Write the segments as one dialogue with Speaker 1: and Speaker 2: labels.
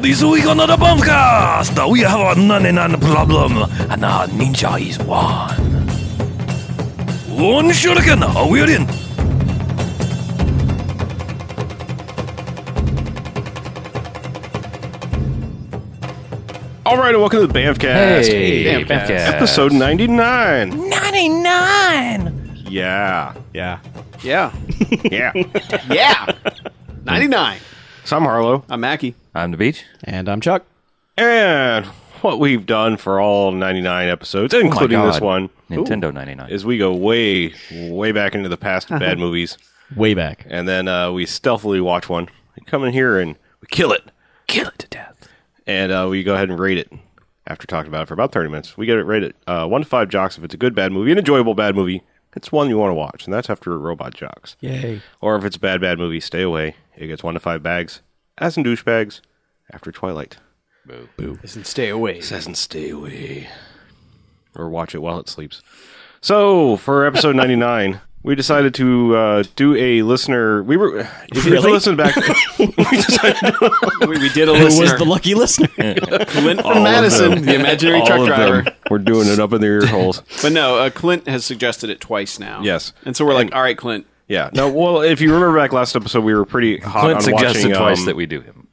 Speaker 1: this week on the Bombcast, we have a 99 problem, and our ninja is one. One shuriken, a we're in.
Speaker 2: All right, and welcome to the Bamfcast.
Speaker 3: Hey, Hey, Bamfcast. Bamfcast.
Speaker 2: Episode 99.
Speaker 1: 99!
Speaker 2: Yeah. Yeah.
Speaker 3: Yeah.
Speaker 2: Yeah.
Speaker 3: Yeah. 99.
Speaker 2: so I'm Harlow.
Speaker 3: I'm Mackie.
Speaker 1: I'm the beach.
Speaker 3: And I'm Chuck.
Speaker 2: And what we've done for all 99 episodes, including this
Speaker 1: God.
Speaker 2: one,
Speaker 1: Nintendo 99.
Speaker 2: is we go way, way back into the past of bad movies.
Speaker 4: way back.
Speaker 2: And then uh, we stealthily watch one. We come in here and we kill it.
Speaker 1: Kill it to death.
Speaker 2: And uh, we go ahead and rate it after talking about it for about 30 minutes. We get it rated uh, 1 to 5 jocks if it's a good bad movie, an enjoyable bad movie. It's one you want to watch, and that's after Robot Jocks.
Speaker 4: Yay.
Speaker 2: Or if it's a bad, bad movie, stay away. It gets one to five bags. As in douchebags, after Twilight.
Speaker 3: Listen, stay away.
Speaker 2: Says and stay away. Or watch it while it sleeps. So, for episode 99, we decided to uh, do a listener. We were. If, if you
Speaker 4: Really?
Speaker 2: listen back. we decided to
Speaker 3: we, we did a
Speaker 4: Who
Speaker 3: listener.
Speaker 4: was the lucky listener?
Speaker 3: Clint from Madison, the imaginary
Speaker 2: all
Speaker 3: truck
Speaker 2: of
Speaker 3: driver.
Speaker 2: them. We're doing it up in the ear holes.
Speaker 3: But no, uh, Clint has suggested it twice now.
Speaker 2: Yes.
Speaker 3: And so we're like, all right, Clint.
Speaker 2: Yeah. No, well, if you remember back last episode, we were pretty hot
Speaker 1: Clint
Speaker 2: on
Speaker 1: suggested
Speaker 2: watching,
Speaker 1: twice
Speaker 2: um,
Speaker 1: that we do him.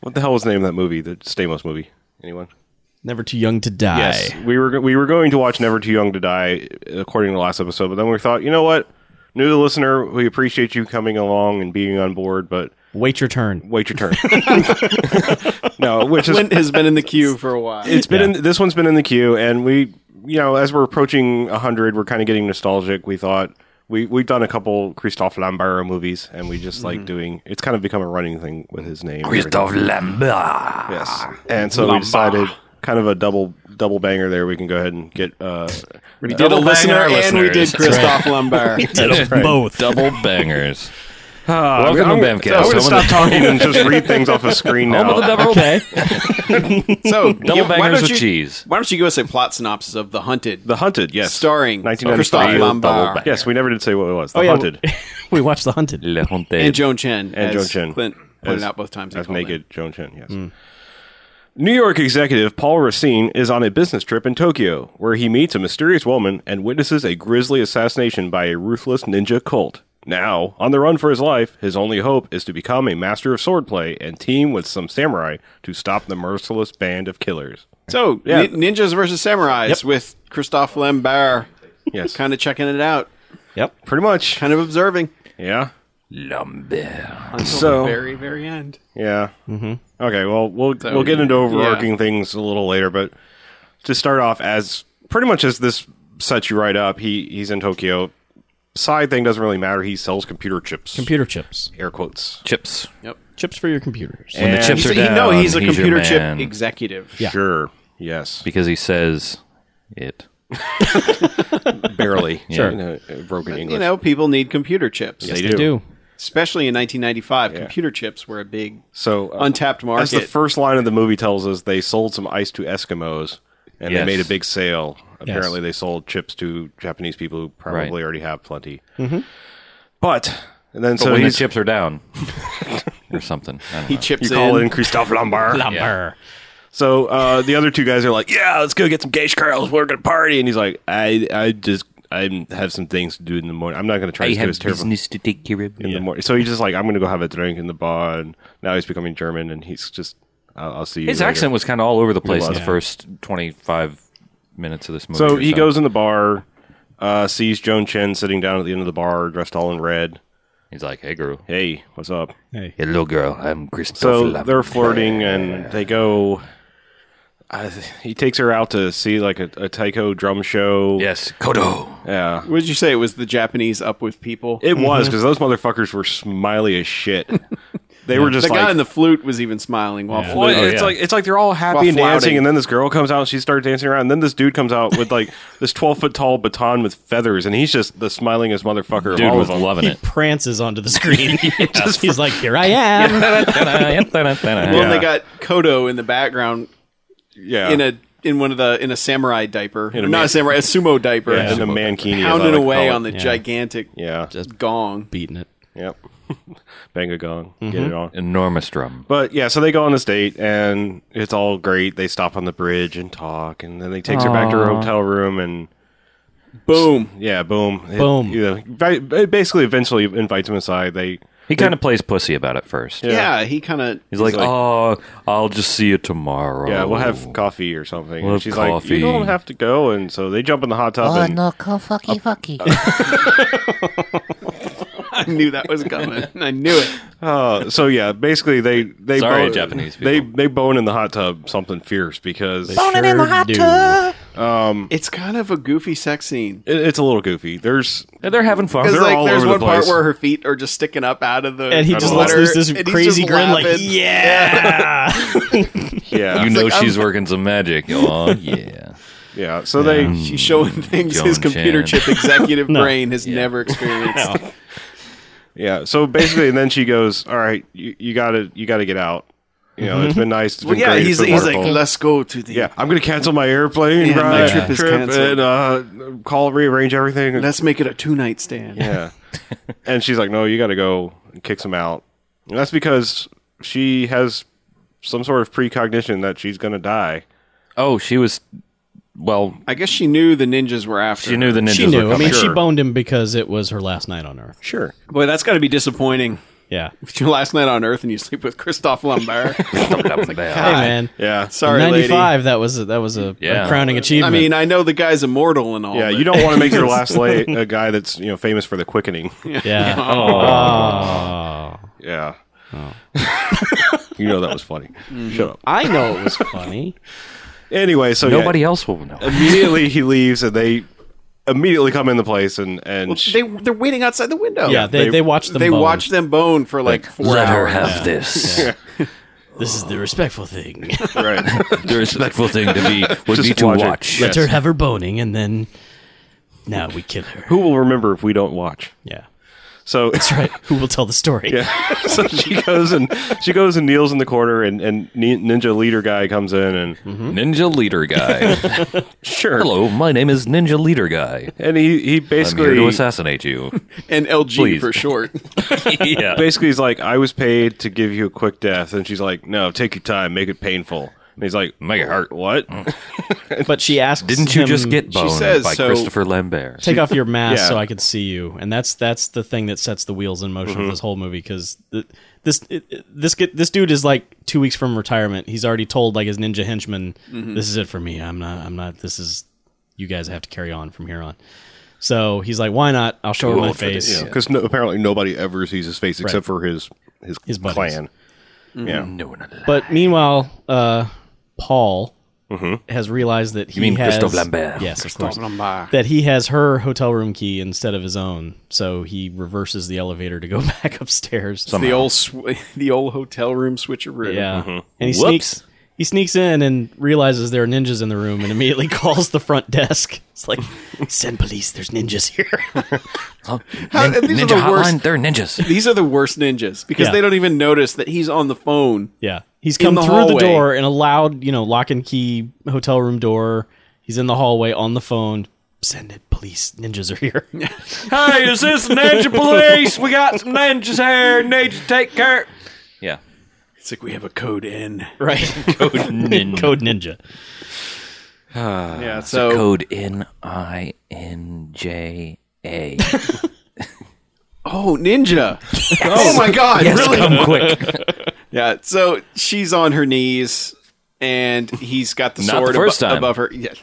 Speaker 2: What the hell was the name of that movie? The Stamos movie? Anyone?
Speaker 4: Never too young to die.
Speaker 2: Yes, we were we were going to watch Never Too Young to Die, according to the last episode. But then we thought, you know what? New to the listener, we appreciate you coming along and being on board, but
Speaker 4: Wait your turn.
Speaker 2: wait your turn. no, which is
Speaker 3: Clint has been in the queue for a while.
Speaker 2: it's been
Speaker 4: Yeah.
Speaker 2: in, this one's been in the queue, and we you know as we're approaching hundred, we're kind of getting nostalgic. We thought we we've done a couple Christophe Lambert movies, and we just like doing. It's kind of become a running thing with his name.
Speaker 1: Christophe Lambert.
Speaker 2: Yes, and so we decided. Kind of a double double banger there. We can go ahead and get uh,
Speaker 3: we did a
Speaker 1: Double bang
Speaker 3: listener
Speaker 1: our
Speaker 3: and we did
Speaker 1: listeners. That's
Speaker 3: Christoph Lombard.
Speaker 4: Both.
Speaker 1: Double bangers. Welcome
Speaker 2: I'm,
Speaker 1: to
Speaker 2: I'm
Speaker 1: Bamcast.
Speaker 2: gonna
Speaker 1: Home of
Speaker 2: stop talking and just read things off the screen
Speaker 1: the-
Speaker 2: now.
Speaker 1: home of the double,
Speaker 4: Okay.
Speaker 3: So,
Speaker 1: double
Speaker 3: why
Speaker 1: bangers
Speaker 3: don't
Speaker 1: with
Speaker 3: you-
Speaker 1: cheese.
Speaker 3: Why don't you give us a plot synopsis of The Hunted?
Speaker 2: the Hunted, yes,
Speaker 3: Starring
Speaker 2: 1993.
Speaker 3: Christophe Lambert.
Speaker 2: Double- Yes, we never did say what it was. The
Speaker 4: yeah.
Speaker 2: Hunted
Speaker 4: we watched The Hunted.
Speaker 1: Le Honte.
Speaker 3: and Joan
Speaker 2: and
Speaker 3: Chen. as
Speaker 2: Joan Chen.
Speaker 3: Clint pointed
Speaker 2: As-
Speaker 3: out both times. he
Speaker 2: As
Speaker 3: called Hmm.
Speaker 2: naked
Speaker 3: in.
Speaker 2: Joan Chen, yes. New York executive Paul Racine is on a business trip in Tokyo, where he meets a mysterious woman and witnesses a grisly assassination by a ruthless ninja cult. Now, on the run for his life, his only hope is to become a master of swordplay and team with some samurai to stop the merciless band of killers.
Speaker 3: So, nin- ninjas versus samurais with Christophe Lambert.
Speaker 2: Yes.
Speaker 3: Kind of checking it out,
Speaker 4: Yep.
Speaker 2: Pretty much.
Speaker 3: kind of observing.
Speaker 2: Yeah.
Speaker 1: Lambert.
Speaker 3: until
Speaker 2: So-
Speaker 3: the very very end.
Speaker 2: Yeah. Mm-hmm. Okay. Well, we'll we'll get into overarching things a little later, but to start off, as pretty much as this sets you right up, he he's in Tokyo. Side thing doesn't really matter. He sells computer chips.
Speaker 4: Computer chips.
Speaker 2: air quotes.
Speaker 1: Chips.
Speaker 3: Yep.
Speaker 4: Chips for your computers.
Speaker 1: When the
Speaker 2: And-
Speaker 1: chips
Speaker 3: He's,
Speaker 1: are
Speaker 3: he,
Speaker 1: down,
Speaker 3: no, he's a
Speaker 1: your
Speaker 3: computer chip
Speaker 1: man.
Speaker 3: executive.
Speaker 4: Yeah.
Speaker 2: Sure. Yes.
Speaker 1: because he says it.
Speaker 2: Barely.
Speaker 1: Sure.
Speaker 2: You know, uh, broken English.
Speaker 3: You know, people need computer chips,
Speaker 2: they, do.
Speaker 4: They do.
Speaker 3: especially in 1995. Computer chips were a big
Speaker 2: So uh,
Speaker 3: untapped
Speaker 2: That's
Speaker 3: market.
Speaker 2: the first line of the movie tells us they sold some ice to Eskimos and
Speaker 1: Yes.
Speaker 2: they made a big sale. Apparently, they sold chips to Japanese people who probably
Speaker 1: Right.
Speaker 2: already have plenty. Mm-hmm. But and then
Speaker 1: So
Speaker 2: so
Speaker 1: when the
Speaker 2: he's,
Speaker 1: chips are down or something. I don't
Speaker 3: he
Speaker 1: know.
Speaker 3: chips
Speaker 2: you call
Speaker 3: in.
Speaker 2: in Christophe Lombard.
Speaker 4: Lumber.
Speaker 2: So uh, the other two guys are like, "Yeah, let's go get some geish curls. We're gonna party." And he's like, "I, I just, I have some things to do in the morning. I'm not gonna try to do his terrible
Speaker 1: to take care of.
Speaker 2: in the morning." So he's just like, "I'm gonna go have a drink in the bar." And now he's becoming German, and he's just, "I'll, I'll see you."
Speaker 1: His
Speaker 2: later."
Speaker 1: accent was kind of all over the place in the
Speaker 2: Yeah.
Speaker 1: first 25 minutes of this movie.
Speaker 2: So
Speaker 1: or
Speaker 2: he goes in the bar, uh, sees Joan Chen sitting down at the end of the bar, dressed all in red.
Speaker 1: He's like, hey, girl.
Speaker 2: Hey, what's up?
Speaker 4: Hey.
Speaker 1: Hello, girl. I'm Christopher.
Speaker 2: So
Speaker 1: Lambert.
Speaker 2: they're flirting, and they go. Uh, he takes her out to see like a, a taiko drum show.
Speaker 1: Yes, Kodo.
Speaker 2: Yeah.
Speaker 3: What did you say? It was the Japanese up with people.
Speaker 2: It was because those motherfuckers were smiley as shit. They were just
Speaker 3: the guy
Speaker 2: like,
Speaker 3: in the flute was even smiling while
Speaker 4: Yeah.
Speaker 2: Well,
Speaker 3: fluting.
Speaker 2: it's
Speaker 1: yeah.
Speaker 2: like it's like they're all happy
Speaker 3: While
Speaker 2: and dancing,
Speaker 3: flouting.
Speaker 2: and then this girl comes out and she starts dancing around, and then this dude comes out with like this twelve foot tall baton with feathers, and he's just the smilingest motherfucker
Speaker 1: Dude
Speaker 2: of all
Speaker 1: was
Speaker 2: of them.
Speaker 1: loving
Speaker 4: He
Speaker 1: it.
Speaker 4: prances onto the screen. He's like, here I am.
Speaker 3: Well,
Speaker 2: Yeah.
Speaker 3: they got Kodo in the background
Speaker 2: Yeah,
Speaker 3: in a in one of the in a samurai diaper,
Speaker 2: a
Speaker 3: not
Speaker 2: man-
Speaker 3: a samurai, a sumo diaper,
Speaker 2: yeah, in a mankini, as I
Speaker 3: pounding
Speaker 2: like to
Speaker 3: away
Speaker 2: call it.
Speaker 3: on the gigantic
Speaker 2: yeah,
Speaker 3: gong.
Speaker 4: Beating it.
Speaker 2: yep. Bang a gong. Get it on.
Speaker 5: Enormous drum.
Speaker 2: But yeah, so they go on this date and it's all great. They stop on the bridge and talk, and then he takes her back to her hotel room and boom, yeah, boom, It-
Speaker 4: Boom.
Speaker 2: you know, ba- it basically, eventually invites him inside. They
Speaker 5: He kind of plays pussy about it first.
Speaker 3: Yeah, he kind of.
Speaker 5: He's, like, "Oh, I'll just see you tomorrow."
Speaker 2: yeah, we'll
Speaker 6: Oh.
Speaker 2: have coffee or something.
Speaker 5: We'll have
Speaker 2: and she's like,
Speaker 5: coffee.
Speaker 2: you don't have to go, and so they jump in the hot tub.
Speaker 6: Oh
Speaker 2: and
Speaker 6: no, go fucky fucky.
Speaker 3: I knew that was coming. I knew it.
Speaker 2: Uh, so yeah, basically they they
Speaker 5: Sorry, Japanese people.
Speaker 2: they they bone in the hot tub something fierce because
Speaker 6: Boning in the hot
Speaker 4: do.
Speaker 6: tub.
Speaker 3: It's kind of a goofy sex scene.
Speaker 2: it, it's a little goofy. There's
Speaker 5: Yeah, they're having fun.
Speaker 3: Because
Speaker 2: They're
Speaker 3: like,
Speaker 2: all
Speaker 3: there's
Speaker 2: over the
Speaker 3: one part
Speaker 2: place.
Speaker 3: where her feet are just sticking up out of the
Speaker 4: And he
Speaker 2: I
Speaker 4: just
Speaker 2: don't
Speaker 4: lets
Speaker 2: know.
Speaker 4: loose this
Speaker 3: and he's
Speaker 4: crazy
Speaker 3: just
Speaker 4: grin, like,
Speaker 3: laughing.
Speaker 4: yeah.
Speaker 2: yeah
Speaker 5: you know
Speaker 3: like,
Speaker 5: she's working some magic. Oh yeah.
Speaker 2: yeah. So they
Speaker 3: She's showing things
Speaker 5: John
Speaker 3: his computer
Speaker 5: Chan.
Speaker 3: chip executive brain has never experienced.
Speaker 2: yeah. So basically, and then she goes, "All right, you, you gotta you gotta get out. You know, it's been nice. It's been
Speaker 3: Well, yeah,
Speaker 2: great. it's
Speaker 3: he's,
Speaker 2: been
Speaker 3: he's like,
Speaker 2: wonderful.
Speaker 3: let's go to the.
Speaker 2: yeah, I'm gonna cancel my airplane
Speaker 3: Yeah, my
Speaker 2: ride,
Speaker 3: trip is
Speaker 2: and
Speaker 3: canceled.
Speaker 2: uh, call rearrange everything.
Speaker 3: Let's make it a two night stand.
Speaker 2: yeah. and she's like, "No, you gotta go." And kicks him out. And that's because she has some sort of precognition that she's gonna die.
Speaker 5: Oh, she was. Well,
Speaker 3: I guess she knew the ninjas were after.
Speaker 5: she knew the ninjas.
Speaker 4: she
Speaker 5: were
Speaker 4: knew. I
Speaker 5: coming.
Speaker 4: mean, she
Speaker 2: Sure.
Speaker 4: boned him because it was her last night on Earth.
Speaker 2: Sure.
Speaker 3: Boy, that's got to be disappointing.
Speaker 4: Yeah.
Speaker 3: It's your last night on Earth, and you sleep with Christoph Lambert.
Speaker 4: Hey, man.
Speaker 2: Yeah.
Speaker 3: Sorry, lady.
Speaker 4: Ninety-five. That was a, that was a, a
Speaker 5: Yeah.
Speaker 4: crowning
Speaker 3: I
Speaker 4: achievement.
Speaker 3: mean, I know the guy's immortal and all.
Speaker 2: Yeah,
Speaker 3: but-
Speaker 2: you don't want to make your last lay a guy that's you know famous for the quickening.
Speaker 4: yeah.
Speaker 2: Yeah. Oh. you know that was funny. Shut up.
Speaker 4: I know it was funny.
Speaker 2: Anyway, so yeah,
Speaker 5: Nobody else will know.
Speaker 2: immediately he leaves and they immediately come in the place and and sh-
Speaker 3: They they're waiting outside the window.
Speaker 4: Yeah, they,
Speaker 2: they-
Speaker 4: they, watched them.
Speaker 3: they
Speaker 4: bone.
Speaker 3: watch them bone for like four
Speaker 5: Let her
Speaker 3: hours.
Speaker 5: have this.
Speaker 4: This is the respectful thing.
Speaker 2: right.
Speaker 5: The respectful thing to be would
Speaker 2: Just
Speaker 5: be to
Speaker 2: watch it.
Speaker 5: watch.
Speaker 2: Yeah.
Speaker 4: Let her have her boning, and then now we kill her.
Speaker 2: Who will remember if we don't watch?
Speaker 4: Yeah,
Speaker 2: So
Speaker 4: that's right. Who will tell the story?
Speaker 2: so she goes and she goes and kneels in the corner and and nin- ninja leader guy comes in and
Speaker 5: Hmm. Ninja leader guy.
Speaker 2: sure
Speaker 5: Hello, my name is Ninja leader guy.
Speaker 2: and he he
Speaker 5: I'm here
Speaker 2: basically
Speaker 5: to assassinate you.
Speaker 3: And LG
Speaker 5: Please.
Speaker 3: for short.
Speaker 5: yeah.
Speaker 2: basically he's like I was paid to give you a quick death and she's like no take your time make it painful and he's like
Speaker 5: Make it hurt. Hmm.
Speaker 2: what
Speaker 4: But she asks,
Speaker 5: Didn't you
Speaker 4: him,
Speaker 5: just get boned
Speaker 3: says
Speaker 5: by
Speaker 3: so-
Speaker 5: Christopher Lambert?
Speaker 4: take off your mask
Speaker 2: Yeah.
Speaker 4: so I could see you?" And that's that's the thing that sets the wheels in motion of this whole movie because this it, it- this get- this dude is like two weeks from retirement. He's already told like his ninja henchman, "This is it for me. I'm not. I'm not. This is you guys have to carry on from here on." So he's like, "Why not? I'll show her my face."
Speaker 2: because no, apparently nobody ever sees his face except for his his,
Speaker 4: His buddies.
Speaker 2: clan. Yeah,
Speaker 5: No, no, no.
Speaker 4: But meanwhile, uh, Paul has realized that he
Speaker 5: Mm-hmm. mean
Speaker 4: has
Speaker 5: Christophe Lambert.
Speaker 4: Yes, of course. That he has her hotel room key instead of his own, so he reverses the elevator to go back upstairs.
Speaker 3: the old sw- the old hotel room switcheroo.
Speaker 4: Yeah, and he
Speaker 5: mm-hmm. Whoops.
Speaker 4: sneaks. He sneaks in and realizes there are ninjas in the room, and immediately calls the front desk. It's like, "Send police! There's ninjas here."
Speaker 3: How- and these are
Speaker 5: Ninja
Speaker 3: the
Speaker 5: hotline.
Speaker 3: worst.
Speaker 5: They're ninjas.
Speaker 3: These are the worst ninjas because
Speaker 4: Yeah.
Speaker 3: they don't even notice that he's on the phone.
Speaker 4: yeah, he's come
Speaker 3: the
Speaker 4: through the
Speaker 3: hallway.
Speaker 4: door in a loud, you know, lock and key hotel room door. He's in the hallway on the phone. Send it, police! Ninjas are here.
Speaker 5: Hey, is this ninja police? We got some ninjas here. Need to take care. Yeah.
Speaker 3: It's like we have a code in.
Speaker 4: right.
Speaker 5: Code nin.
Speaker 4: Code Ninja.
Speaker 3: Yeah, so
Speaker 5: Code N I N J A.
Speaker 3: oh ninja. Oh my god, really?
Speaker 5: Come quick.
Speaker 3: Yeah, so she's on her knees and he's got the
Speaker 5: Not
Speaker 3: sword
Speaker 5: the first
Speaker 3: abo-
Speaker 5: time.
Speaker 3: above her. Yeah.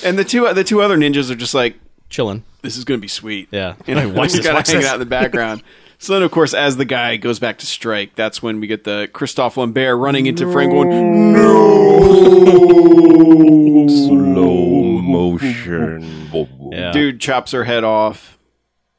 Speaker 3: and the two the two other ninjas are just like
Speaker 4: Chilling.
Speaker 3: this is going to be sweet.
Speaker 4: Yeah.
Speaker 3: You know,
Speaker 4: Watch
Speaker 3: watch
Speaker 4: this,
Speaker 3: this,
Speaker 4: watch
Speaker 3: hanging
Speaker 4: this.
Speaker 3: out in the background. so then, of course, as the guy goes back to strike, that's when we get the Christophe Lambert running into Frank going,
Speaker 2: slow motion.
Speaker 4: Yeah.
Speaker 3: dude chops her head off.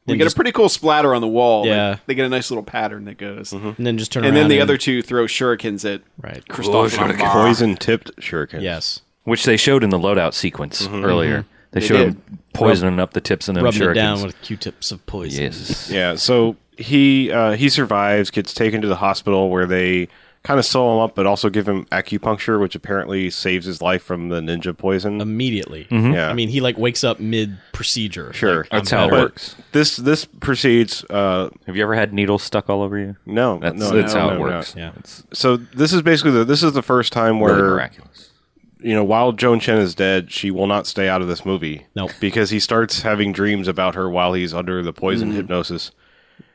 Speaker 3: We
Speaker 4: And
Speaker 3: get
Speaker 4: just-
Speaker 3: a pretty cool splatter on the wall.
Speaker 4: Yeah.
Speaker 3: Like, they get a nice little pattern that goes.
Speaker 4: And then just turn
Speaker 3: And
Speaker 4: around.
Speaker 3: then the other two throw shurikens at
Speaker 4: Right.
Speaker 3: Christophe Lambert.
Speaker 2: Poison tipped shuriken.
Speaker 4: Yes.
Speaker 5: Which they showed in the loadout sequence earlier. Mm-hmm. They, showed
Speaker 3: did.
Speaker 5: him poisoning up the tips and them
Speaker 4: Rubbing
Speaker 5: shurikens.
Speaker 4: it down with Q tips of poison.
Speaker 5: yes.
Speaker 2: Yeah. So he uh, he survives, gets taken to the hospital where they kind of sew him up, but also give him acupuncture, which apparently saves his life from the ninja poison.
Speaker 4: immediately.
Speaker 2: Yeah.
Speaker 4: Um, I mean, he like wakes up mid procedure.
Speaker 2: Sure.
Speaker 4: Like, I'm
Speaker 2: That's
Speaker 5: how it
Speaker 4: better.
Speaker 5: works.
Speaker 2: This this proceeds. Uh,
Speaker 5: Have you ever had needles stuck all over you?
Speaker 2: no,
Speaker 5: That's,
Speaker 2: no,
Speaker 5: that's
Speaker 2: no,
Speaker 5: how
Speaker 2: no,
Speaker 5: it
Speaker 2: no.
Speaker 5: works.
Speaker 4: Yeah.
Speaker 5: It's
Speaker 2: So this is basically the, this is the first time
Speaker 5: really
Speaker 2: where
Speaker 5: miraculous.
Speaker 2: you know while Joan Chen is dead, she will not stay out of this movie.
Speaker 4: Nope.
Speaker 2: because he starts having dreams about her while he's under the poison
Speaker 3: Mm.
Speaker 2: hypnosis.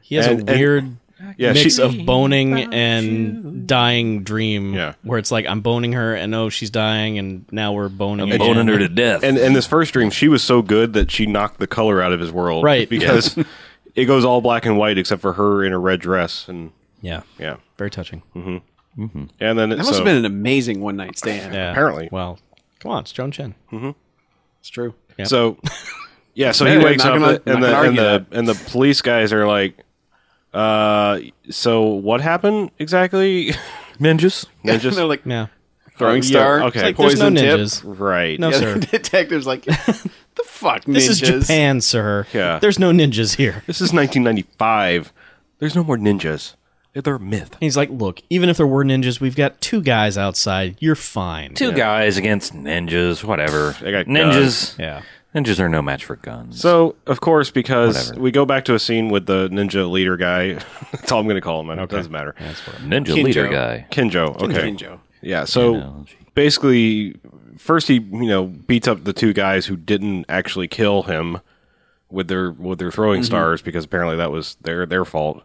Speaker 4: He has
Speaker 2: And-
Speaker 4: a
Speaker 2: and-
Speaker 4: weird
Speaker 2: Yeah,
Speaker 4: mix
Speaker 2: she-
Speaker 4: of boning and dying dream.
Speaker 2: Yeah.
Speaker 4: Where it's like I'm boning her, and oh, she's dying, and now we're boning. again.
Speaker 1: Boning her to death.
Speaker 2: And and this first dream, she was so good that she knocked the color out of his world.
Speaker 4: Right.
Speaker 2: Because it goes all black and white except for her in a red dress and
Speaker 4: Yeah. Mm-hmm.
Speaker 2: yeah.
Speaker 4: Very touching.
Speaker 2: And then it,
Speaker 3: That must
Speaker 2: so-
Speaker 3: have been an amazing one night stand.
Speaker 4: Yeah.
Speaker 2: Apparently.
Speaker 4: Well, come on, it's Joan Chen.
Speaker 3: It's true.
Speaker 2: So yeah, so he
Speaker 3: Yeah,
Speaker 2: wakes
Speaker 3: not
Speaker 2: up
Speaker 3: gonna-
Speaker 2: and the
Speaker 3: not gonna
Speaker 2: and the,
Speaker 3: argue
Speaker 2: and the police guys are like, uh, so what happened exactly?
Speaker 1: ninjas.
Speaker 2: And just
Speaker 3: They're like
Speaker 4: Yeah.
Speaker 3: throwing
Speaker 2: Yeah,
Speaker 3: star.
Speaker 2: okay.
Speaker 3: It's like,
Speaker 4: There's no
Speaker 3: poison tip.
Speaker 4: ninjas.
Speaker 2: right.
Speaker 4: No,
Speaker 2: Yeah,
Speaker 3: Yeah,
Speaker 4: sir.
Speaker 3: the detective's like, the fuck,
Speaker 4: This is
Speaker 3: ninjas?"
Speaker 4: Japan, sir.
Speaker 2: Yeah.
Speaker 4: There's no ninjas here.
Speaker 2: This is 1995. There's no more ninjas.
Speaker 1: They're a myth.
Speaker 4: He's like, look, even if there were ninjas, we've got two guys outside. You're fine.
Speaker 1: Two guys against ninjas, whatever. They
Speaker 2: got
Speaker 1: ninjas.
Speaker 4: Yeah.
Speaker 1: Ninjas are no match for guns.
Speaker 2: So of course, because
Speaker 1: Whatever.
Speaker 2: we go back to a scene with the ninja leader guy. That's all I'm going to call him. It doesn't matter.
Speaker 1: Ninja leader
Speaker 3: Kinjo.
Speaker 1: guy.
Speaker 2: Kenjo. Okay.
Speaker 3: Ninja.
Speaker 2: Yeah. So
Speaker 1: Analogy.
Speaker 2: basically, first he you know beats up the two guys who didn't actually kill him with their with their throwing stars because apparently that was their their fault.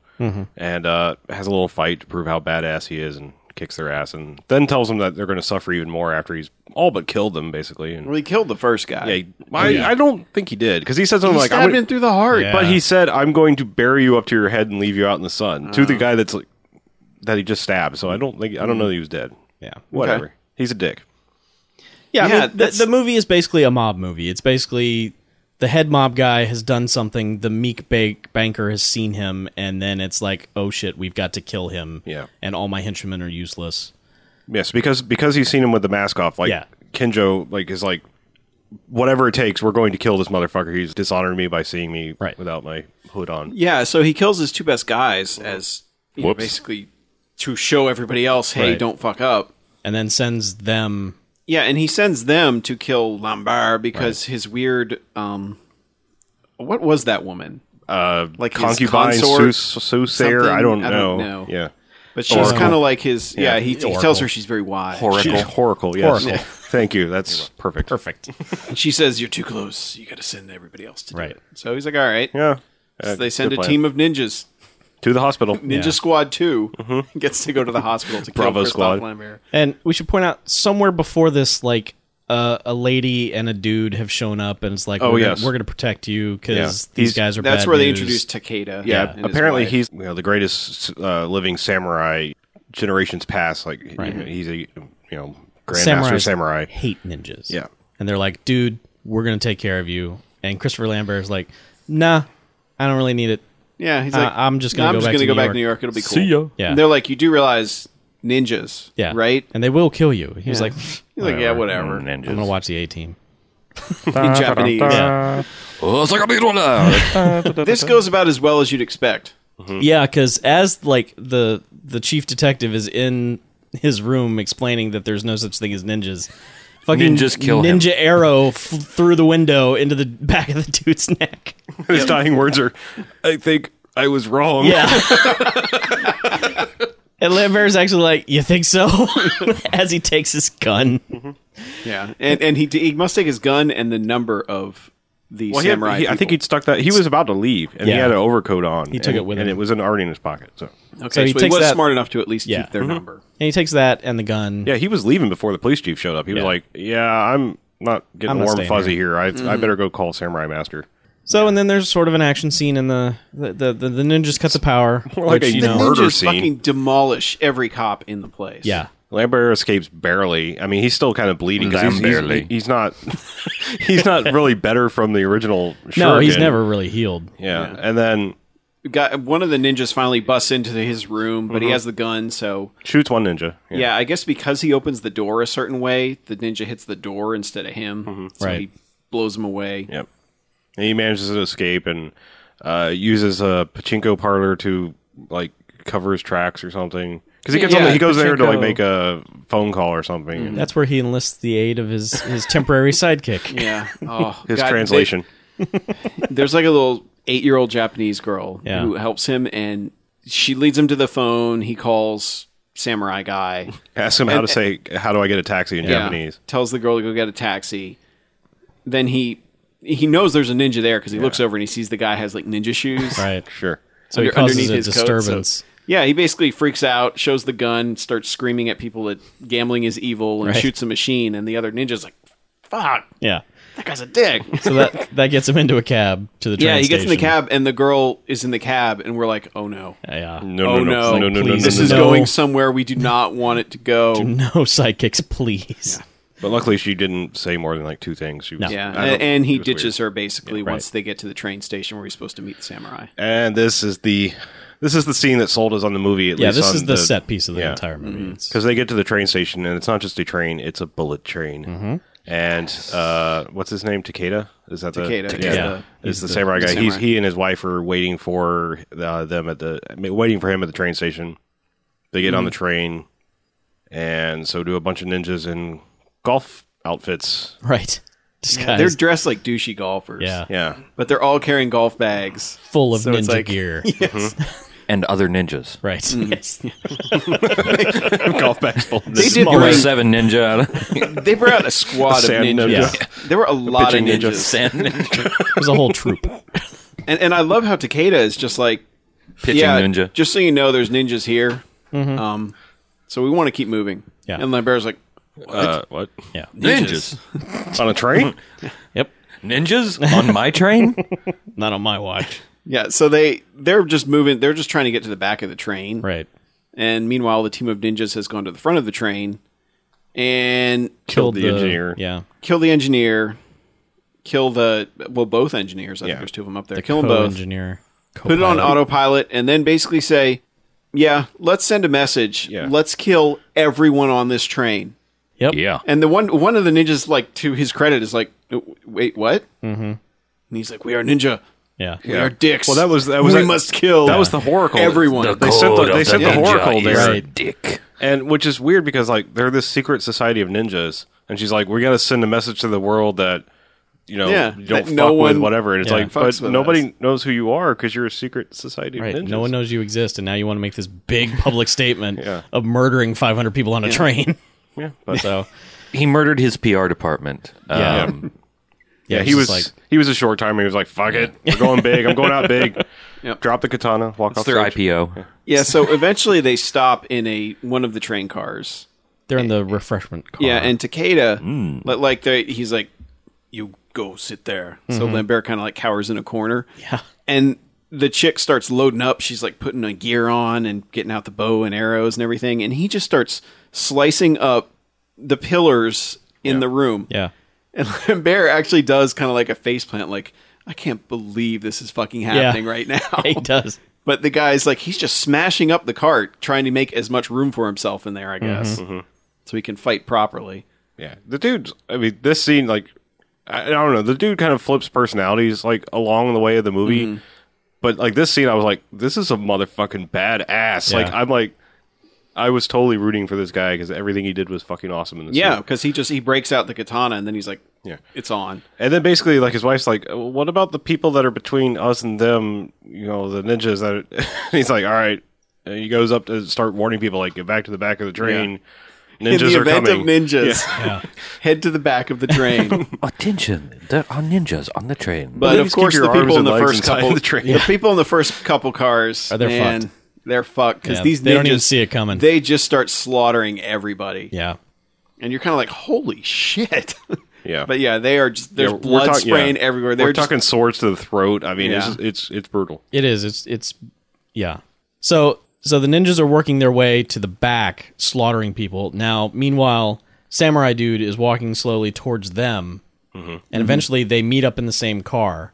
Speaker 2: And uh, has a little fight to prove how badass he is and kicks their ass and then tells them that they're going to suffer even more after he's all but killed them basically. And
Speaker 3: Well, he killed the first guy.
Speaker 2: yeah, he- I, I don't think he did because he said something
Speaker 3: He
Speaker 2: like
Speaker 3: stabbed
Speaker 2: I'm gonna-
Speaker 3: him through the heart.
Speaker 4: Yeah.
Speaker 2: But he said, "I'm going to bury you up to your head and leave you out in the sun." to
Speaker 3: Oh.
Speaker 2: the guy that's like, that he just stabbed. So I don't think I don't know that he was dead.
Speaker 4: Yeah.
Speaker 2: Whatever. He's a dick.
Speaker 4: Yeah,
Speaker 3: Yeah,
Speaker 4: I mean, the,
Speaker 3: that's-
Speaker 4: the movie is basically a mob movie. It's basically the head mob guy has done something. The meek bank banker has seen him, and then it's like, oh shit, we've got to kill him.
Speaker 2: Yeah.
Speaker 4: and all my henchmen are useless.
Speaker 2: Yes, because because he's seen him with the mask off. Like
Speaker 4: Yeah.
Speaker 2: Kenjo, like is like, whatever it takes, we're going to kill this motherfucker. He's dishonored me by seeing me
Speaker 4: Right.
Speaker 2: without my hood on.
Speaker 3: Yeah, so he kills his two best guys as you know,
Speaker 1: Whoops.
Speaker 3: basically to show everybody else, hey,
Speaker 4: Right.
Speaker 3: don't fuck up.
Speaker 4: And then sends them.
Speaker 3: Yeah, and he sends them to kill Lombard because his weird um what was that woman?
Speaker 2: Uh,
Speaker 3: Like his
Speaker 2: concubine,
Speaker 3: consort,
Speaker 2: sous- soothsayer.
Speaker 3: something?
Speaker 2: I don't,
Speaker 3: I
Speaker 2: know.
Speaker 3: don't know.
Speaker 2: Yeah,
Speaker 3: But she's kind of like his yeah, he, he
Speaker 4: Oracle.
Speaker 3: tells her she's very wise.
Speaker 1: Oracle.
Speaker 2: She's Horacle. Yes. Thank you. That's perfect.
Speaker 4: Perfect.
Speaker 3: And she says you're too close. You got to send everybody else to
Speaker 4: Right.
Speaker 3: do it. So he's like, "All right."
Speaker 2: Yeah. Uh,
Speaker 3: So they send a
Speaker 2: good plan.
Speaker 3: team of ninjas.
Speaker 2: to the hospital.
Speaker 3: Ninja Squad 2 gets to go to the hospital to kill
Speaker 2: Mm-hmm. Bravo
Speaker 3: Christoph
Speaker 2: Squad.
Speaker 3: Lambert.
Speaker 4: and we should point out somewhere before this, like. Uh, a lady and a dude have shown up, and it's like,
Speaker 2: Oh,
Speaker 4: we're
Speaker 2: yes.
Speaker 4: gonna, we're going to protect you because
Speaker 2: Yeah.
Speaker 4: these
Speaker 2: He's-
Speaker 4: guys are.
Speaker 3: That's
Speaker 4: bad
Speaker 3: where they
Speaker 4: news.
Speaker 3: introduced Takeda.
Speaker 2: Yeah,
Speaker 3: and his
Speaker 2: apparently
Speaker 3: wife.
Speaker 2: he's you know, the greatest uh, living samurai generations past. Like he- he's a you know grandmaster
Speaker 4: Samurais
Speaker 2: samurai.
Speaker 4: hate ninjas.
Speaker 2: Yeah.
Speaker 4: And they're like, dude, we're going to take care of you. And Christopher Lambert is like, nah, I don't really need it.
Speaker 3: Yeah, he's
Speaker 4: Uh,
Speaker 3: like,
Speaker 4: I'm just gonna
Speaker 3: I'm
Speaker 4: go
Speaker 3: just
Speaker 4: back
Speaker 3: gonna
Speaker 4: to
Speaker 3: go
Speaker 4: New
Speaker 3: back
Speaker 4: York.
Speaker 3: to New York. It'll be cool.
Speaker 5: See ya.
Speaker 4: Yeah.
Speaker 3: And they're like, you do realize ninjas,
Speaker 4: Yeah.
Speaker 3: right?
Speaker 4: And they will kill you. He was like, "Pfft,
Speaker 3: He's like, yeah, whatever.
Speaker 1: Mm,
Speaker 4: I'm going
Speaker 1: Ninjas.
Speaker 4: to watch the A team.
Speaker 3: In Japanese,
Speaker 4: Yeah.
Speaker 1: Oh, it's like a big one. now.
Speaker 3: this goes about as well as you'd expect.
Speaker 4: Yeah. Because as like the, the chief detective is in his room explaining that there's no such thing as ninjas. Fucking
Speaker 1: Ninjas kill him.
Speaker 4: ninja arrow f- through the window into the back of the dude's neck.
Speaker 2: His dying words are, "I think I was wrong."
Speaker 4: Yeah. and Lambert's actually like, you think so? As he takes his gun.
Speaker 3: Mm-hmm. Yeah, and and he he must take his gun and the number of the
Speaker 2: Well, he had,
Speaker 3: samurai.
Speaker 2: he- I think
Speaker 3: people.
Speaker 2: he'd stuck that. He was about to leave, and he
Speaker 4: Yeah.
Speaker 2: had an overcoat on. He
Speaker 4: took it with
Speaker 2: and
Speaker 4: him.
Speaker 2: it was an already in his pocket. So
Speaker 3: okay,
Speaker 4: so
Speaker 3: so
Speaker 4: he
Speaker 3: he,
Speaker 4: takes
Speaker 3: was
Speaker 4: that-
Speaker 3: smart enough to at least
Speaker 4: Yeah.
Speaker 3: keep their number.
Speaker 4: And he takes that and the gun.
Speaker 2: yeah, he was leaving before the police chief showed up. He was
Speaker 4: Yeah.
Speaker 2: like, "Yeah, I'm not getting
Speaker 4: I'm not
Speaker 2: warm and
Speaker 4: staying Mm-hmm.
Speaker 2: fuzzy here. I I better go call Samurai Master."
Speaker 4: So and then there's sort of an action scene in the the the, the, the ninjas cut the power.
Speaker 2: More like
Speaker 4: which,
Speaker 2: a
Speaker 4: you know,
Speaker 2: murder
Speaker 3: Ninjas
Speaker 2: scene.
Speaker 3: fucking demolish every cop in the place.
Speaker 4: yeah.
Speaker 2: Lambert escapes barely. I mean, he's still kind of bleeding because he's, he's-
Speaker 1: Barely.
Speaker 2: he's not he's not really better from the original.
Speaker 4: No, he's
Speaker 2: Shuriken.
Speaker 4: never really healed.
Speaker 2: Yeah. and then
Speaker 3: got one of the ninjas finally busts into his room,
Speaker 4: Mm-hmm.
Speaker 3: but he has the gun, so
Speaker 2: shoots one ninja.
Speaker 3: Yeah, I guess because he opens the door a certain way, the ninja hits the door instead of him.
Speaker 2: Mm-hmm.
Speaker 3: So
Speaker 4: Right.
Speaker 3: he blows him away.
Speaker 2: Yep. And he manages to escape and uh, uses a pachinko parlor to like cover his tracks or something. because he gets on
Speaker 3: Yeah,
Speaker 2: the, he goes there to like
Speaker 5: Pachinko.
Speaker 2: make a phone call or something. and
Speaker 4: That's where he enlists the aid of his his temporary sidekick.
Speaker 3: Yeah. Oh,
Speaker 2: His
Speaker 3: God, they-
Speaker 2: translation.
Speaker 3: there's like a little eight year old Japanese girl
Speaker 4: Yeah.
Speaker 3: who helps him, and she leads him to the phone. He calls samurai guy.
Speaker 2: Asks him how to say how do I get a taxi in Japanese.
Speaker 3: Tells the girl to go get a taxi. Then he he knows there's a ninja there because he looks over and he sees the guy has like ninja shoes.
Speaker 4: Right.
Speaker 2: Sure.
Speaker 4: So he
Speaker 3: under-
Speaker 4: causes a
Speaker 3: underneath his coat, so-
Speaker 4: disturbance.
Speaker 3: Yeah, he basically freaks out, shows the gun, starts screaming at people that gambling is evil, and
Speaker 4: Right.
Speaker 3: shoots a machine. And the other ninja's like, "Fuck,
Speaker 4: Yeah.
Speaker 3: that guy's a dick."
Speaker 4: So that that gets him into a cab to the train
Speaker 3: yeah, he gets in the
Speaker 4: station.
Speaker 3: cab, and the girl is in the cab, and we're like, "Oh no."
Speaker 4: Yeah.
Speaker 2: No, no, no,
Speaker 3: Oh, no.
Speaker 2: no, no, no, no,
Speaker 4: Please.
Speaker 3: This
Speaker 2: no,
Speaker 3: is
Speaker 2: no.
Speaker 3: going somewhere we do not want it to go.
Speaker 4: No sidekicks, please.
Speaker 2: But luckily, she didn't say more than like two things. She was,
Speaker 3: Yeah,
Speaker 2: I don't-
Speaker 3: and, and he
Speaker 2: it was weird.
Speaker 3: ditches her basically once they get to the train station where he's supposed to meet the samurai.
Speaker 2: And this is the this is the scene that sold us on the movie. At
Speaker 4: Yeah,
Speaker 2: least
Speaker 4: this
Speaker 2: on
Speaker 4: is the, set piece of the
Speaker 2: yeah.
Speaker 4: entire movie.
Speaker 3: Mm-hmm.
Speaker 4: It's-
Speaker 2: because they get to the train station, and it's not just a train; it's a bullet train.
Speaker 4: Mm-hmm.
Speaker 2: And uh, what's his name? Takeda is that
Speaker 3: Takeda,
Speaker 2: the
Speaker 3: yeah.
Speaker 4: Yeah.
Speaker 2: Is the,
Speaker 4: He's the-
Speaker 2: samurai guy?
Speaker 3: the
Speaker 2: He's
Speaker 3: samurai.
Speaker 2: he and his wife are waiting for uh, them at the I mean, waiting for him at the train station. They get on
Speaker 4: Mm-hmm.
Speaker 2: the train, and so do a bunch of ninjas in golf outfits.
Speaker 4: Right.
Speaker 3: They're
Speaker 4: Disguised.
Speaker 3: dressed like douchey golfers.
Speaker 4: Yeah.
Speaker 2: Yeah,
Speaker 3: but they're all carrying golf bags.
Speaker 4: Full of
Speaker 3: So it's
Speaker 4: ninja
Speaker 3: like-
Speaker 4: gear.
Speaker 5: and other ninjas.
Speaker 4: Right. Yes.
Speaker 2: golf bags full.
Speaker 3: They did
Speaker 5: Or a
Speaker 3: bring,
Speaker 5: seven ninja out of
Speaker 3: they brought out a squad of
Speaker 2: Sand
Speaker 3: ninjas.
Speaker 2: ninja.
Speaker 4: Yeah.
Speaker 3: There were a lot of
Speaker 2: Bitching
Speaker 3: ninjas,
Speaker 2: ninja.
Speaker 5: sand ninja.
Speaker 4: It was a whole troop.
Speaker 3: And, and I love how Takeda is just like,
Speaker 5: Pitching
Speaker 3: yeah,
Speaker 5: ninja.
Speaker 3: just so you know, there's ninjas here. Um, so we want to keep moving.
Speaker 4: Mm-hmm. Yeah.
Speaker 3: and Lambert's like,
Speaker 2: Uh, what
Speaker 4: Yeah.
Speaker 5: Ninjas.
Speaker 2: on a train?
Speaker 4: Yep.
Speaker 5: Ninjas on my train?
Speaker 4: Not on my watch.
Speaker 3: yeah. So they they're just moving. They're just trying to get to the back of the train.
Speaker 4: Right.
Speaker 3: And meanwhile, the team of ninjas has gone to the front of the train and
Speaker 2: Killed the engineer.
Speaker 4: Yeah.
Speaker 3: kill the engineer, kill the well, both engineers. I think there's two of them up there. kill them both.
Speaker 4: engineer.
Speaker 3: Put it on autopilot, and then basically say, "Yeah, let's send a message.
Speaker 2: Yeah.
Speaker 3: Let's kill everyone on this train."
Speaker 4: Yep.
Speaker 5: Yeah.
Speaker 3: And the one one of the ninjas, like to his credit, is like, "W- "Wait, what?" Mm-hmm. And he's like, "We are ninja.
Speaker 4: Yeah.
Speaker 3: We are dicks.
Speaker 2: Well, that was- that was-
Speaker 3: we
Speaker 2: that-
Speaker 3: must kill.
Speaker 2: That was the Horacle.
Speaker 3: everyone."
Speaker 2: They sent the, they sent the Horacle there.
Speaker 4: Right.
Speaker 5: Dick.
Speaker 2: And which is weird because like they're this secret society of ninjas, and she's like, "We're gonna send a message to the world that you know
Speaker 3: Yeah,
Speaker 2: you don't
Speaker 3: that
Speaker 2: fuck
Speaker 3: no
Speaker 2: with
Speaker 3: one-
Speaker 2: whatever." And it's
Speaker 4: yeah,
Speaker 2: like,
Speaker 3: fucks
Speaker 2: but
Speaker 3: with
Speaker 2: nobody
Speaker 3: us.
Speaker 2: knows who you are because you're a secret society
Speaker 4: Right.
Speaker 2: of ninjas.
Speaker 4: No one knows you exist, and now you want to make this big public statement of murdering 500 people on a train.
Speaker 2: Yeah, but, um, yeah,
Speaker 4: So
Speaker 5: He murdered his PR department.
Speaker 6: Uh,
Speaker 4: Yeah.
Speaker 5: Um,
Speaker 4: yeah,
Speaker 2: he
Speaker 4: it's just
Speaker 2: was
Speaker 4: like
Speaker 2: he was a short timer. He was like, "Fuck it, we're going big. I'm going out big."
Speaker 3: Yep.
Speaker 2: Drop the katana, walk off
Speaker 5: It's their
Speaker 2: stage.
Speaker 5: IPO.
Speaker 3: yeah. So eventually, they stop in a one of the train cars.
Speaker 4: they're in the refreshment car.
Speaker 3: Yeah, and Takeda,
Speaker 4: Hmm.
Speaker 3: li- like they, he's like, "You go sit there." So Lambert kind of like cowers in a corner.
Speaker 4: Mm-hmm. Yeah.
Speaker 3: and the chick starts loading up. She's like putting a gear on and getting out the bow and arrows and everything. And he just starts slicing up the pillars in the room.
Speaker 4: yeah.
Speaker 3: and Lambert actually does kind of like a faceplant, like. I can't believe this is fucking happening right now.
Speaker 4: He does.
Speaker 3: But the guy's like, he's just smashing up the cart, trying to make as much room for himself in there,
Speaker 4: Mm-hmm.
Speaker 3: I guess, so he can fight properly.
Speaker 2: Yeah, the dude's. I mean, this scene, like, I, I don't know. The dude kind of flips personalities like along the way of the movie,
Speaker 3: Mm-hmm.
Speaker 2: but like this scene, I was like, this is a motherfucking badass. Like,
Speaker 4: Yeah.
Speaker 2: I'm like, I was totally rooting for this guy because everything he did was fucking awesome in this.
Speaker 3: Yeah,
Speaker 2: movie.
Speaker 3: because he just he breaks out the katana and then he's like,
Speaker 2: Yeah.
Speaker 3: it's on.
Speaker 2: and then basically, like, his wife's like, "What about the people that are between us and them? You know, the ninjas that." Are, and he's like, "All right." And he goes up to start warning people, like, "Get back to the back of the train." Ninjas
Speaker 3: In the
Speaker 2: are
Speaker 3: event
Speaker 2: coming.
Speaker 3: of ninjas, head to the back of the train.
Speaker 5: Attention, there are ninjas on the train.
Speaker 3: but of
Speaker 2: Please keep
Speaker 3: course,
Speaker 2: your
Speaker 3: the people
Speaker 2: arms
Speaker 3: in
Speaker 2: and
Speaker 3: the
Speaker 2: legs
Speaker 3: first
Speaker 2: inside
Speaker 3: couple,
Speaker 2: the train.
Speaker 3: the people in the first couple cars,
Speaker 4: Are they
Speaker 3: man,
Speaker 4: fucked.
Speaker 3: they're fucked because
Speaker 4: Yeah,
Speaker 3: these ninjas
Speaker 4: they don't even see it coming.
Speaker 3: They just start slaughtering everybody,
Speaker 4: Yeah.
Speaker 3: and you're kind of like, holy shit.
Speaker 2: Yeah.
Speaker 3: but yeah, they are just there's
Speaker 2: Yeah, we're
Speaker 3: blood
Speaker 2: talk-
Speaker 3: spraying
Speaker 2: yeah.
Speaker 3: everywhere. They're
Speaker 2: We're
Speaker 3: just,
Speaker 2: talking swords to the throat. I mean,
Speaker 3: Yeah.
Speaker 2: it's, it's it's brutal.
Speaker 4: It is. It's it's yeah. So so the ninjas are working their way to the back, slaughtering people. Now, meanwhile, samurai dude is walking slowly towards them,
Speaker 3: Mm-hmm.
Speaker 4: and eventually they meet up in the same car,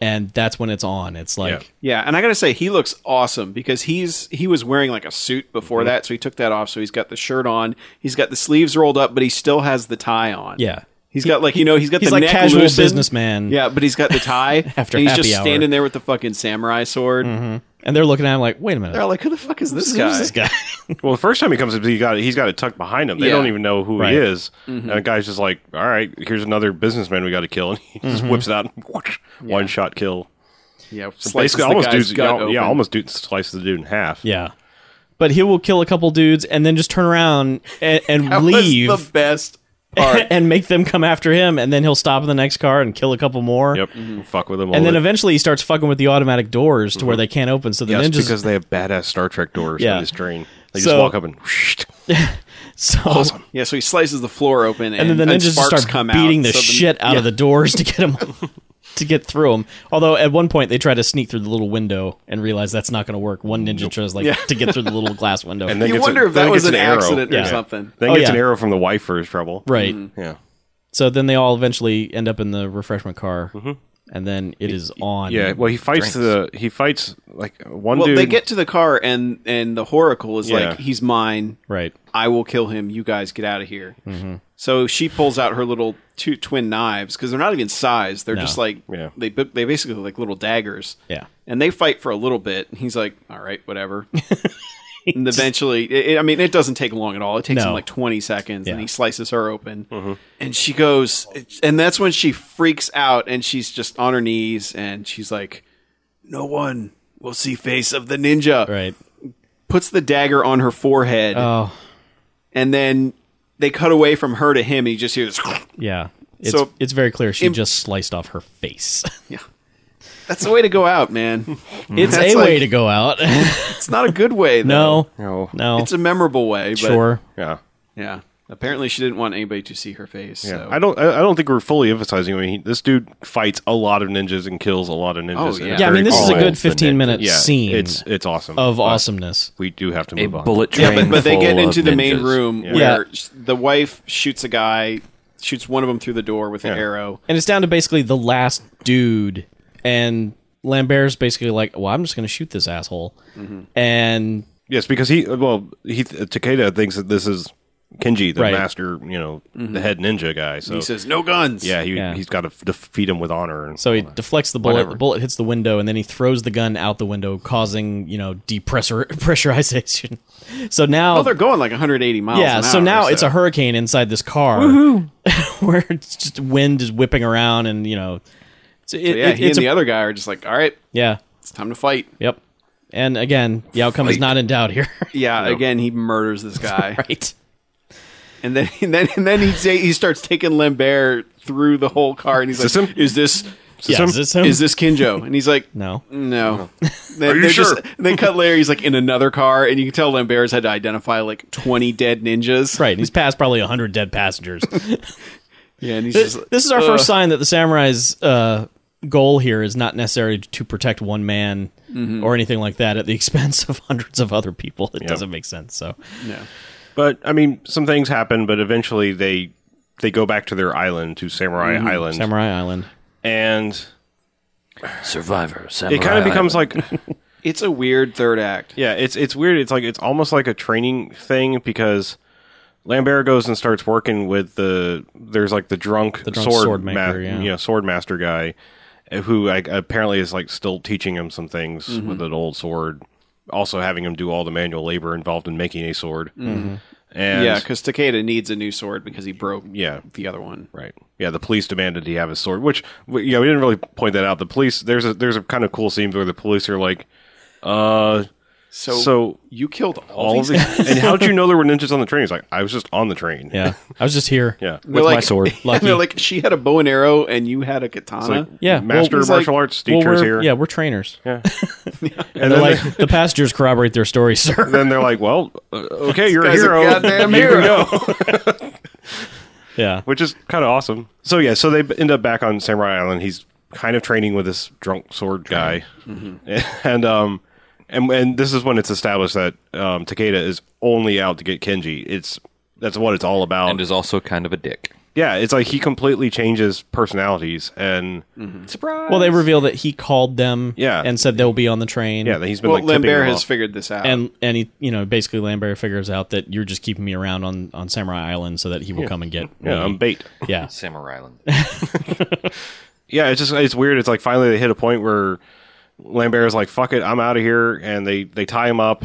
Speaker 4: and that's when it's on. It's like
Speaker 3: Yeah, and I gotta say, he looks awesome because he's he was wearing like a suit before
Speaker 4: Mm-hmm.
Speaker 3: that, so he took that off. So he's got the shirt on, he's got the sleeves rolled up, but he still has the tie on.
Speaker 4: Yeah.
Speaker 3: he's got like you know he's got
Speaker 4: he's
Speaker 3: the
Speaker 4: like
Speaker 3: neck
Speaker 4: casual
Speaker 3: loosened.
Speaker 4: businessman.
Speaker 3: Yeah, but he's got the tie
Speaker 4: After
Speaker 3: and he's
Speaker 4: happy
Speaker 3: just
Speaker 4: hour.
Speaker 3: standing there with the fucking samurai sword,
Speaker 4: And they're looking at him like, wait a minute.
Speaker 3: They're like, who the fuck is this
Speaker 4: who's
Speaker 3: guy?
Speaker 4: this guy?
Speaker 2: Well, the first time he comes up, he got he's got it tucked behind him. They
Speaker 3: Yeah. Mm-hmm.
Speaker 2: don't even know who
Speaker 4: Right.
Speaker 2: he is, and the guy's just like, "All right, here's another businessman we got to kill," and he just
Speaker 3: Mm-hmm.
Speaker 2: whips it out, and one shot kill.
Speaker 3: Yeah,
Speaker 2: Basically, almost dudes, yeah, yeah, almost dude slices the dude in half.
Speaker 4: yeah. But he will kill a couple dudes and then just turn around and, and leave.
Speaker 3: the best part.
Speaker 4: and make them come after him, and then he'll stop in the next car and kill a couple more.
Speaker 2: Yep,
Speaker 3: Mm-hmm.
Speaker 2: fuck with him.
Speaker 4: And then eventually he starts fucking with the automatic doors to where
Speaker 3: Mm-hmm.
Speaker 4: they can't open, so the
Speaker 2: yes,
Speaker 4: ninjas.
Speaker 2: because they have badass Star Trek doors
Speaker 4: Yeah.
Speaker 2: on this train. They just
Speaker 4: So-
Speaker 2: walk up and
Speaker 4: so,
Speaker 3: yeah, so he slices the floor open, and,
Speaker 4: and then the ninjas just
Speaker 3: sparks
Speaker 4: start
Speaker 3: come
Speaker 4: beating
Speaker 3: out,
Speaker 4: the
Speaker 3: so
Speaker 4: shit out of the doors to get him to get through them. Although at one point they try to sneak through the little window and realize that's not going to work. One ninja tries like to get through the little glass window.
Speaker 2: and then
Speaker 3: You
Speaker 2: gets a-
Speaker 3: wonder if
Speaker 2: then
Speaker 3: that was
Speaker 2: gets
Speaker 3: an,
Speaker 2: arrow.
Speaker 3: accident
Speaker 4: Yeah.
Speaker 3: or something.
Speaker 2: Then
Speaker 4: Oh,
Speaker 2: gets
Speaker 4: yeah.
Speaker 2: an arrow from the wife for his trouble.
Speaker 4: right.
Speaker 3: Mm-hmm.
Speaker 2: Yeah.
Speaker 4: So then they all eventually end up in the refreshment car,
Speaker 3: Mm-hmm.
Speaker 4: and then it is on.
Speaker 2: Yeah. Well, he fights the he fights like one
Speaker 3: Well,
Speaker 2: dude.
Speaker 3: they get to the car, and and the Horacle is
Speaker 2: Yeah.
Speaker 3: like, "He's mine.
Speaker 4: right.
Speaker 3: I will kill him. You guys get out of here."
Speaker 2: Mm-hmm.
Speaker 3: So she pulls out her little two twin knives because they're not even sized; they're
Speaker 4: No.
Speaker 3: just like
Speaker 2: Yeah.
Speaker 3: they bu- they basically look like little daggers.
Speaker 4: Yeah.
Speaker 3: and they fight for a little bit. And he's like, "All right, whatever." and eventually, it, it- I mean, it doesn't take long at all. It takes
Speaker 4: No.
Speaker 3: him like twenty seconds,
Speaker 4: Yeah.
Speaker 3: and he slices her open, and she goes, and that's when she freaks out, and she's just on her knees, and she's like, "No one." will see face of the ninja.
Speaker 4: Right.
Speaker 3: Puts the dagger on her forehead
Speaker 4: Oh,
Speaker 3: and then they cut away from her to him. And you just hear this.
Speaker 4: yeah. It's,
Speaker 3: So-
Speaker 4: it's very clear she
Speaker 3: Im-
Speaker 4: just sliced off her face.
Speaker 3: Yeah, that's the way to go out, man.
Speaker 4: It's
Speaker 3: Mm-hmm. That's
Speaker 4: a
Speaker 3: like-
Speaker 4: way to go out.
Speaker 3: It's not a good way. Though.
Speaker 4: no,
Speaker 2: No.
Speaker 4: no,
Speaker 3: it's a memorable way. But
Speaker 4: sure.
Speaker 2: Yeah.
Speaker 3: Yeah. Apparently, she didn't want anybody to see her face.
Speaker 2: Yeah,
Speaker 3: So.
Speaker 2: I don't. I I don't think we're fully emphasizing. I mean, he, this dude fights a lot of ninjas and kills a lot of ninjas.
Speaker 3: Oh,
Speaker 2: and
Speaker 3: yeah.
Speaker 2: it's
Speaker 4: Yeah, I
Speaker 2: very
Speaker 4: mean, this is a
Speaker 2: cool.
Speaker 4: good 15 minute
Speaker 2: Yeah,
Speaker 4: scene
Speaker 2: It's it's awesome.
Speaker 4: of
Speaker 2: But
Speaker 4: awesomeness.
Speaker 2: We do have to
Speaker 5: A
Speaker 2: move on.
Speaker 5: bullet train.
Speaker 3: Yeah, but, but they get
Speaker 5: full
Speaker 3: into
Speaker 5: of
Speaker 3: the main
Speaker 5: ninjas.
Speaker 3: room
Speaker 2: Yeah.
Speaker 3: where s- the wife shoots a guy, shoots one of them through the door with an
Speaker 2: Yeah.
Speaker 3: arrow.
Speaker 4: And it's down to basically the last dude. And Lambert's basically like, well, I'm just going to shoot this asshole. And
Speaker 2: Yes, because he well he Takeda thinks that this is Kenji, the
Speaker 4: Right.
Speaker 2: master, you know, the head ninja guy. So
Speaker 3: Mm-hmm. He says, "No guns."
Speaker 2: yeah, he
Speaker 4: Yeah.
Speaker 2: he's got to defeat him with honor. And,
Speaker 4: so he deflects the bullet.
Speaker 2: Whatever.
Speaker 4: The bullet hits the window, and then he throws the gun out the window, causing, you know, depressor pressurization. So now.
Speaker 3: Oh, they're going like 180 miles.
Speaker 4: yeah,
Speaker 3: an
Speaker 4: so
Speaker 3: hour,
Speaker 4: now it's a hurricane inside this car, where it's just wind is whipping around, and you know, it's,
Speaker 3: So,
Speaker 4: it,
Speaker 3: yeah.
Speaker 4: it-
Speaker 3: he
Speaker 4: it's
Speaker 3: and
Speaker 4: a-
Speaker 3: the other guy are just like, "All right,
Speaker 4: yeah,
Speaker 3: it's time to fight."
Speaker 4: Yep. And again, the outcome is not in doubt here.
Speaker 3: Yeah. Again, he murders this guy.
Speaker 4: right.
Speaker 3: And then and then and then he say, he starts taking Lambert through the whole car, and he's like,
Speaker 2: System?
Speaker 3: "Is this
Speaker 4: Yeah, is this him?
Speaker 3: is this Kinjo?" And he's like,
Speaker 4: No.
Speaker 3: no." They,
Speaker 2: Are you
Speaker 3: they're
Speaker 2: sure?
Speaker 3: Just, they cut Larry's like in another car, and you can tell Lambert's had to identify like twenty dead ninjas.
Speaker 4: Right. He's passed probably 100 dead passengers.
Speaker 3: Yeah, and he's
Speaker 4: this,
Speaker 3: just uh,
Speaker 4: this is our first
Speaker 3: Ugh.
Speaker 4: sign that the samurai's uh, goal here is not necessarily to protect one man
Speaker 3: Mm-hmm.
Speaker 4: or anything like that at the expense of hundreds of other people. It doesn't make sense. So,
Speaker 3: No.
Speaker 2: but I mean, some things happen, but eventually they they go back to their island, to Samurai Island,
Speaker 4: Mm-hmm. Samurai Island.
Speaker 2: and
Speaker 5: Survivor. Samurai
Speaker 2: it kind of becomes like
Speaker 3: It's a weird third act.
Speaker 2: Yeah, it's it's weird. It's like it's almost like a training thing because Lambert goes and starts working with the there's like the drunk,
Speaker 4: drunk
Speaker 2: sword,
Speaker 4: sword
Speaker 2: ma-
Speaker 4: maker, yeah.
Speaker 2: you know sword master guy uh, who like, apparently is like still teaching him some things
Speaker 3: Mm-hmm.
Speaker 2: with an old sword, also having him do all the manual labor involved in making a sword. Mm-hmm. And
Speaker 3: Yeah,
Speaker 2: yeah,
Speaker 3: because Takeda needs a new sword because he broke
Speaker 2: yeah,
Speaker 3: the other one.
Speaker 2: Right. Yeah, the police demanded he have his sword, which we- you know we didn't really point that out. The police there's a there's a kind of cool scene where the police are like, uh,
Speaker 3: So,
Speaker 2: So-
Speaker 3: you killed all,
Speaker 2: all of
Speaker 3: these.
Speaker 2: these. and how did you know there were ninjas on the train? He's like, I was just on the train.
Speaker 4: Yeah. I was just here.
Speaker 2: yeah.
Speaker 3: They're like,
Speaker 5: my sword.
Speaker 4: Lucky.
Speaker 3: They're like she had a bow and arrow and you had a katana.
Speaker 2: Like,
Speaker 4: Yeah,
Speaker 2: master
Speaker 4: well,
Speaker 2: of
Speaker 4: he's
Speaker 2: martial
Speaker 3: like-
Speaker 2: arts
Speaker 4: Well,
Speaker 2: teachers
Speaker 4: we're-
Speaker 2: here.
Speaker 4: Yeah, we're trainers.
Speaker 2: and
Speaker 4: They're
Speaker 2: then,
Speaker 4: like,
Speaker 2: they,
Speaker 4: the passengers corroborate their story, sir.
Speaker 2: then they're like, well, uh, okay, you're a
Speaker 3: guy's a
Speaker 2: hero.
Speaker 3: goddamn
Speaker 2: You can
Speaker 3: hero.
Speaker 2: go.
Speaker 4: Yeah.
Speaker 2: Which is kind of awesome. So yeah, so they end up back on Samurai Island. He's kind of training with this drunk sword guy, and um, and and this is when it's established that um, Takeda is only out to get Kenji. It's that's what it's all about.
Speaker 5: and is also kind of a dick.
Speaker 2: yeah, it's like he completely changes personalities and.
Speaker 5: Surprise.
Speaker 4: Well, they reveal that he called them
Speaker 2: Yeah.
Speaker 4: and said they'll be on the train.
Speaker 2: Yeah, he's been
Speaker 3: well,
Speaker 2: like tipping
Speaker 3: Lambert
Speaker 2: him
Speaker 3: has
Speaker 2: off.
Speaker 3: figured this out.
Speaker 4: and and he you know basically Lambert figures out that you're just keeping me around on on Samurai Island so that he will come and get
Speaker 2: Yeah,
Speaker 4: me.
Speaker 2: I'm bait.
Speaker 4: yeah
Speaker 5: Samurai Island.
Speaker 2: Yeah, it's just it's weird. It's like finally they hit a point where Lambert is like, "Fuck it, I'm out of here," and they they tie him up,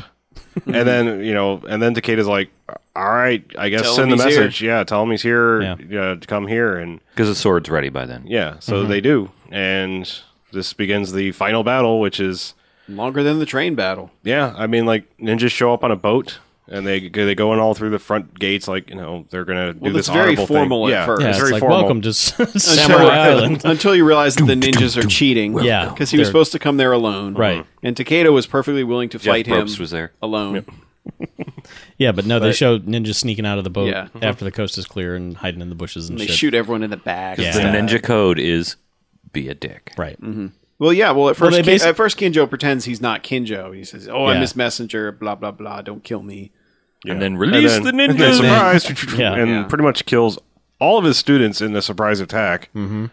Speaker 2: and then you know, and then Takeda's like, "All right, I guess
Speaker 3: Tell
Speaker 2: send the
Speaker 3: him he's here."
Speaker 2: message. Yeah, tell him he's here.
Speaker 4: Yeah.
Speaker 2: Yeah, to come here." And
Speaker 6: because the sword's ready by then.
Speaker 2: yeah, so
Speaker 3: Mm-hmm.
Speaker 2: they do, and this begins the final battle, which is
Speaker 3: Longer than the train battle.
Speaker 2: yeah, I mean, like ninjas show up on a boat. And they they go in all through the front gates like you know they're gonna do this
Speaker 3: that's very
Speaker 2: honorable thing.
Speaker 3: formal at
Speaker 2: yeah,
Speaker 3: first.
Speaker 4: Yeah,
Speaker 2: it's
Speaker 4: it's,
Speaker 2: very
Speaker 4: like
Speaker 2: formal.
Speaker 4: welcome to S- Samurai Island.
Speaker 3: Until you realize that the ninjas are cheating.
Speaker 4: Yeah.
Speaker 3: Because he was
Speaker 4: They're-
Speaker 3: supposed to come there alone.
Speaker 4: Right.
Speaker 3: And Takeda was perfectly willing to fight him
Speaker 6: Probst was there.
Speaker 3: alone.
Speaker 4: Yeah, but no, they show ninjas sneaking out of the boat
Speaker 3: Yeah.
Speaker 4: after the coast is clear and hiding in the bushes and
Speaker 3: They
Speaker 4: shit.
Speaker 3: shoot everyone in the back.
Speaker 4: Yeah.
Speaker 6: The ninja code is be a dick.
Speaker 4: Right.
Speaker 2: Mm-hmm.
Speaker 3: Well, yeah. Well, at first,
Speaker 4: they
Speaker 3: Kin-
Speaker 4: basi-
Speaker 3: at first, Kinjo pretends he's not Kinjo. He says, "Oh,
Speaker 4: Yeah.
Speaker 3: I miss messenger. Blah blah blah. Don't kill me."
Speaker 6: And then
Speaker 2: And
Speaker 6: release
Speaker 2: then,
Speaker 6: the
Speaker 2: and then
Speaker 6: ninja.
Speaker 2: surprise,
Speaker 4: Yeah.
Speaker 2: and
Speaker 3: Yeah.
Speaker 2: pretty much kills all of his students in the surprise attack. Mm-hmm.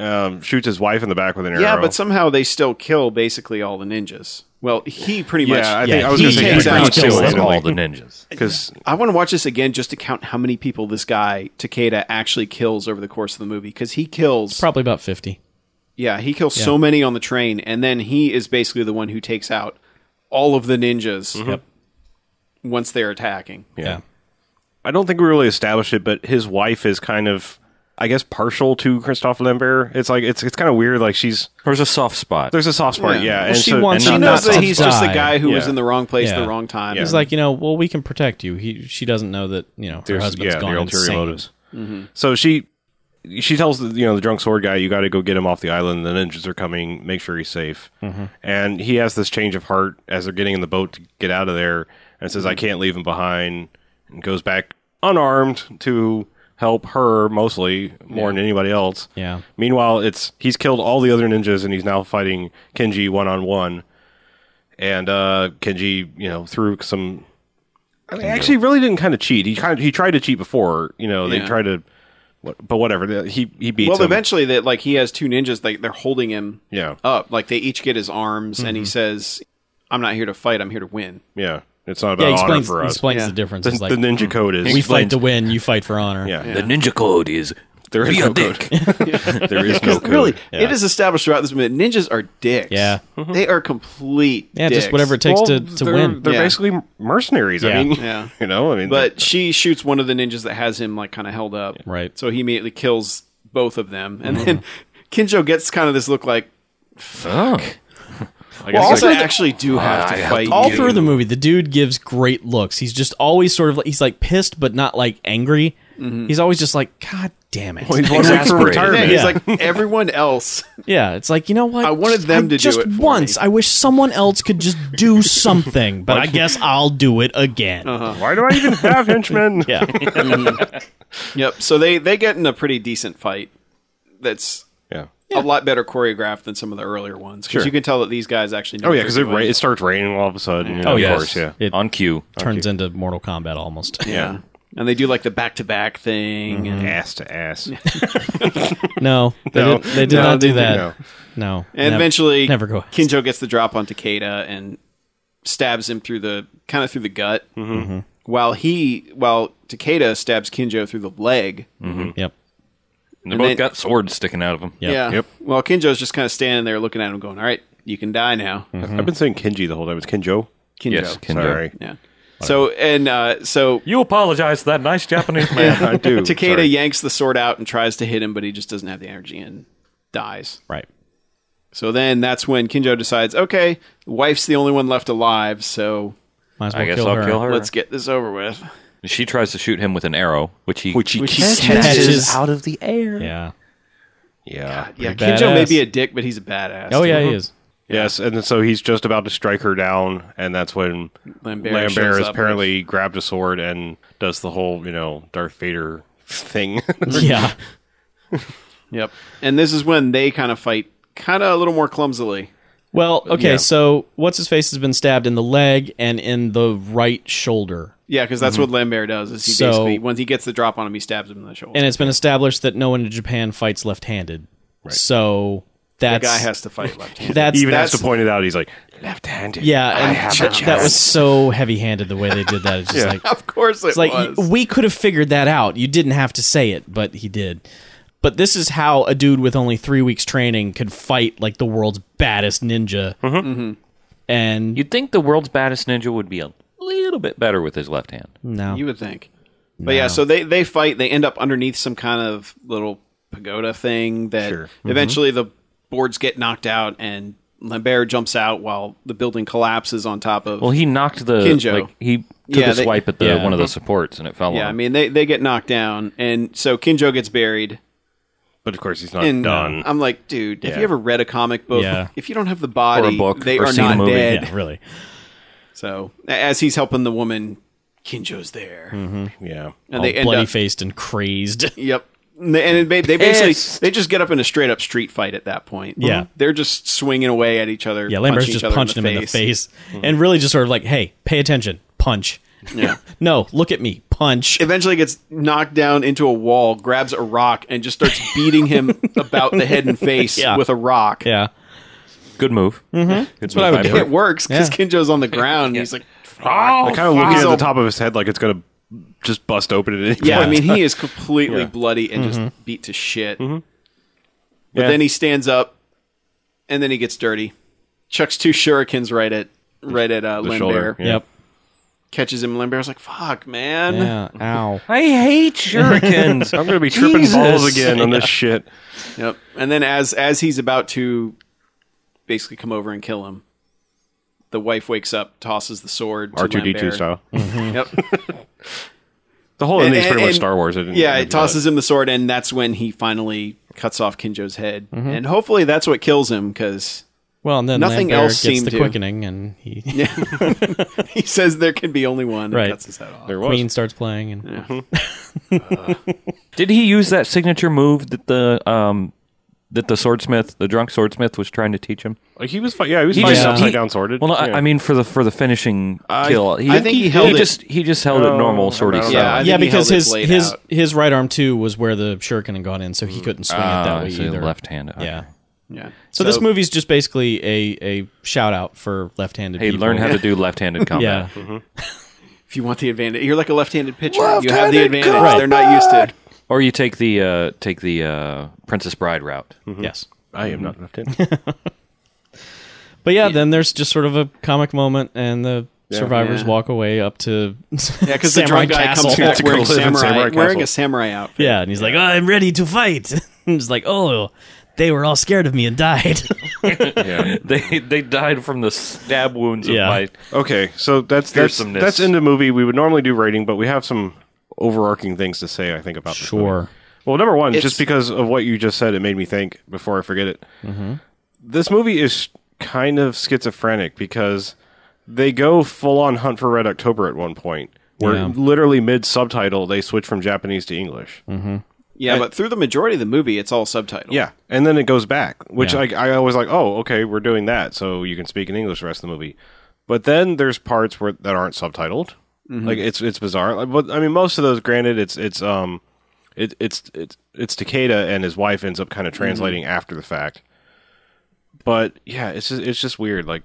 Speaker 2: Um, shoots his wife in the back with an arrow.
Speaker 3: Yeah, but somehow they still kill basically all the ninjas. Well, he pretty much.
Speaker 2: yeah, I think
Speaker 4: Yeah,
Speaker 2: I was
Speaker 4: he
Speaker 2: going to say
Speaker 3: takes
Speaker 2: he
Speaker 3: out
Speaker 2: pretty much
Speaker 4: kills
Speaker 2: kills
Speaker 4: them
Speaker 2: them
Speaker 6: all the ninjas.
Speaker 2: because
Speaker 3: I want to watch this again just to count how many people this guy Takeda actually kills over the course of the movie because he kills.
Speaker 4: Probably about 50.
Speaker 3: yeah, he kills so many on the train, and then he is basically the one who takes out all of the ninjas
Speaker 4: Mm-hmm. Yep.
Speaker 3: once they're attacking.
Speaker 4: Yeah.
Speaker 2: I don't think we really established it, but his wife is kind of, I guess, partial to Christophe Lambert. It's like it's it's kind of weird. Like she's
Speaker 6: There's a soft spot.
Speaker 2: there's a soft spot. Yeah,
Speaker 3: Well,
Speaker 2: and
Speaker 4: she
Speaker 2: so-
Speaker 4: wants-
Speaker 2: and
Speaker 3: She
Speaker 4: Not-
Speaker 3: knows
Speaker 4: not
Speaker 3: that
Speaker 4: to
Speaker 3: he's just the
Speaker 4: die.
Speaker 3: guy who was
Speaker 2: Yeah.
Speaker 3: in the wrong place at
Speaker 4: Yeah.
Speaker 3: the wrong time.
Speaker 2: Yeah.
Speaker 4: He's like, you know, well, we can protect you. He, she doesn't know that, you know, her
Speaker 2: there's-
Speaker 4: husband's
Speaker 2: yeah,
Speaker 4: gone
Speaker 2: the ulterior
Speaker 4: insane.
Speaker 2: motives. So she she tells the you know the drunk sword guy, you got to go get him off the island. The ninjas are coming. Make sure he's safe.
Speaker 4: Mm-hmm.
Speaker 2: And he has this change of heart as they're getting in the boat to get out of there, and says, I
Speaker 4: Mm-hmm.
Speaker 2: can't leave him behind, and goes back unarmed to help her mostly more than anybody else.
Speaker 4: Yeah.
Speaker 2: Meanwhile, it's he's killed all the other ninjas and he's now fighting Kenji one on one. And uh Kenji, you know, threw some I mean, actually really didn't kind of cheat. He kind of, he tried to cheat before, you know, they
Speaker 3: Yeah.
Speaker 2: tried to what, but whatever. He he beats
Speaker 3: Well,
Speaker 2: him.
Speaker 3: eventually, that like he has two ninjas. Like they're holding him
Speaker 2: Yeah.
Speaker 3: up. Like they each get his arms, and he
Speaker 4: Mm-hmm.
Speaker 3: says, "I'm not here to fight. I'm here to win."
Speaker 2: yeah. It's not about
Speaker 4: Yeah, he
Speaker 2: honor
Speaker 4: explains,
Speaker 2: for
Speaker 4: he
Speaker 2: us.
Speaker 4: explains
Speaker 3: Yeah.
Speaker 4: the difference.
Speaker 2: The,
Speaker 4: It's like,
Speaker 2: the ninja code is
Speaker 4: we fight to win, you fight for honor.
Speaker 2: Yeah.
Speaker 6: The ninja code is
Speaker 2: There is
Speaker 6: be
Speaker 2: no
Speaker 6: a dick.
Speaker 2: There is no code.
Speaker 3: Really, it is established throughout this minute. Ninjas are dicks.
Speaker 4: Yeah.
Speaker 3: they are complete.
Speaker 4: Yeah, just
Speaker 3: dicks.
Speaker 4: whatever it takes to,
Speaker 2: Well,
Speaker 4: to
Speaker 2: they're,
Speaker 4: win.
Speaker 2: They're
Speaker 3: Yeah.
Speaker 2: basically mercenaries.
Speaker 4: Yeah.
Speaker 2: I mean,
Speaker 3: Yeah.
Speaker 2: you know, I mean,
Speaker 3: But she shoots one of the ninjas that has him like kind of held up.
Speaker 4: Right.
Speaker 3: So he immediately kills both of them, and then Kinjo gets kind of this look like.
Speaker 2: I guess
Speaker 3: Well,
Speaker 2: it's
Speaker 3: also,
Speaker 2: like-
Speaker 3: I actually do have to fight
Speaker 4: all
Speaker 3: you.
Speaker 4: through the movie the dude gives great looks he's just always sort of like he's like pissed but not like angry
Speaker 3: Mm-hmm.
Speaker 4: he's always just like god damn it
Speaker 2: he's one week from
Speaker 6: Exasperated.
Speaker 3: yeah,
Speaker 2: retirement.
Speaker 3: he's
Speaker 4: Yeah.
Speaker 3: like everyone else.
Speaker 4: yeah it's like you know what
Speaker 3: I wanted them to do
Speaker 4: just
Speaker 3: it for
Speaker 4: once
Speaker 3: me.
Speaker 4: i wish someone else could just do something but i guess i'll do it again
Speaker 3: Uh-huh.
Speaker 2: Why do I even have henchmen?
Speaker 4: yeah
Speaker 3: Yep. So they they get in a pretty decent fight. That's
Speaker 2: yeah.
Speaker 3: a lot better choreographed than some of the earlier ones because
Speaker 2: Sure.
Speaker 3: you can tell that these guys actually. Know
Speaker 2: Oh
Speaker 3: what
Speaker 2: yeah, because
Speaker 3: they're
Speaker 2: it, ra-
Speaker 3: doing.
Speaker 2: it starts raining all of a sudden. you know,
Speaker 4: Oh,
Speaker 2: of
Speaker 4: yes.
Speaker 2: course, yeah.
Speaker 4: It-
Speaker 6: on cue.
Speaker 4: turns into mortal kombat almost
Speaker 3: yeah, and they do like the back to back thing. And,
Speaker 2: Ass to ass.
Speaker 4: no they,
Speaker 2: No.
Speaker 4: did, they did
Speaker 2: No,
Speaker 4: not
Speaker 2: they
Speaker 4: do
Speaker 2: did-
Speaker 4: that
Speaker 2: no.
Speaker 4: no
Speaker 3: and
Speaker 4: Nev-
Speaker 3: eventually,
Speaker 4: never go
Speaker 3: Kinjo gets the drop on Takeda and stabs him through the kind of through the gut,
Speaker 2: Mm-hmm.
Speaker 4: Mm-hmm.
Speaker 3: while he while Takeda stabs Kinjo through the leg.
Speaker 4: yep
Speaker 6: They both
Speaker 3: then-
Speaker 6: got swords sticking out of them.
Speaker 4: Yep.
Speaker 3: Yeah.
Speaker 2: Yep.
Speaker 3: Well, Kinjo's just kind of standing there looking at him, going, "All right, you can die now,
Speaker 4: Mm-hmm.
Speaker 2: I've been saying Kenji the whole time. It's Kenjo.
Speaker 3: Kinjo."
Speaker 6: Yes, Kinjo.
Speaker 2: Sorry.
Speaker 3: Yeah. So and uh, so
Speaker 5: You apologize to that nice Japanese man.
Speaker 2: Yeah, I do.
Speaker 3: Takeda
Speaker 2: Sorry.
Speaker 3: yanks the sword out and tries to hit him, but he just doesn't have the energy and dies.
Speaker 4: right
Speaker 3: So then that's when Kinjo decides, okay, the wife's the only one left alive, so
Speaker 4: might as well
Speaker 6: I guess
Speaker 4: kill
Speaker 6: I'll
Speaker 4: her
Speaker 6: kill her.
Speaker 3: let's get this over with.
Speaker 6: She tries to shoot him with an arrow, which he
Speaker 2: Which he catches.
Speaker 4: Catches-
Speaker 6: out of the air.
Speaker 4: yeah
Speaker 2: Yeah.
Speaker 3: Yeah,
Speaker 4: Pretty
Speaker 3: Kinjo may
Speaker 4: badass.
Speaker 3: be a dick, but he's a badass.
Speaker 4: oh yeah he is
Speaker 2: Yes, and then, so he's just about to strike her down, and that's when
Speaker 3: Lambert
Speaker 2: Lambert,
Speaker 3: shows
Speaker 2: has
Speaker 3: up.
Speaker 2: apparently grabbed a sword and does the whole, you know, Darth Vader thing.
Speaker 4: yeah
Speaker 3: Yep. And this is when they kind of fight kind of a little more clumsily.
Speaker 4: Well, okay,
Speaker 2: Yeah.
Speaker 4: so what's his face has been stabbed in the leg and in the right shoulder.
Speaker 3: Yeah, because that's what Lambert does. Is he
Speaker 4: Mm-hmm. So-
Speaker 3: basically once he gets the drop on him, he stabs him in the shoulder.
Speaker 4: And it's been established that no one in Japan fights left handed. So
Speaker 3: the
Speaker 4: that's
Speaker 3: guy has to fight left. handed.
Speaker 4: that's
Speaker 2: He even has
Speaker 3: That's-
Speaker 2: to point it out. He's like, left-handed.
Speaker 4: yeah,
Speaker 2: I
Speaker 4: and
Speaker 2: have a
Speaker 4: that, that was so heavy handed the way they did that. It's just like
Speaker 3: of course, it
Speaker 4: it's like
Speaker 3: was.
Speaker 4: y- we could have figured that out. You didn't have to say it, but he did. But this is how a dude with only three weeks training could fight like the world's baddest ninja.
Speaker 2: Mm-hmm.
Speaker 3: Mm-hmm.
Speaker 4: And
Speaker 6: You'd think the world's baddest ninja would be a little bit better with his left hand.
Speaker 4: no,
Speaker 3: You would think. But yeah, so they they fight. They end up underneath some kind of little pagoda thing that
Speaker 4: Mm-hmm.
Speaker 3: eventually the boards get knocked out and Lambert jumps out while the building collapses on top of.
Speaker 6: Well, he knocked the
Speaker 3: Kinjo.
Speaker 6: like he took
Speaker 3: Yeah,
Speaker 6: a
Speaker 3: they-
Speaker 6: swipe at the
Speaker 4: yeah.
Speaker 6: one of the supports and it fell on.
Speaker 3: yeah, I
Speaker 6: him.
Speaker 3: mean they they get knocked down, and so Kinjo gets buried.
Speaker 2: But of course, he's not
Speaker 3: And uh,
Speaker 2: done.
Speaker 3: I'm like, dude, have
Speaker 2: Yeah.
Speaker 3: you ever read a comic book?
Speaker 4: Yeah.
Speaker 3: If you don't have the body,
Speaker 6: book,
Speaker 3: they
Speaker 6: or
Speaker 3: are
Speaker 6: seen a
Speaker 3: not
Speaker 6: movie.
Speaker 3: dead.
Speaker 4: yeah, really.
Speaker 3: So a- as he's helping the woman, Kinjo's there,
Speaker 2: yeah.
Speaker 3: and they end
Speaker 4: Mm-hmm. bloody
Speaker 3: up.
Speaker 4: faced and crazed.
Speaker 3: Yep. And they, and they, they basically
Speaker 6: Pissed.
Speaker 3: they just get up in a straight up street fight at that point.
Speaker 4: Yeah.
Speaker 3: they're just swinging away at each other.
Speaker 4: Yeah, Lambert's
Speaker 3: punching each
Speaker 4: just
Speaker 3: other
Speaker 4: punched him in the face
Speaker 3: Mm-hmm.
Speaker 4: and really just sort of like, hey, pay attention, punch.
Speaker 3: Yeah.
Speaker 4: no, look at me, punch.
Speaker 3: Eventually gets knocked down into a wall, grabs a rock, and just starts beating him about the head and face
Speaker 4: Yeah.
Speaker 3: with a rock.
Speaker 4: yeah.
Speaker 6: good move. Mm-hmm. That's
Speaker 4: what I would do.
Speaker 3: It works because
Speaker 4: Yeah.
Speaker 3: Kinjo's on the ground. and He's like,
Speaker 5: Oh,
Speaker 2: I kind of looking at
Speaker 3: So-
Speaker 2: the top of his head like it's gonna just bust open at any point.
Speaker 3: yeah, I mean, he is completely bloody and just beat to shit. But
Speaker 2: Mm-hmm. Yeah.
Speaker 3: then he stands up, and then he gets dirty. Chucks two shurikens right at right at uh,
Speaker 2: The
Speaker 3: Lynn
Speaker 2: shoulder,
Speaker 3: Bear.
Speaker 2: yeah.
Speaker 4: Yep.
Speaker 3: Catches him. Lynn Bear's like, "Fuck, man."
Speaker 4: Yeah. Ow.
Speaker 6: I hate shurikens.
Speaker 2: I'm gonna be tripping balls again on this shit.
Speaker 3: Yep. And then as as he's about to basically come over and kill him, the wife wakes up, tosses the sword. to
Speaker 2: R two D two
Speaker 3: Lambert.
Speaker 2: style.
Speaker 3: Yep.
Speaker 2: The whole
Speaker 3: And-
Speaker 2: ending's pretty
Speaker 3: and-
Speaker 2: much
Speaker 3: and-
Speaker 2: Star Wars. I didn't-
Speaker 3: yeah,
Speaker 2: I
Speaker 3: it
Speaker 2: didn't know
Speaker 3: tosses him the sword, and that's when he finally cuts off Kinjo's head.
Speaker 2: Mm-hmm.
Speaker 3: And hopefully that's what kills him because
Speaker 4: Well, and then
Speaker 3: Nothing
Speaker 4: Lambert
Speaker 3: else
Speaker 4: gets
Speaker 3: seemed
Speaker 4: the
Speaker 3: to.
Speaker 4: quickening, and he,
Speaker 3: he says there can be only one. And
Speaker 4: Right.
Speaker 3: Cuts his head off.
Speaker 2: there was.
Speaker 4: Queen starts playing, and
Speaker 6: Did he use that signature move that the um that the swordsmith, the drunk swordsmith, was trying to teach him?
Speaker 2: Like, he was fi- yeah he was
Speaker 6: He
Speaker 2: fighting
Speaker 6: just-
Speaker 2: upside
Speaker 6: he-
Speaker 2: down sworded.
Speaker 6: Well, no,
Speaker 2: yeah.
Speaker 6: I, I mean for the for the finishing kill. He,
Speaker 3: I think he held it- Oh,
Speaker 6: just he just held it normal swordy
Speaker 2: I don't
Speaker 6: style.
Speaker 2: know.
Speaker 3: Yeah, I
Speaker 4: yeah,
Speaker 3: think he
Speaker 4: because
Speaker 3: held it
Speaker 4: his
Speaker 3: blade
Speaker 4: his
Speaker 3: out. Mm-hmm.
Speaker 4: his right arm too was where the shuriken had gone in, so he couldn't swing it
Speaker 6: Ah,
Speaker 4: that way
Speaker 6: so
Speaker 4: either.
Speaker 6: left handed.
Speaker 4: Yeah.
Speaker 3: Yeah.
Speaker 4: So, this movie's just basically a a shout out for left-handed.
Speaker 6: Hey,
Speaker 4: people.
Speaker 6: learn how to do left-handed
Speaker 4: Yeah.
Speaker 6: combat.
Speaker 3: If you want the advantage, you're like a left-handed pitcher. you have the advantage.
Speaker 4: combat!
Speaker 3: They're not used to. it.
Speaker 6: Or you take the uh, take the uh, Princess Bride route.
Speaker 3: Hmm.
Speaker 4: Yes.
Speaker 3: Mm-hmm.
Speaker 2: I am not left
Speaker 4: But yeah, then there's just sort of a comic moment, and the survivors
Speaker 3: Yeah.
Speaker 4: walk away up to
Speaker 3: Yeah, because the
Speaker 4: Samurai
Speaker 3: drunk guy
Speaker 4: Castle.
Speaker 3: comes back
Speaker 2: To go
Speaker 3: wearing,
Speaker 2: live in
Speaker 3: samurai,
Speaker 2: Samurai
Speaker 3: wearing
Speaker 2: Castle.
Speaker 3: a samurai outfit.
Speaker 4: Yeah, and he's like, oh, I'm ready to fight. and he's like, oh, they were all scared of me and died.
Speaker 6: They they died from the stab wounds
Speaker 4: Yeah.
Speaker 6: of my.
Speaker 2: Okay, so that's that's
Speaker 6: Fearsomeness.
Speaker 2: that's in the movie. We would normally do rating, but we have some overarching things to say. I think about this movie. Well, number one,
Speaker 3: It's-
Speaker 2: just because of what you just said, it made me think before I forget it. This movie is kind of schizophrenic because they go full on Hunt for Red October at one point, where
Speaker 4: Yeah.
Speaker 2: literally mid subtitle they switch from Japanese to English.
Speaker 3: Yeah, but through the majority of the movie, it's all subtitled.
Speaker 2: Yeah, and then it goes back, which
Speaker 4: Yeah.
Speaker 2: I, I always like. Oh, okay, we're doing that, so you can speak in English the rest of the movie. But then there's parts where that aren't subtitled.
Speaker 3: Mm-hmm.
Speaker 2: Like it's it's bizarre. Like, but I mean, most of those, granted, it's it's um, it, it's it's it's Takeda and his wife ends up kind of translating
Speaker 3: Mm-hmm.
Speaker 2: after the fact. But yeah, it's just, it's just weird. Like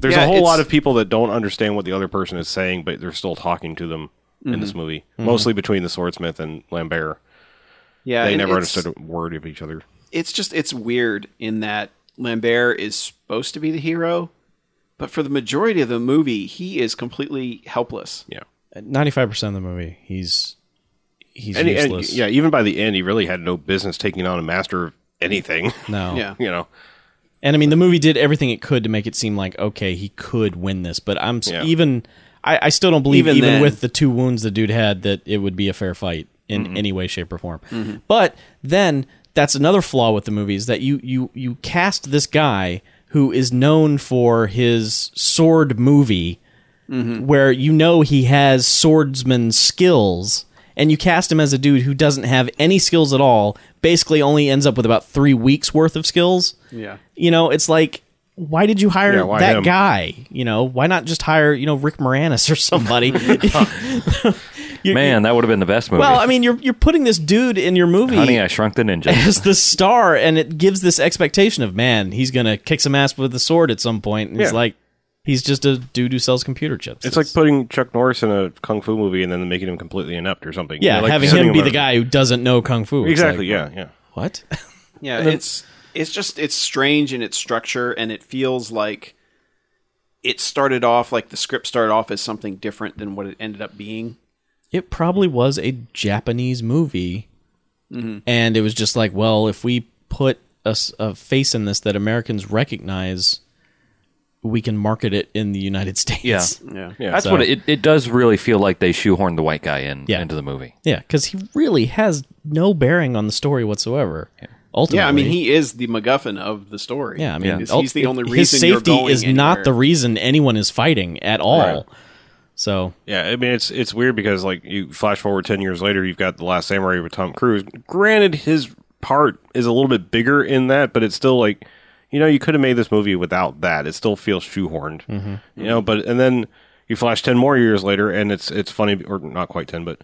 Speaker 2: there's
Speaker 3: Yeah,
Speaker 2: a whole
Speaker 3: it's-
Speaker 2: lot of people that don't understand what the other person is saying, but they're still talking to them in
Speaker 3: Mm-hmm.
Speaker 2: this movie, mostly between the swordsmith and Lambert.
Speaker 3: yeah.
Speaker 2: They
Speaker 3: and
Speaker 2: never
Speaker 3: it's-
Speaker 2: understood a word of each other.
Speaker 3: It's just it's weird in that Lambert is supposed to be the hero, but for the majority of the movie, he is completely helpless.
Speaker 2: Yeah.
Speaker 4: 95% of the movie, he's he's
Speaker 2: and, and,
Speaker 4: useless.
Speaker 2: yeah, even by the end, he really had no business taking on a master of anything.
Speaker 4: No.
Speaker 3: Yeah.
Speaker 2: you know,
Speaker 4: And I mean, the movie did everything it could to make it seem like, okay, he could win this, but I'm s
Speaker 2: Yeah.
Speaker 4: even, I, I still don't believe,
Speaker 3: Even
Speaker 4: even,
Speaker 3: then.
Speaker 4: with the two wounds the dude had, that it would be a fair fight in
Speaker 2: Mm-hmm.
Speaker 4: any way, shape, or form. But then that's another flaw with the movie is that you, you, you cast this guy who is known for his sword movie where you know he has swordsman skills and you cast him as a dude who doesn't have any skills at all basically only ends up with about three weeks worth of skills
Speaker 3: Yeah.
Speaker 4: you know it's like why did you hire
Speaker 2: Yeah, why
Speaker 4: that
Speaker 2: him?
Speaker 4: guy you know why not just hire you know rick moranis or somebody You-
Speaker 6: Man, that would have been the best movie.
Speaker 4: well i mean you're you're putting this dude in your movie
Speaker 6: Honey, I Shrunk the Ninja.
Speaker 4: as the star and it gives this expectation of man he's gonna kick some ass with a sword at some point and he's
Speaker 2: Yeah.
Speaker 4: like he's just a dude who sells computer chips
Speaker 2: it's like putting Chuck Norris in a kung fu movie and then making him completely inept or something.
Speaker 4: Yeah,
Speaker 2: You know, like
Speaker 4: having
Speaker 2: sending
Speaker 4: him be
Speaker 2: on
Speaker 4: the
Speaker 2: a-
Speaker 4: guy who doesn't know kung fu. It's
Speaker 2: Exactly.
Speaker 4: like,
Speaker 2: yeah, yeah.
Speaker 4: What?
Speaker 3: Yeah, it's it's just it's strange in its structure, and it feels like it started off like the script started off as something different than what it ended up being.
Speaker 4: It probably was a Japanese movie,
Speaker 3: Mm-hmm.
Speaker 4: and it was just like, well, if we put a, s- a face in this that Americans recognize, we can market it in the United States.
Speaker 6: Yeah.
Speaker 3: Yeah,
Speaker 6: That's
Speaker 4: So-
Speaker 6: what it, it does really feel like they shoehorned the white guy in
Speaker 4: Yeah.
Speaker 6: into the movie.
Speaker 4: Yeah, because he really has no bearing on the story whatsoever. Ultimately,
Speaker 3: yeah. I mean, he is the MacGuffin of the story.
Speaker 4: Yeah, I mean,
Speaker 3: He's-
Speaker 4: ult-
Speaker 3: he's the only reason
Speaker 4: his
Speaker 3: you're
Speaker 4: safety
Speaker 3: going
Speaker 4: is not
Speaker 3: anywhere.
Speaker 4: the reason anyone is fighting at all. So
Speaker 2: Yeah, I mean it's it's weird because like you flash forward ten years later, you've got the Last Samurai with Tom Cruise. Granted, his part is a little bit bigger in that, but it's still like, you know, you could have made this movie without that. It still feels shoehorned, you know. But and then you flash ten more years later, and it's it's funny, or not quite ten, but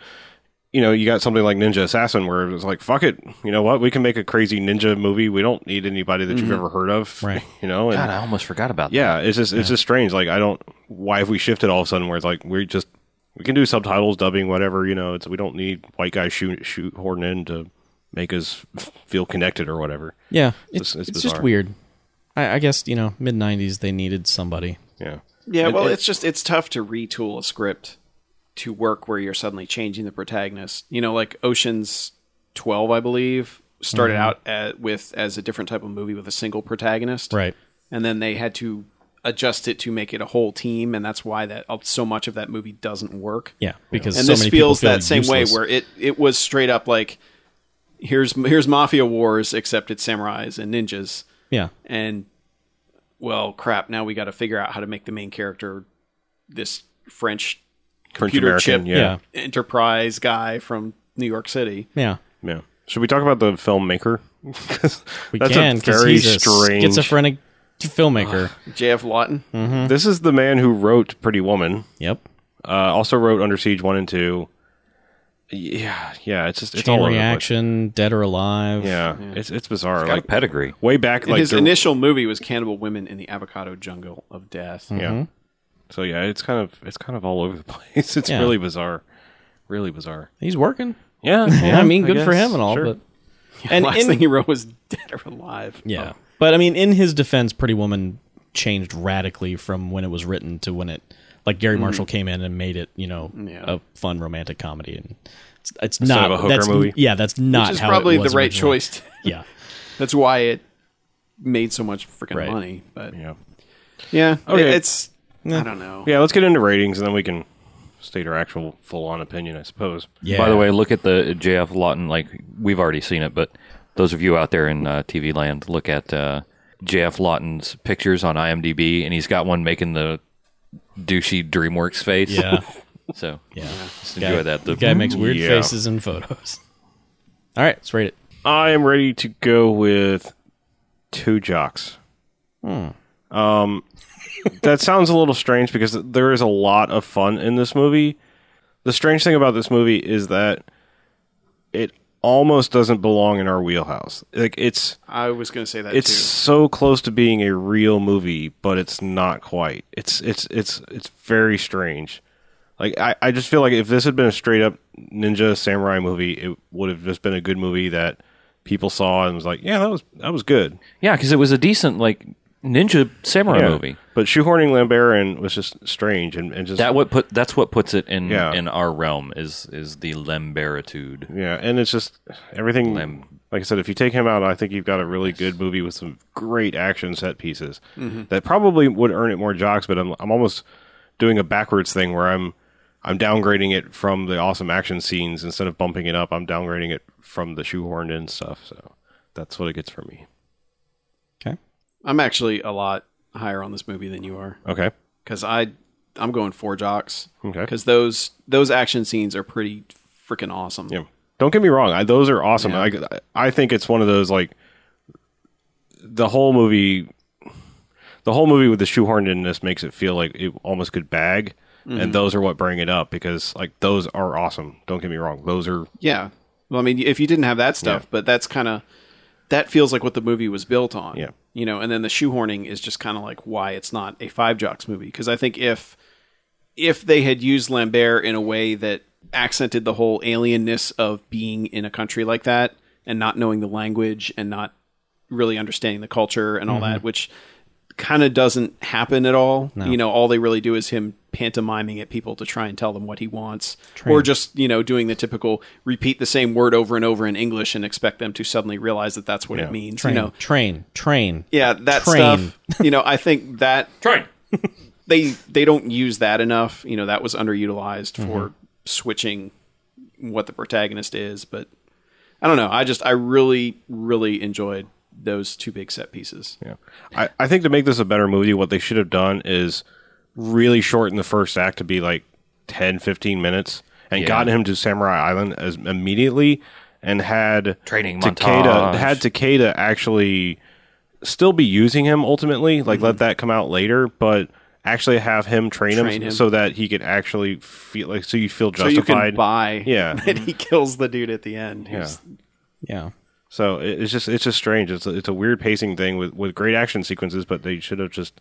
Speaker 2: you know, you got something like Ninja Assassin where it was like, fuck it, you know what? We can make a crazy ninja movie. We don't need anybody that you've ever heard of,
Speaker 4: Right.
Speaker 2: You know, and
Speaker 6: God, I almost forgot about that.
Speaker 2: yeah, it's just it's just strange. Like I don't why have we shifted all of a sudden where it's like we just we can do subtitles, dubbing, whatever, you know, it's we don't need white guys shoot shoot horn in to make us feel connected or whatever.
Speaker 4: yeah,
Speaker 2: It's-
Speaker 4: it's
Speaker 2: it's
Speaker 4: it's, just
Speaker 2: bizarre.
Speaker 4: weird. I, I guess you know, mid '90s they needed somebody.
Speaker 2: Yeah.
Speaker 3: Yeah,
Speaker 2: It-
Speaker 3: well,
Speaker 2: it-
Speaker 3: it's just it's tough to retool a script to work where you're suddenly changing the protagonist. You know, like Ocean's Twelve, I believe, started
Speaker 4: Mm-hmm.
Speaker 3: out at, with as a different type of movie with a single protagonist,
Speaker 4: Right.
Speaker 3: And then they had to adjust it to make it a whole team, and that's why that uh, so much of that movie doesn't work.
Speaker 4: Yeah, because
Speaker 3: and
Speaker 4: so
Speaker 3: this
Speaker 4: many people
Speaker 3: feels
Speaker 4: feel
Speaker 3: that same way
Speaker 4: useless.
Speaker 3: where it it was straight up like here's here's Mafia Wars, except it's samurais and ninjas
Speaker 4: yeah,
Speaker 3: and well crap now we got to figure out how to make the main character this french
Speaker 2: French
Speaker 3: computer
Speaker 2: American,
Speaker 3: chip
Speaker 2: yeah.
Speaker 4: yeah,
Speaker 3: enterprise guy from new york city
Speaker 4: yeah.
Speaker 2: Yeah. Should we talk about the filmmaker? 'Cause
Speaker 4: We
Speaker 2: that's
Speaker 4: can
Speaker 2: a
Speaker 4: because
Speaker 2: very
Speaker 4: he's a
Speaker 2: strange
Speaker 4: schizophrenic filmmaker.
Speaker 3: jf lawton
Speaker 4: Hmm.
Speaker 2: This is the man who wrote Pretty Woman.
Speaker 4: yep,
Speaker 2: Uh also wrote Under Siege One and Two. Yeah, yeah, it's just it's
Speaker 4: chain
Speaker 2: all over the place.
Speaker 4: reaction, dead or alive.
Speaker 2: Yeah, It's it's bizarre.
Speaker 6: Got a
Speaker 2: Like
Speaker 6: pedigree.
Speaker 2: way back like
Speaker 3: his
Speaker 2: the-
Speaker 3: initial movie was cannibal women in the avocado jungle of death
Speaker 4: Hmm. Mm-hmm.
Speaker 2: Yeah. So yeah, it's kind of it's kind of all over the place. It's
Speaker 4: Yeah.
Speaker 2: really bizarre, really bizarre.
Speaker 4: he's working.
Speaker 2: Yeah,
Speaker 4: I mean, good for him and all, but
Speaker 3: and last
Speaker 4: in-
Speaker 3: thing he wrote was dead or alive
Speaker 4: Yeah. Oh. But I mean, in his defense, Pretty Woman changed radically from when it was written to when it, like Gary Marshall came in and made it, you know, a fun romantic comedy, and it's, it's
Speaker 2: Instead
Speaker 4: not
Speaker 2: of a hooker
Speaker 4: that's,
Speaker 2: movie?
Speaker 4: Yeah, that's not
Speaker 3: which is
Speaker 4: how it
Speaker 3: probably the
Speaker 4: was
Speaker 3: right
Speaker 4: originally.
Speaker 3: choice
Speaker 4: Yeah,
Speaker 3: that's why it made so much freaking
Speaker 4: Right.
Speaker 3: money but
Speaker 2: yeah,
Speaker 3: yeah
Speaker 2: Okay.
Speaker 3: it- it's i don't know
Speaker 2: yeah. Let's get into ratings, and then we can state our actual full-on opinion, I suppose.
Speaker 4: yeah.
Speaker 6: By the way, look at the JF Lawton. Like we've already seen it, but those of you out there in uh, TV land, look at uh, JF Lawton's pictures on IMDb, and he's got one making the douchey DreamWorks face.
Speaker 4: yeah,
Speaker 6: So
Speaker 4: yeah.
Speaker 6: just enjoy that. The,
Speaker 4: The guy makes weird
Speaker 2: Yeah.
Speaker 4: faces in photos. All right, let's rate it.
Speaker 2: I am ready to go with two jocks.
Speaker 4: Hmm.
Speaker 2: Um, that sounds a little strange because there is a lot of fun in this movie. The strange thing about this movie is that it almost doesn't belong in our wheelhouse. Like it's
Speaker 3: i was gonna say that
Speaker 2: it's
Speaker 3: too
Speaker 2: so close to being a real movie, but it's not quite. It's it's it's it's very strange. Like I, I just feel like if this had been a straight up ninja samurai movie, it would have just been a good movie that people saw and was like, yeah, that was that was good
Speaker 6: yeah, because it was a decent like ninja samurai
Speaker 2: Yeah.
Speaker 6: movie.
Speaker 2: But shoehorning Lambert in was just strange and, and just
Speaker 6: That what put that's what puts it in
Speaker 2: Yeah.
Speaker 6: in our realm is is the lamberitude.
Speaker 2: yeah, and it's just everything. Like I said, if you take him out, I think you've got a really good movie with some great action set pieces that probably would earn it more jocks. But I'm I'm almost doing a backwards thing where I'm I'm downgrading it from the awesome action scenes instead of bumping it up. I'm downgrading it from the shoehorned in stuff. So that's what it gets for me.
Speaker 4: Okay.
Speaker 3: I'm actually a lot higher on this movie than you are
Speaker 2: Okay.
Speaker 3: because I I'm going four jocks
Speaker 2: Okay.
Speaker 3: because those those action scenes are pretty freaking awesome.
Speaker 2: Yeah. Don't get me wrong. I, those are awesome. I, I think it's one of those like the whole movie, the whole movie with the shoehorned in this makes it feel like it almost could bag. And those are what bring it up because like those are awesome. Don't get me wrong. Those are
Speaker 3: Yeah. Well, I mean, if you didn't have that stuff, but that's kind of that feels like what the movie was built on.
Speaker 2: Yeah.
Speaker 3: You know, and then the shoehorning is just kind of like why it's not a five jocks movie because I think if if they had used Lambert in a way that accented the whole alienness of being in a country like that and not knowing the language and not really understanding the culture and all that, which kind of doesn't happen at all. You know, all they really do is him pantomiming at people to try and tell them what he wants, or just you know doing the typical repeat the same word over and over in English and expect them to suddenly realize that that's what it means.
Speaker 4: Train,
Speaker 3: You know,
Speaker 4: train, train.
Speaker 3: yeah, that
Speaker 4: Train.
Speaker 3: stuff. You know, I think that
Speaker 5: Train.
Speaker 3: they they don't use that enough. You know, that was underutilized for switching what the protagonist is, but I don't know. I just I really really enjoyed those two big set pieces.
Speaker 2: Yeah. I, I think to make this a better movie, what they should have done is really shorten the first act to be like 10, 15 minutes and
Speaker 6: Yeah.
Speaker 2: gotten him to Samurai Island as immediately and had
Speaker 6: Training
Speaker 2: Takeda
Speaker 6: montage.
Speaker 2: had Takeda actually still be using him ultimately, like
Speaker 3: Mm-hmm.
Speaker 2: let that come out later, but actually have him train,
Speaker 3: Train
Speaker 2: him,
Speaker 3: him.
Speaker 2: so that he could actually feel like so you feel
Speaker 3: So
Speaker 2: justified.
Speaker 3: you can buy
Speaker 2: yeah.
Speaker 3: that he kills the dude at the end. Who's-
Speaker 4: Yeah.
Speaker 2: So it- it's just it's just strange. It's a, it's a weird pacing thing with with great action sequences, but they should have just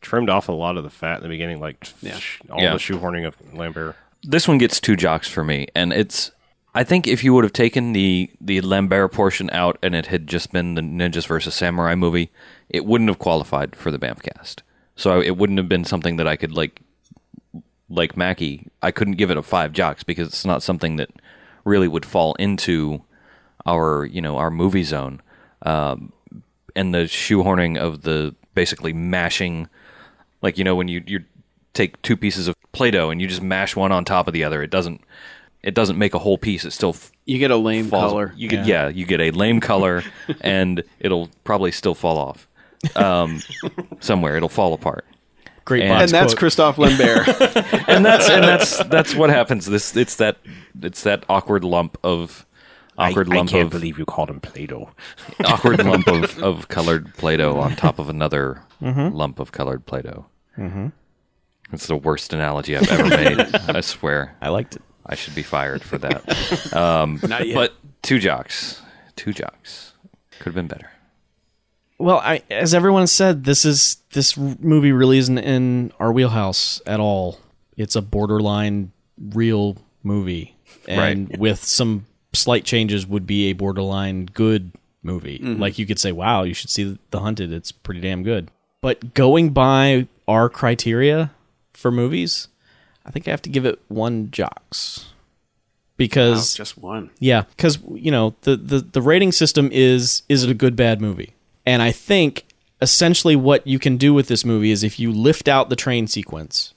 Speaker 2: trimmed off a lot of the fat in the beginning, like sh- all
Speaker 6: Yeah.
Speaker 2: the shoehorning of Lambert.
Speaker 6: this one gets two jocks for me, and it's. I think if you would have taken the the Lambert portion out and it had just been the ninjas versus samurai movie, it wouldn't have qualified for the Bamfcast. So it wouldn't have been something that I could like, like Mackie. I couldn't give it a five jocks because it's not something that really would fall into our you know our movie zone. Um, and the shoehorning of the basically mashing like you know when you you take two pieces of play-doh and you just mash one on top of the other it doesn't it doesn't make a whole piece it still f-
Speaker 3: You get a lame
Speaker 6: falls
Speaker 3: color.
Speaker 6: you get yeah. you get a lame color and it'll probably still fall off um, somewhere it'll fall apart
Speaker 4: Great
Speaker 6: And-
Speaker 4: box
Speaker 3: and that's
Speaker 4: quote.
Speaker 3: Christophe Lambert.
Speaker 6: and that's and that's that's what happens this it's that it's that awkward lump of awkward lump of
Speaker 2: you called him Plato.
Speaker 6: awkward lump of, of colored Play-Doh on top of another lump of colored Play-Doh. Mm-hmm. It's the worst analogy I've ever made. I swear.
Speaker 4: I liked it.
Speaker 6: I should be fired for that. Um,
Speaker 3: Not yet.
Speaker 6: But two jocks. Two jocks. Could have been better.
Speaker 4: Well, I, as everyone said, this is this r- movie really isn't in our wheelhouse at all. It's a borderline real movie, and with some slight changes, would be a borderline good movie. Like you could say, "Wow, you should see The Hunted; it's pretty damn good." But going by our criteria for movies, I think I have to give it one jocks because
Speaker 3: just one.
Speaker 4: yeah, because you know the, the the rating system is is it a good bad movie? And I think essentially what you can do with this movie is if you lift out the train sequence,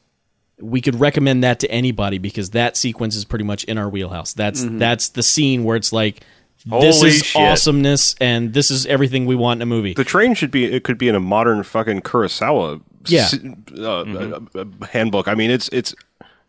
Speaker 4: we could recommend that to anybody because that sequence is pretty much in our wheelhouse. That's that's the scene where it's like this
Speaker 5: Holy
Speaker 4: is
Speaker 5: shit.
Speaker 4: awesomeness and this is everything we want in a movie.
Speaker 2: The train should be it could be in a modern fucking Kurosawa
Speaker 4: Yeah.
Speaker 2: s- uh, uh, uh, handbook. I mean, it's it's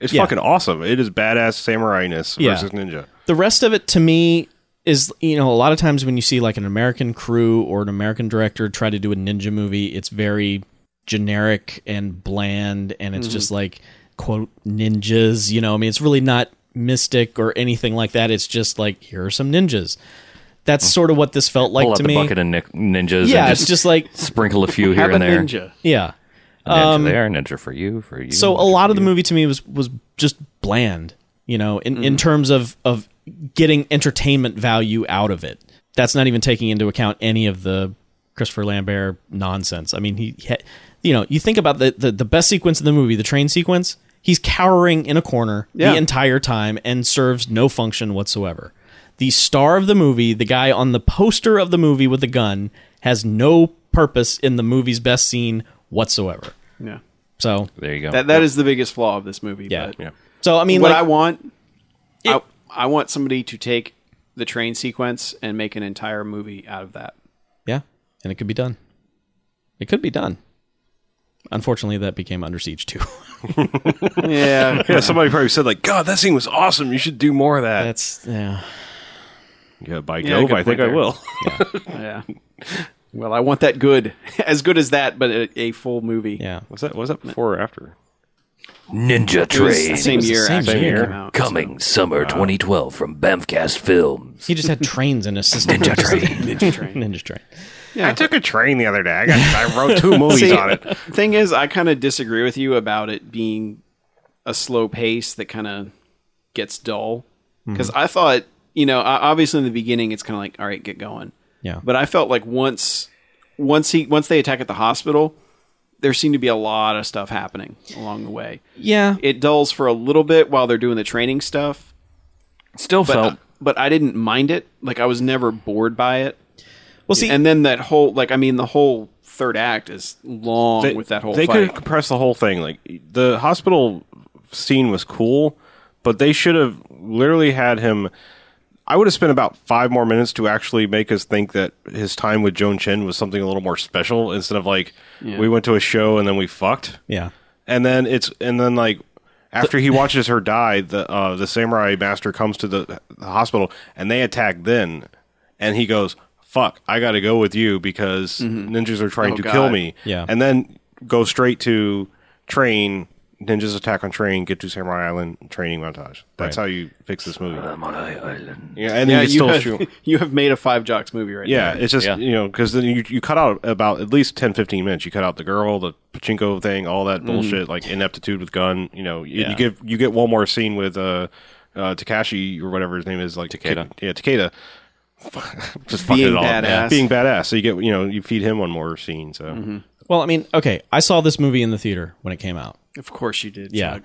Speaker 2: it's
Speaker 4: Yeah.
Speaker 2: fucking awesome. It is badass samurai ness
Speaker 4: Yeah.
Speaker 2: versus ninja.
Speaker 4: the rest of it to me is you know a lot of times when you see like an american crew or an american director try to do a ninja movie it's very generic and bland and
Speaker 6: Mm-hmm.
Speaker 4: it's just like quote ninjas you know i mean it's really not mystic or anything like that it's just like here are some ninjas that's sort of what this felt like
Speaker 6: Pull out
Speaker 4: to
Speaker 6: the
Speaker 4: me
Speaker 6: bucket of nin- ninjas
Speaker 4: yeah
Speaker 6: and
Speaker 4: it's
Speaker 6: just,
Speaker 4: just like
Speaker 6: sprinkle a few here
Speaker 3: Have a
Speaker 6: and there.
Speaker 3: ninja.
Speaker 4: yeah
Speaker 6: Ninja there, ninja for you, for you.
Speaker 4: so a lot of the movie to me was was just bland you know in,
Speaker 3: Mm.
Speaker 4: in terms of of getting entertainment value out of it that's not even taking into account any of the christopher lambert nonsense i mean he, he you know you think about the, the the best sequence in the movie the train sequence he's cowering in a corner
Speaker 3: Yeah.
Speaker 4: the entire time and serves no function whatsoever the star of the movie the guy on the poster of the movie with the gun has no purpose in the movie's best scene whatsoever
Speaker 3: Yeah.
Speaker 4: so
Speaker 6: There you go.
Speaker 3: That that is the biggest flaw of this movie.
Speaker 4: yeah.
Speaker 3: But
Speaker 4: So I mean,
Speaker 3: what
Speaker 4: like,
Speaker 3: I want, I, I want somebody to take the train sequence and make an entire movie out of that.
Speaker 4: yeah, and it could be done. It could be done. Unfortunately, that became Under Siege too.
Speaker 3: Yeah.
Speaker 2: Yeah, somebody probably said like, "God, that scene was awesome. You should do more of that."
Speaker 4: That's yeah.
Speaker 2: yeah, by
Speaker 3: Yeah,
Speaker 2: Jove,
Speaker 3: good
Speaker 2: I think
Speaker 3: point
Speaker 2: I
Speaker 3: there.
Speaker 2: will.
Speaker 3: yeah. Well, I want that good, as good as that, but a, a full movie.
Speaker 4: Yeah.
Speaker 2: Was that was that before or after?
Speaker 6: Ninja
Speaker 3: It was the
Speaker 6: Train
Speaker 3: same
Speaker 4: the
Speaker 3: year.
Speaker 4: same
Speaker 3: actually, it
Speaker 4: year.
Speaker 3: Came out.
Speaker 6: coming summer 2012 from Bamfcast Films.
Speaker 4: He just had trains in his system. Ninja train.
Speaker 3: Ninja Train.
Speaker 4: Ninja train.
Speaker 2: I took a train the other day. I, got, I wrote two movies
Speaker 3: See,
Speaker 2: on it.
Speaker 3: Thing is, I kind of disagree with you about it
Speaker 4: Mm-hmm.
Speaker 3: being a slow pace that kind of gets dull because I thought you know, o- obviously in the beginning it's kind of like, all right, get going.
Speaker 4: Yeah.
Speaker 3: But I felt like once, once he, once they attack at the hospital, there seemed to be a lot of stuff happening along the way.
Speaker 4: yeah.
Speaker 3: It dulls for a little bit while they're doing the training stuff,
Speaker 6: Still
Speaker 3: but
Speaker 6: felt
Speaker 3: but I didn't mind it. Like I was never bored by it.
Speaker 4: Well, see,
Speaker 3: And then that whole, like, I mean, the whole third act is long
Speaker 2: They-
Speaker 3: with that whole
Speaker 2: They
Speaker 3: fight.
Speaker 2: could compress the whole thing. Like the hospital scene was cool, but they should have literally had him. I would have spent about five more minutes to actually make us think that his time with Joan Chen was something a little more special instead of like we went to a show and then we fucked.
Speaker 4: yeah.
Speaker 2: And then it's and then like after he watches her die, the uh, the samurai master comes to the, the hospital and they attack. Then and he goes, "Fuck, I got to go with you because ninjas are trying
Speaker 3: Oh,
Speaker 2: to
Speaker 3: God.
Speaker 2: kill me."
Speaker 4: Yeah.
Speaker 2: and then go straight to train ninjas attack on train, get to Samurai Island training montage. That's how you fix this movie. Yeah, and
Speaker 3: yeah,
Speaker 2: then you
Speaker 3: you
Speaker 2: still
Speaker 3: have,
Speaker 2: shoot.
Speaker 3: you have made a five jocks movie right
Speaker 2: Yeah,
Speaker 3: now.
Speaker 2: it's just
Speaker 6: Yeah.
Speaker 2: you know because then you you cut out about at least 10, 15 minutes. You cut out the girl, the pachinko thing, all that bullshit, like ineptitude with gun. You know, you, you give you get one more scene with uh, uh Takashi or whatever his name is, like
Speaker 6: Takeda.
Speaker 2: Ki- yeah, Takeda. just fucking
Speaker 3: Being
Speaker 2: it all up.
Speaker 3: badass.
Speaker 2: being badass. So you get you know you feed him one more scene. So
Speaker 4: Well, I mean, okay, I saw this movie in the theater when it came out.
Speaker 3: Of course you did.
Speaker 4: Yeah.
Speaker 3: Chuck.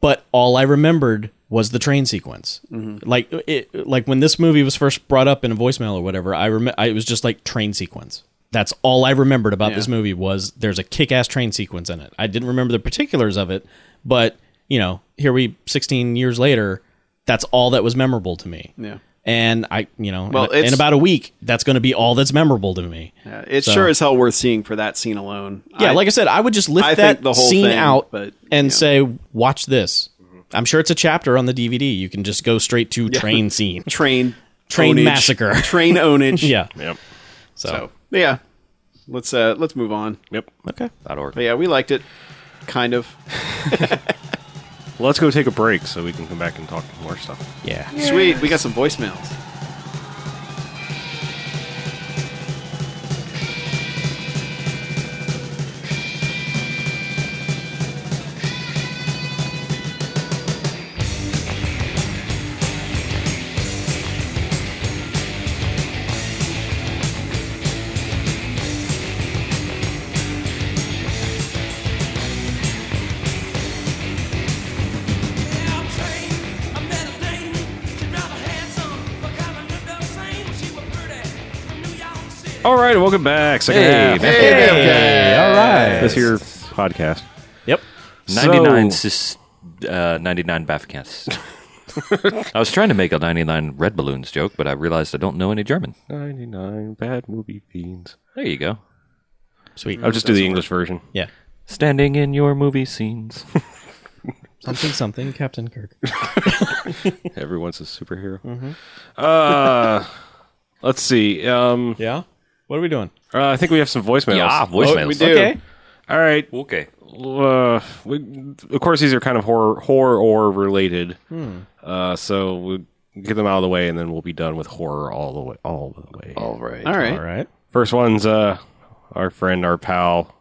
Speaker 4: But all I remembered was the train sequence.
Speaker 3: Mm-hmm.
Speaker 4: Like it, like when this movie was first brought up in a voicemail or whatever, I rem- I it was just like train sequence. That's all I remembered about this movie was there's a kick-ass train sequence in it. I didn't remember the particulars of it, but you know, here we 16 years later, that's all that was memorable to me.
Speaker 3: Yeah.
Speaker 4: And I, you know,
Speaker 3: Well,
Speaker 4: in,
Speaker 3: it's-
Speaker 4: in about a week, that's going to be all that's memorable to me.
Speaker 3: Yeah, it's
Speaker 4: So-
Speaker 3: sure as hell worth seeing for that scene alone.
Speaker 4: Yeah, like I said, I would just lift
Speaker 3: I
Speaker 4: that
Speaker 3: think the whole
Speaker 4: scene
Speaker 3: thing,
Speaker 4: out
Speaker 3: but,
Speaker 4: and
Speaker 3: yeah.
Speaker 4: say, "Watch this." I'm sure it's a chapter on the DVD. You can just go straight to train scene.
Speaker 3: train
Speaker 4: Train
Speaker 3: ownage.
Speaker 4: massacre.
Speaker 3: train ownage.
Speaker 4: Yeah.
Speaker 2: yep,
Speaker 4: So,
Speaker 3: So yeah, let's uh let's move on.
Speaker 2: yep.
Speaker 4: okay.
Speaker 6: that org.
Speaker 3: But yeah, we liked it, kind of.
Speaker 2: Let's go take a break so we can come back and talk more stuff.
Speaker 4: Yeah.
Speaker 3: Sweet, we got some voicemails.
Speaker 2: All right, welcome back. Second half.
Speaker 4: all
Speaker 2: This here podcast.
Speaker 4: Yep.
Speaker 6: 99
Speaker 2: So-
Speaker 6: sis, uh, 99 Bafkans. I was trying to make a 99 red balloons joke, but I realized I don't know any German.
Speaker 2: 99 bad movie fiends.
Speaker 6: There you go.
Speaker 4: Sweet.
Speaker 2: I'll just do the English version.
Speaker 4: Yeah.
Speaker 6: Standing in your movie scenes.
Speaker 4: Something something Captain Kirk.
Speaker 2: Everyone's a superhero. Uh, let's see. Um,
Speaker 4: Yeah. What are we doing?
Speaker 2: uh, I think we have some voicemails.
Speaker 6: yeah,
Speaker 3: Ah,
Speaker 4: Oh,
Speaker 6: voicemails.
Speaker 3: we do.
Speaker 4: Okay.
Speaker 2: All right.
Speaker 6: Okay.
Speaker 2: Uh, we, of course, these are kind of horror, horror or related. Uh, so we get them out of the way, and then we'll be done with horror all the way. All the way.
Speaker 6: All right.
Speaker 3: All right.
Speaker 4: All right.
Speaker 2: First one's uh, our friend, our pal,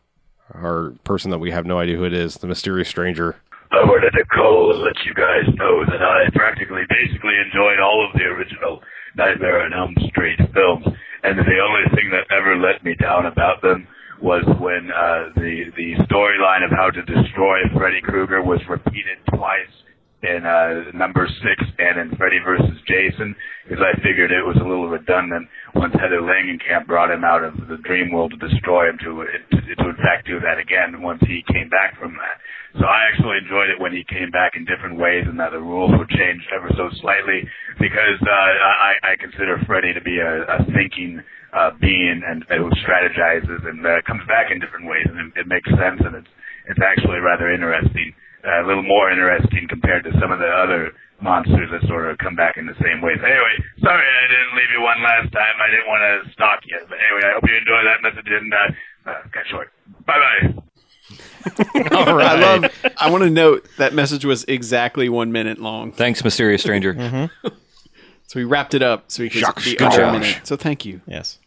Speaker 2: our person that we have no idea who it is, the mysterious stranger.
Speaker 7: I wanted to call and let you guys know that I practically, basically enjoyed all of the original Nightmare on Elm Street films, and the only thing that ever let me down about them was when uh, the the storyline of how to destroy Freddy Krueger was repeated twice in uh, number six and in Freddy vs. Jason, because I figured it was a little redundant once Heather Langenkamp brought him out of the dream world to destroy him to, to, to in fact do that again once he came back from that. So I actually enjoyed it when he came back in different ways and that the rules were changed ever so slightly because uh, I, I consider Freddy to be a, a thinking uh, being and who strategizes and uh, comes back in different ways and it, it makes sense and it's it's actually rather interesting, uh, a little more interesting compared to some of the other monsters that sort of come back in the same ways. Anyway, sorry I didn't leave you one last time. I didn't want to stalk you, but anyway, I hope you enjoy that message and uh, uh, cut short. Bye bye.
Speaker 6: All right.
Speaker 3: I love. I want to note that message was exactly one minute long,
Speaker 6: Thanks, mysterious stranger.
Speaker 3: so we wrapped it up so we could
Speaker 2: Shucks,
Speaker 3: be
Speaker 2: good
Speaker 3: under a
Speaker 2: job.
Speaker 3: minute. So thank you.
Speaker 4: Yes.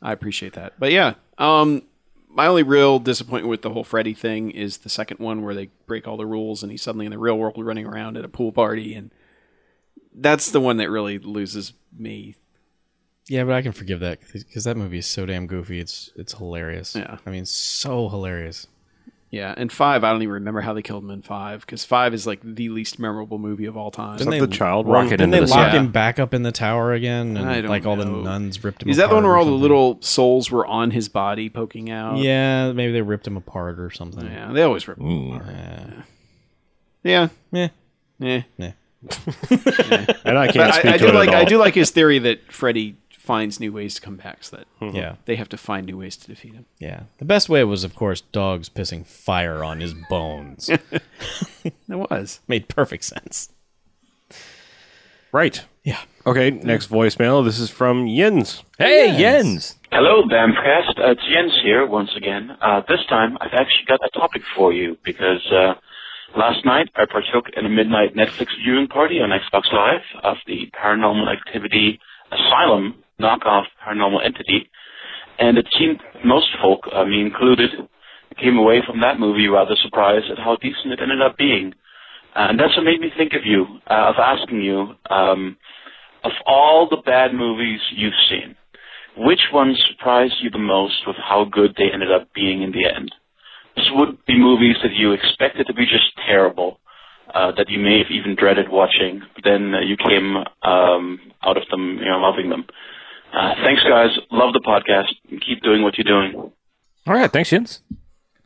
Speaker 3: I appreciate that. But yeah, um, my only real disappointment with the whole Freddy thing is the second one where they break all the rules and he's suddenly in the real world running around at a pool party and That's the one that really loses me.
Speaker 4: Yeah, but I can forgive that because that movie is so damn goofy. It's it's hilarious.
Speaker 3: Yeah.
Speaker 4: I mean, so hilarious.
Speaker 3: Yeah, and five, I don't even remember how they killed him in five because five is like the least memorable movie of all time.
Speaker 4: Didn't
Speaker 2: the child
Speaker 6: Rocket
Speaker 2: one?
Speaker 4: Then they
Speaker 6: into the
Speaker 4: locked
Speaker 3: Yeah.
Speaker 4: him back up in the tower again, and
Speaker 3: I don't
Speaker 4: like all the
Speaker 3: know.
Speaker 4: nuns ripped him.
Speaker 3: Is that the one
Speaker 4: apart
Speaker 3: where
Speaker 4: or
Speaker 3: all the
Speaker 4: something.
Speaker 3: little souls were on his body poking out?
Speaker 4: Yeah, maybe they ripped him apart or something.
Speaker 3: yeah, they always rip.
Speaker 4: Yeah.
Speaker 3: Yeah,
Speaker 4: Yeah.
Speaker 3: yeah.
Speaker 2: and I can't
Speaker 3: But
Speaker 2: speak
Speaker 3: I, I
Speaker 2: to
Speaker 3: do
Speaker 2: it
Speaker 3: like
Speaker 2: at all.
Speaker 3: I do like his theory that Freddy finds new ways to come back, so that
Speaker 4: yeah,
Speaker 3: they have to find new ways to defeat him.
Speaker 4: yeah. The best way was, of course, dogs pissing fire on his bones.
Speaker 3: It was
Speaker 4: Made perfect sense.
Speaker 2: Right.
Speaker 4: Yeah.
Speaker 2: Okay, next voicemail. This is from Jens.
Speaker 6: Hey, Jens.
Speaker 8: Hello, Bamfcast. Uh, it's Jens here once again. Uh, this time, I've actually got a topic for you because uh, last night I partook in a midnight Netflix viewing party on Xbox Live of the Paranormal Activity Asylum knockoff Paranormal Entity, and it seemed most folk, uh, me included, came away from that movie rather surprised at how decent it ended up being. Uh, And that's what made me think of you, uh, of asking you, um, of all the bad movies you've seen which one surprised you the most with how good they ended up being in the end? This would be movies that you expected to be just terrible, uh, that you may have even dreaded watching, but then uh, you came um, out of them, you know, loving them. Uh, thanks, guys. Love the podcast. And keep doing what you're doing.
Speaker 6: All right, thanks, Jens.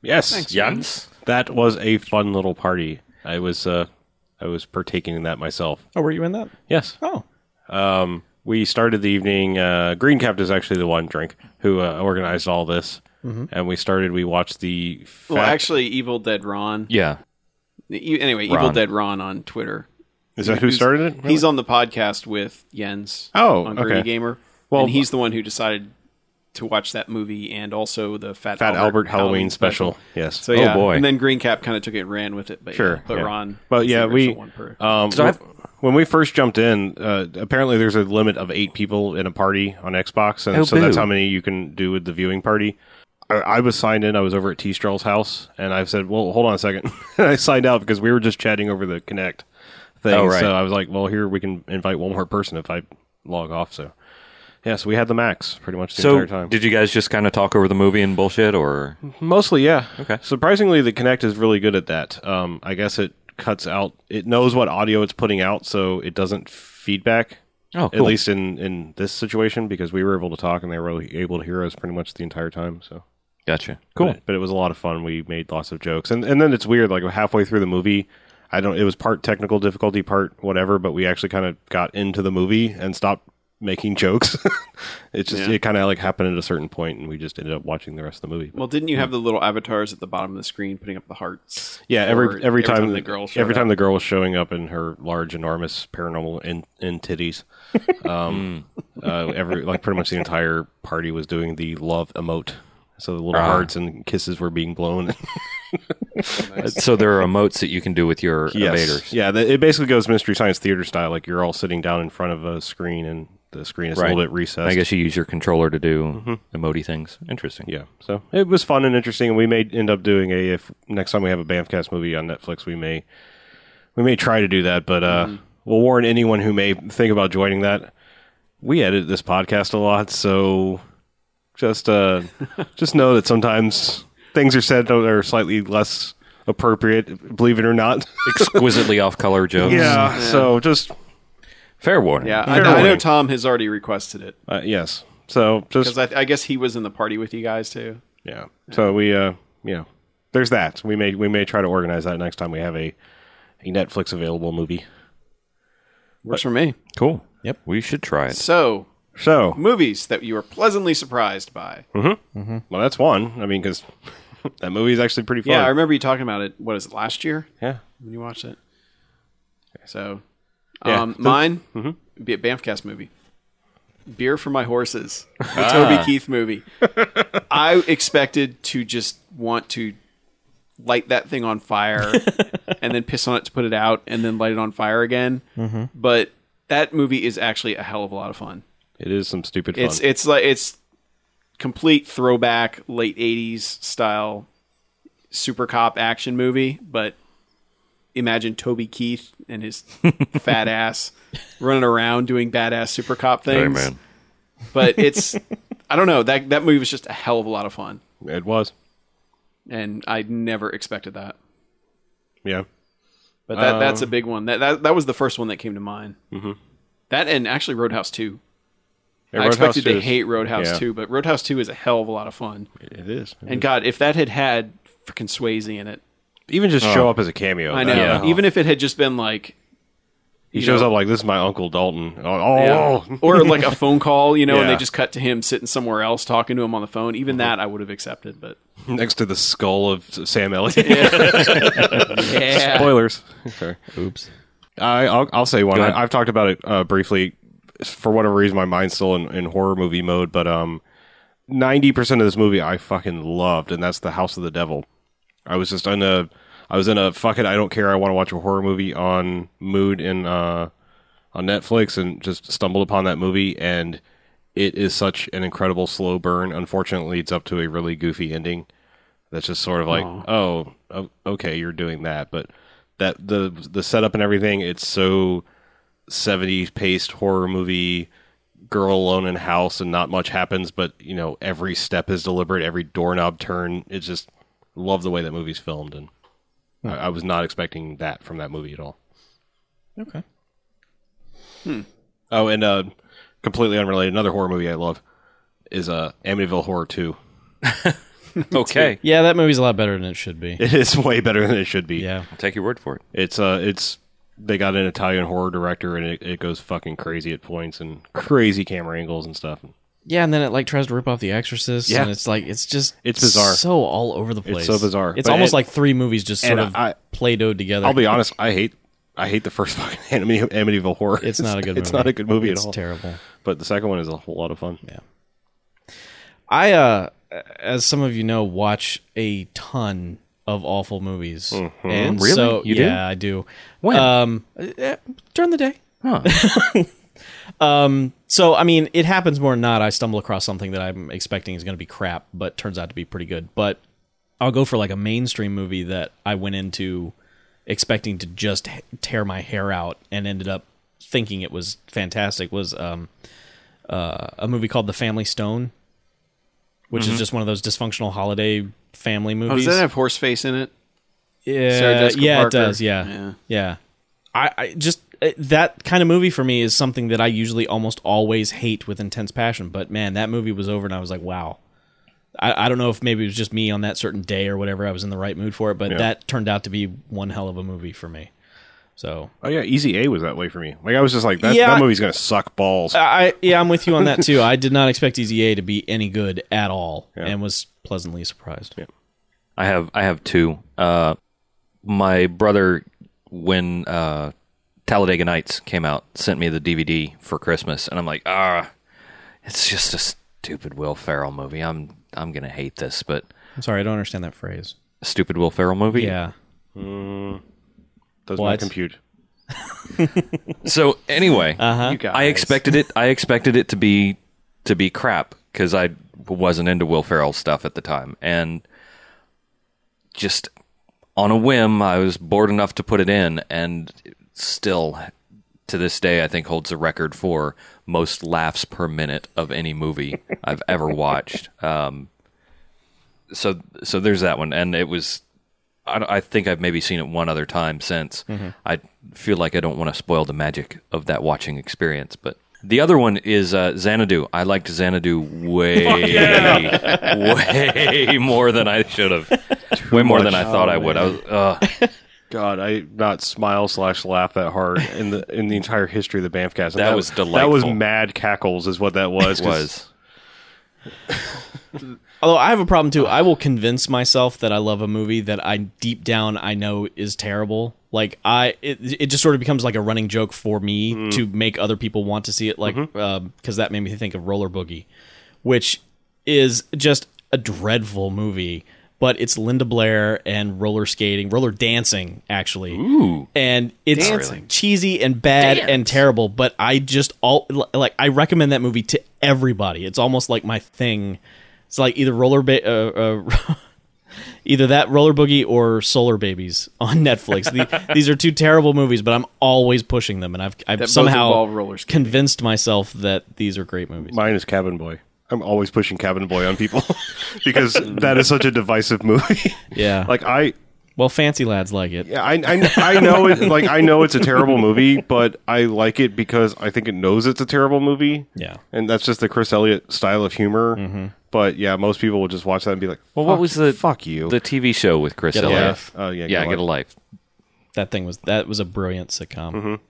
Speaker 2: Yes, Jens. That was a fun little party. I was uh, I was partaking in that myself.
Speaker 4: Oh, were you in that?
Speaker 2: Yes.
Speaker 4: Oh,
Speaker 2: Um, we started the evening. Uh, Greencap is actually the one drink who uh, organized all this, and we started. We watched the. Fat,
Speaker 3: well, actually, Evil Dead Ron.
Speaker 6: Yeah.
Speaker 3: E- Anyway, Evil
Speaker 6: Ron.
Speaker 3: Dead Ron on Twitter.
Speaker 2: is that who
Speaker 3: He's-
Speaker 2: started it?
Speaker 3: He's on the podcast with Jens.
Speaker 2: Oh,
Speaker 3: on Greedy
Speaker 2: okay.
Speaker 3: Gamer.
Speaker 2: Well,
Speaker 3: and he's the one who decided to watch that movie and also the Fat,
Speaker 2: Fat Albert, Halloween, special. Yes. Oh,
Speaker 3: So yeah,
Speaker 6: boy.
Speaker 3: and then Green Cap kind of took it and ran with it, but
Speaker 2: Sure,
Speaker 3: yeah, but
Speaker 2: yeah.
Speaker 3: Ron,
Speaker 2: But
Speaker 3: was the
Speaker 2: yeah, we-
Speaker 3: original one per-
Speaker 2: Um,
Speaker 6: So I've-
Speaker 2: when we first jumped in, uh, apparently there's a limit of eight people in a party on Xbox, and
Speaker 6: Oh,
Speaker 2: so that's
Speaker 6: boo.
Speaker 2: how many you can do with the viewing party. I, I was signed in. I was over at T Stroll's house, and I said, "Well, hold on a second. I signed out because we were just chatting over the Connect thing.
Speaker 6: Oh, right.
Speaker 2: So I was like, "Well, here we can invite one more person if I log off." So yeah, so we had the max pretty much the
Speaker 6: So,
Speaker 2: entire time.
Speaker 6: did you guys just kind of talk over the movie and bullshit, or
Speaker 2: Mostly, yeah.
Speaker 6: Okay.
Speaker 2: Surprisingly, the Kinect is really good at that. Um, I guess it cuts out. It knows what audio it's putting out, so it doesn't feedback.
Speaker 6: Oh,
Speaker 2: At
Speaker 6: cool.
Speaker 2: least in in this situation, because we were able to talk and they were able to hear us pretty much the entire time. So
Speaker 6: gotcha? Cool.
Speaker 2: but, but it was a lot of fun. We made lots of jokes, and and then it's weird. Like halfway through the movie, I don't. It was part technical difficulty, part whatever. But we actually kind of got into the movie and stopped making jokes. it just it kind of like happened at a certain point, and we just ended up watching the rest of the movie.
Speaker 3: well, didn't you have the little avatars at the bottom of the screen putting up the hearts?
Speaker 2: Yeah,
Speaker 3: Or
Speaker 2: every every time,
Speaker 3: the girl showed
Speaker 2: every
Speaker 3: up?
Speaker 2: time the girl was showing up in her large, enormous paranormal in, in titties. Um,
Speaker 3: Hmm.
Speaker 2: uh, every like pretty much the entire party was doing the love emote. So the little
Speaker 6: Ah.
Speaker 2: hearts and kisses were being blown.
Speaker 6: So there are emotes that you can do with your evaders.
Speaker 2: yeah. The, it basically goes mystery science theater style. Like you're all sitting down in front of a screen, and the screen is a little
Speaker 6: Right.
Speaker 2: bit recessed.
Speaker 6: I guess you use your controller to do emoty things. Interesting.
Speaker 2: Yeah. So it was fun and interesting, and we may end up doing a if next time we have a Bamfcast movie on Netflix, we may we may try to do that, but uh, we'll warn anyone who may think about joining that. We edit this podcast a lot, so just uh, just know that sometimes things are said that are slightly less appropriate, believe it or not.
Speaker 6: Exquisitely off-color jokes.
Speaker 2: yeah. So just
Speaker 6: Fair warning.
Speaker 3: Yeah, I, I know Tom has already requested it
Speaker 2: uh, yes. So just
Speaker 3: because I, I guess he was in the party with you guys too.
Speaker 2: Yeah. So we, uh, you know, there's that. We may we may try to organize that next time we have a a Netflix available movie.
Speaker 3: Works for me.
Speaker 6: Cool.
Speaker 4: Yep.
Speaker 6: We should try it.
Speaker 3: So
Speaker 2: So
Speaker 3: movies that you were pleasantly surprised by.
Speaker 2: well, that's one. I mean, because that movie is actually pretty fun.
Speaker 3: Yeah, I remember you talking about it. What is it? Last year
Speaker 2: Yeah.
Speaker 3: when you watched it. So,
Speaker 2: Yeah. Mm-hmm.
Speaker 3: um,
Speaker 2: The-
Speaker 3: mine would be a Bamfcast movie. Beer for my horses, the
Speaker 2: Ah.
Speaker 3: Toby Keith movie. I expected to just want to light that thing on fire and then piss on it to put it out and then light it on fire again.
Speaker 2: Mm-hmm.
Speaker 3: But that movie is actually a hell of a lot of fun.
Speaker 2: It is some stupid fun.
Speaker 3: It's it's like it's complete throwback late '80s style super cop action movie, but imagine Toby Keith and his fat ass running around doing badass super cop things.
Speaker 6: man.
Speaker 3: But it's I don't know, that that movie was just a hell of a lot of fun.
Speaker 2: It was.
Speaker 3: And I never expected that.
Speaker 2: Yeah.
Speaker 3: But that
Speaker 2: Um,
Speaker 3: that's a big one. That, that that was the first one that came to mind. Mm-hmm. That and actually Roadhouse 2.
Speaker 2: Yeah,
Speaker 3: I
Speaker 2: Roadhouse
Speaker 3: expected
Speaker 2: two
Speaker 3: to
Speaker 2: is-
Speaker 3: hate Roadhouse
Speaker 2: yeah.
Speaker 3: 2, but Roadhouse 2 is a hell of a lot of fun.
Speaker 2: It is.
Speaker 3: And God, if that had had freaking Swayze in it,
Speaker 2: Even just show up as a cameo.
Speaker 3: I know.
Speaker 2: that-
Speaker 3: Even if it had just been like
Speaker 2: Oh, He
Speaker 3: you
Speaker 2: shows
Speaker 3: know-
Speaker 2: up like, this is my Uncle Dalton. Oh, oh.
Speaker 3: or like a phone call, you know, and they
Speaker 2: Yeah.
Speaker 3: just cut to him sitting somewhere else talking to him on the phone. Even that I would have accepted, but
Speaker 2: next to the skull of Sam Elliott.
Speaker 3: yeah,
Speaker 2: Spoilers. Sorry.
Speaker 4: Oops.
Speaker 2: I, I'll, I'll say one.
Speaker 6: Go ahead.
Speaker 2: I, I've talked about it uh, briefly. For whatever reason, my mind's still in, in horror movie mode, but um, ninety percent of this movie I fucking loved, and that's the House of the Devil. I was just in a, I was in a fucking I don't care. I want to watch a horror movie on mood in uh, on Netflix, and just stumbled upon that movie, and it is such an incredible slow burn. Unfortunately, it's up to a really goofy ending. That's just sort of like, oh, o- okay, you're doing that, but that the the setup and everything, it's so 70s paced horror movie girl alone in house and not much happens but you know every step is deliberate every doorknob turn it's just love the way that movie's filmed and
Speaker 4: Hmm.
Speaker 2: I, I was not expecting that from that movie at all
Speaker 4: Okay.
Speaker 2: oh and uh completely unrelated another horror movie i love is uh amityville horror 2
Speaker 6: Okay,
Speaker 4: Yeah, that movie's a lot better than it should be.
Speaker 2: it is way better than it should be
Speaker 4: Yeah.
Speaker 6: I'll take your word for it.
Speaker 2: it's uh it's they got an italian horror director and it, it goes fucking crazy at points and crazy camera angles and stuff
Speaker 4: Yeah, and then it like tries to rip off The Exorcist,
Speaker 2: Yeah.
Speaker 4: and it's like it's just
Speaker 2: It's bizarre.
Speaker 4: so all over the place.
Speaker 2: so bizarre.
Speaker 4: It's
Speaker 2: But
Speaker 4: almost
Speaker 2: it-
Speaker 4: like three movies just sort
Speaker 2: and
Speaker 4: of
Speaker 2: I-
Speaker 4: play-dohed together.
Speaker 2: I'll be honest. I hate. I hate the first fucking Amity- Amityville Horror.
Speaker 4: It's not a good.
Speaker 2: It's
Speaker 4: movie.
Speaker 2: not a good movie
Speaker 4: It's
Speaker 2: at all.
Speaker 4: Terrible.
Speaker 2: But the second one is a whole lot of fun.
Speaker 4: I, uh, as some of you know, watch a ton of awful movies, and
Speaker 6: Mm-hmm. Really?
Speaker 4: so
Speaker 6: You do?
Speaker 4: yeah, I do. When? Um, eh, during the day.
Speaker 6: Huh.
Speaker 4: um, so I mean, it happens more than not. I stumble across something that I'm expecting is going to be crap, but turns out to be pretty good. But I'll go for like a mainstream movie that I went into expecting to just h- tear my hair out and ended up thinking it was fantastic. Was um, uh, a movie called The Family Stone, which is just one of those dysfunctional holiday family
Speaker 3: Oh, does
Speaker 4: movies.
Speaker 3: that have horse face in it?
Speaker 4: Yeah,
Speaker 3: Sarah Jessica
Speaker 4: yeah,
Speaker 3: Parker.
Speaker 4: it does. Yeah,
Speaker 3: Yeah.
Speaker 4: yeah. I, I just it- that kind of movie for me is something that I usually almost always hate with intense passion. But man, that movie was over, and I was like, wow. I, I don't know if maybe it was just me on that certain day or whatever. I was in the right mood for it, but that turned out to be one hell of a movie for me. So
Speaker 2: Oh yeah, Easy A was that way for me. Like I was just like that.
Speaker 4: Yeah.
Speaker 2: That movie's gonna suck balls.
Speaker 4: I yeah, I'm with you on that too. I did not expect Easy A to be any good at all,
Speaker 2: Yeah.
Speaker 4: and was pleasantly surprised.
Speaker 6: I have I have two. Uh, my brother, when uh, Talladega Nights came out, sent me the DVD for Christmas, and I'm like, ah, it's just a stupid Will Ferrell movie. I'm I'm gonna hate this, but
Speaker 4: I'm sorry, I don't understand that phrase.
Speaker 6: stupid Will Ferrell movie.
Speaker 4: Yeah,
Speaker 2: Does
Speaker 4: What?
Speaker 2: not compute.
Speaker 6: So anyway,
Speaker 3: You guys.
Speaker 6: I expected it. I expected it to be to be crap because I wasn't into Will Ferrell stuff at the time, and just on a whim, I was bored enough to put it in, and still to this day, I think holds the record for most laughs per minute of any movie I've ever watched. Um, so so there's that one, and it was. I, don't- I think I've maybe seen it one other time since. I feel like I don't want to spoil the magic of that watching experience, but. The other one is uh, Xanadu. I liked Xanadu way, way more than I should have. Way more than I thought I would. I was, uh,
Speaker 2: God, I not smile slash laugh that hard in the in the entire history of the Bamfcast. And
Speaker 6: That was
Speaker 2: That was
Speaker 6: delightful.
Speaker 2: mad cackles, is what that was. 'cause-
Speaker 6: was
Speaker 4: Although I have a problem too, I will convince myself that I love a movie that I deep down I know is terrible. Like I, it, it just sort of becomes like a running joke for me to make other people want to see it. Like because that made me think of Roller Boogie, which is just a dreadful movie. But it's Linda Blair and roller skating, roller dancing actually,
Speaker 6: ooh.
Speaker 4: and it's
Speaker 6: Dancing.
Speaker 4: cheesy and bad and terrible. But I just all like I recommend that movie to everybody. It's almost like my thing. It's like either roller ba- uh, uh, Either that Roller Boogie or Solar Babies on Netflix. The, these are two terrible movies, but I'm always pushing them, and I've, I've
Speaker 3: both
Speaker 4: somehow
Speaker 3: involve roller skating.
Speaker 4: convinced myself that these are great movies.
Speaker 2: Mine is Cabin Boy. I'm always pushing Cabin Boy on people because that is such a divisive movie.
Speaker 4: Yeah.
Speaker 2: like I,
Speaker 4: well, Fancy Lads like it.
Speaker 2: I, I, I know it. Like I know it's a terrible movie, but I like it because I think it knows it's a terrible movie.
Speaker 4: Yeah.
Speaker 2: and that's just the Chris Elliott style of humor. But yeah, most people will just watch that and be like,
Speaker 6: Mm-hmm. Well, what was the
Speaker 2: fuck you?"
Speaker 6: The TV show with Chris
Speaker 4: Get a
Speaker 6: Elliott.
Speaker 4: Life.
Speaker 2: oh yeah,
Speaker 6: Yeah, get a life.
Speaker 4: That thing was that was a brilliant sitcom.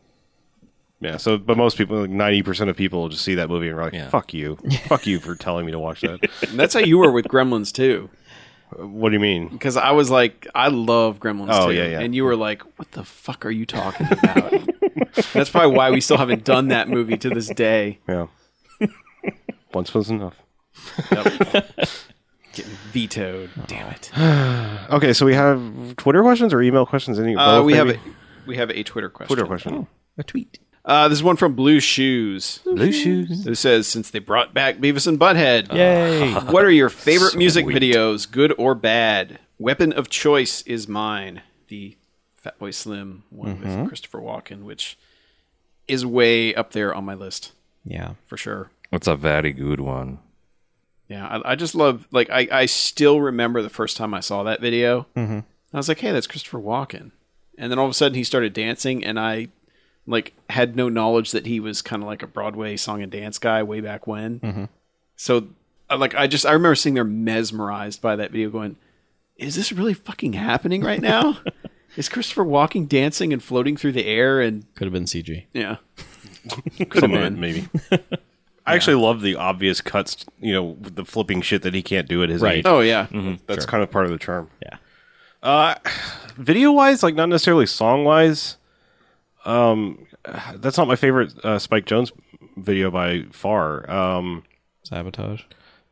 Speaker 2: Yeah. So, but most people, like ninety percent of people, will just see that movie and are like, "Fuck you, fuck you for telling me to watch that."
Speaker 3: And that's how you were with Gremlins too,
Speaker 2: what do you mean?
Speaker 3: because I was like, I love Gremlins
Speaker 2: Oh,
Speaker 3: too,
Speaker 2: yeah, yeah.
Speaker 3: and you were like, what the fuck are you talking about? that's probably why we still haven't done that movie to this day.
Speaker 2: Yeah. Once was enough.
Speaker 3: Getting vetoed. Damn it.
Speaker 2: Okay, so we have Twitter questions or email questions. Any?
Speaker 3: Uh,
Speaker 2: both,
Speaker 3: we have
Speaker 2: maybe?
Speaker 3: a, we have a Twitter question.
Speaker 2: Twitter question.
Speaker 3: Uh, this is one from Blue Shoes.
Speaker 6: Blue shoes.
Speaker 3: who says, since they brought back Beavis and Butthead,
Speaker 4: Yay!
Speaker 3: what are your favorite music videos, good or bad? Weapon of Choice is mine, the Fatboy Slim one
Speaker 6: Mm-hmm.
Speaker 3: with Christopher Walken, which is way up there on my list
Speaker 4: yeah.
Speaker 3: for sure.
Speaker 6: That's a very good one.
Speaker 3: Yeah, I, I just love, like, I, I still remember the first time I saw that video. Mm-hmm. I was like, hey, that's Christopher Walken. And then all of a sudden he started dancing, and I, like, had no knowledge that he was kind of like a Broadway song and dance guy way back when. So, I- like, I just, I remember sitting there mesmerized by that video going, is this really fucking happening right now? is Christopher Walken dancing and floating through the air? And,
Speaker 4: Could have been CG.
Speaker 3: yeah.
Speaker 2: Could have been maybe. I actually love the obvious cuts. You know, with the flipping shit that he can't do at his
Speaker 4: Right.
Speaker 2: age.
Speaker 3: Oh, yeah.
Speaker 2: That's kind of part of the charm.
Speaker 4: Yeah.
Speaker 2: Video wise, like not necessarily song wise. Um, that's not my favorite uh, Spike Jones video by far. Um,
Speaker 4: Sabotage.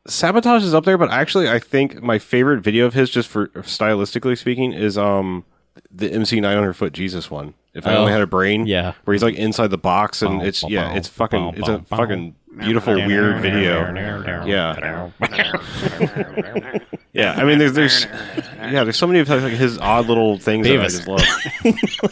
Speaker 2: sabotage is up there, but actually, I think my favorite video of his, just for stylistically speaking, is um the MC 900 foot Jesus one. If I
Speaker 4: Oh.
Speaker 2: only had a brain,
Speaker 4: Yeah.
Speaker 2: where he's like inside the box and
Speaker 4: Bow,
Speaker 2: it's
Speaker 4: bow,
Speaker 2: yeah,
Speaker 4: bow,
Speaker 2: it's fucking,
Speaker 4: bow,
Speaker 2: it's a
Speaker 4: bow, bow.
Speaker 2: fucking beautiful weird video. Yeah, yeah. I mean, there's there's yeah, there's so many of like his odd little things that I
Speaker 4: Davis.
Speaker 2: just